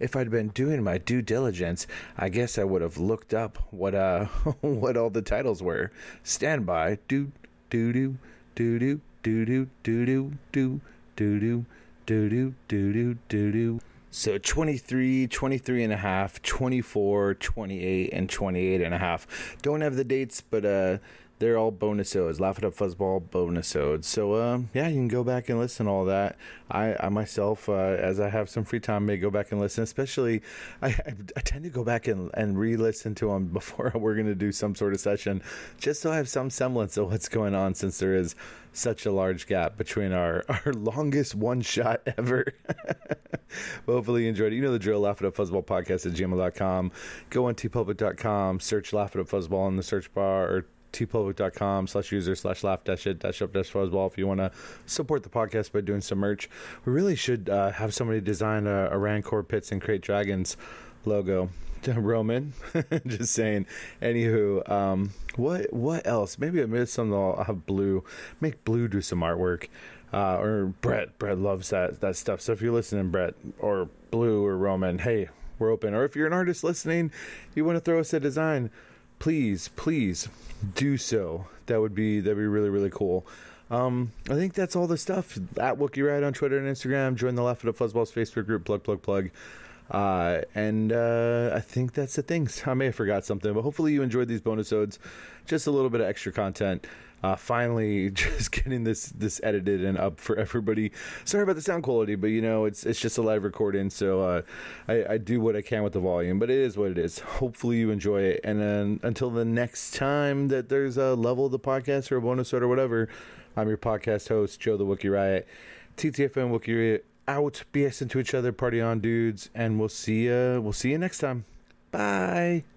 if I'd been doing my due diligence, I guess I would have looked up what uh what all the titles were. Stand by. Do do do do do do do do do do do do do do do do do do. So 23, 23 and a half, 24, 28, and 28 and a half. Don't have the dates, but uh, they're all bonus odes. Laugh It Up Fuzzball bonus odes. So um, yeah, you can go back and listen to all that. I, I myself, uh, as I have some free time, may go back and listen. Especially, I, I, I tend to go back and, and re-listen to them before we're going to do some sort of session, just so I have some semblance of what's going on, since there is such a large gap between our, our longest one shot ever. Well, hopefully you enjoyed it. You know the drill. Laugh it up fuzzball podcast at gmail.com. Go on tpublic.com, search laugh it up fuzzball in the search bar or tpublic.com slash user slash laugh dash it dash up dash fuzzball if you want to support the podcast by doing some merch. We really should uh, have somebody design a, a Rancor Pits and Create Dragons logo. Roman, just saying. Anywho, um, what what else? Maybe I missed something. I'll have Blue make Blue do some artwork, uh, or Brett. Brett loves that that stuff. So if you're listening, Brett or Blue or Roman, hey, we're open. Or if you're an artist listening, you want to throw us a design, please, please do so. That would be that'd be really really cool. Um, I think that's all the stuff. At Wookie Ride on Twitter and Instagram. Join the Laugh It Up Fuzzballs Facebook group. Plug plug plug. Uh, and uh, I think that's the things. I may have forgot something, but hopefully you enjoyed these bonus odes. Just a little bit of extra content. Uh, finally, just getting this this edited and up for everybody. Sorry about the sound quality, but you know it's it's just a live recording, so uh, I, I do what I can with the volume. But it is what it is. Hopefully you enjoy it, and then until the next time that there's a level of the podcast or a bonus ode or whatever, I'm your podcast host Joe the Wookie Riot. TTFN Wookie Riot out, BS into each other, party on, dudes, and we'll see. Uh, we'll see you next time. Bye.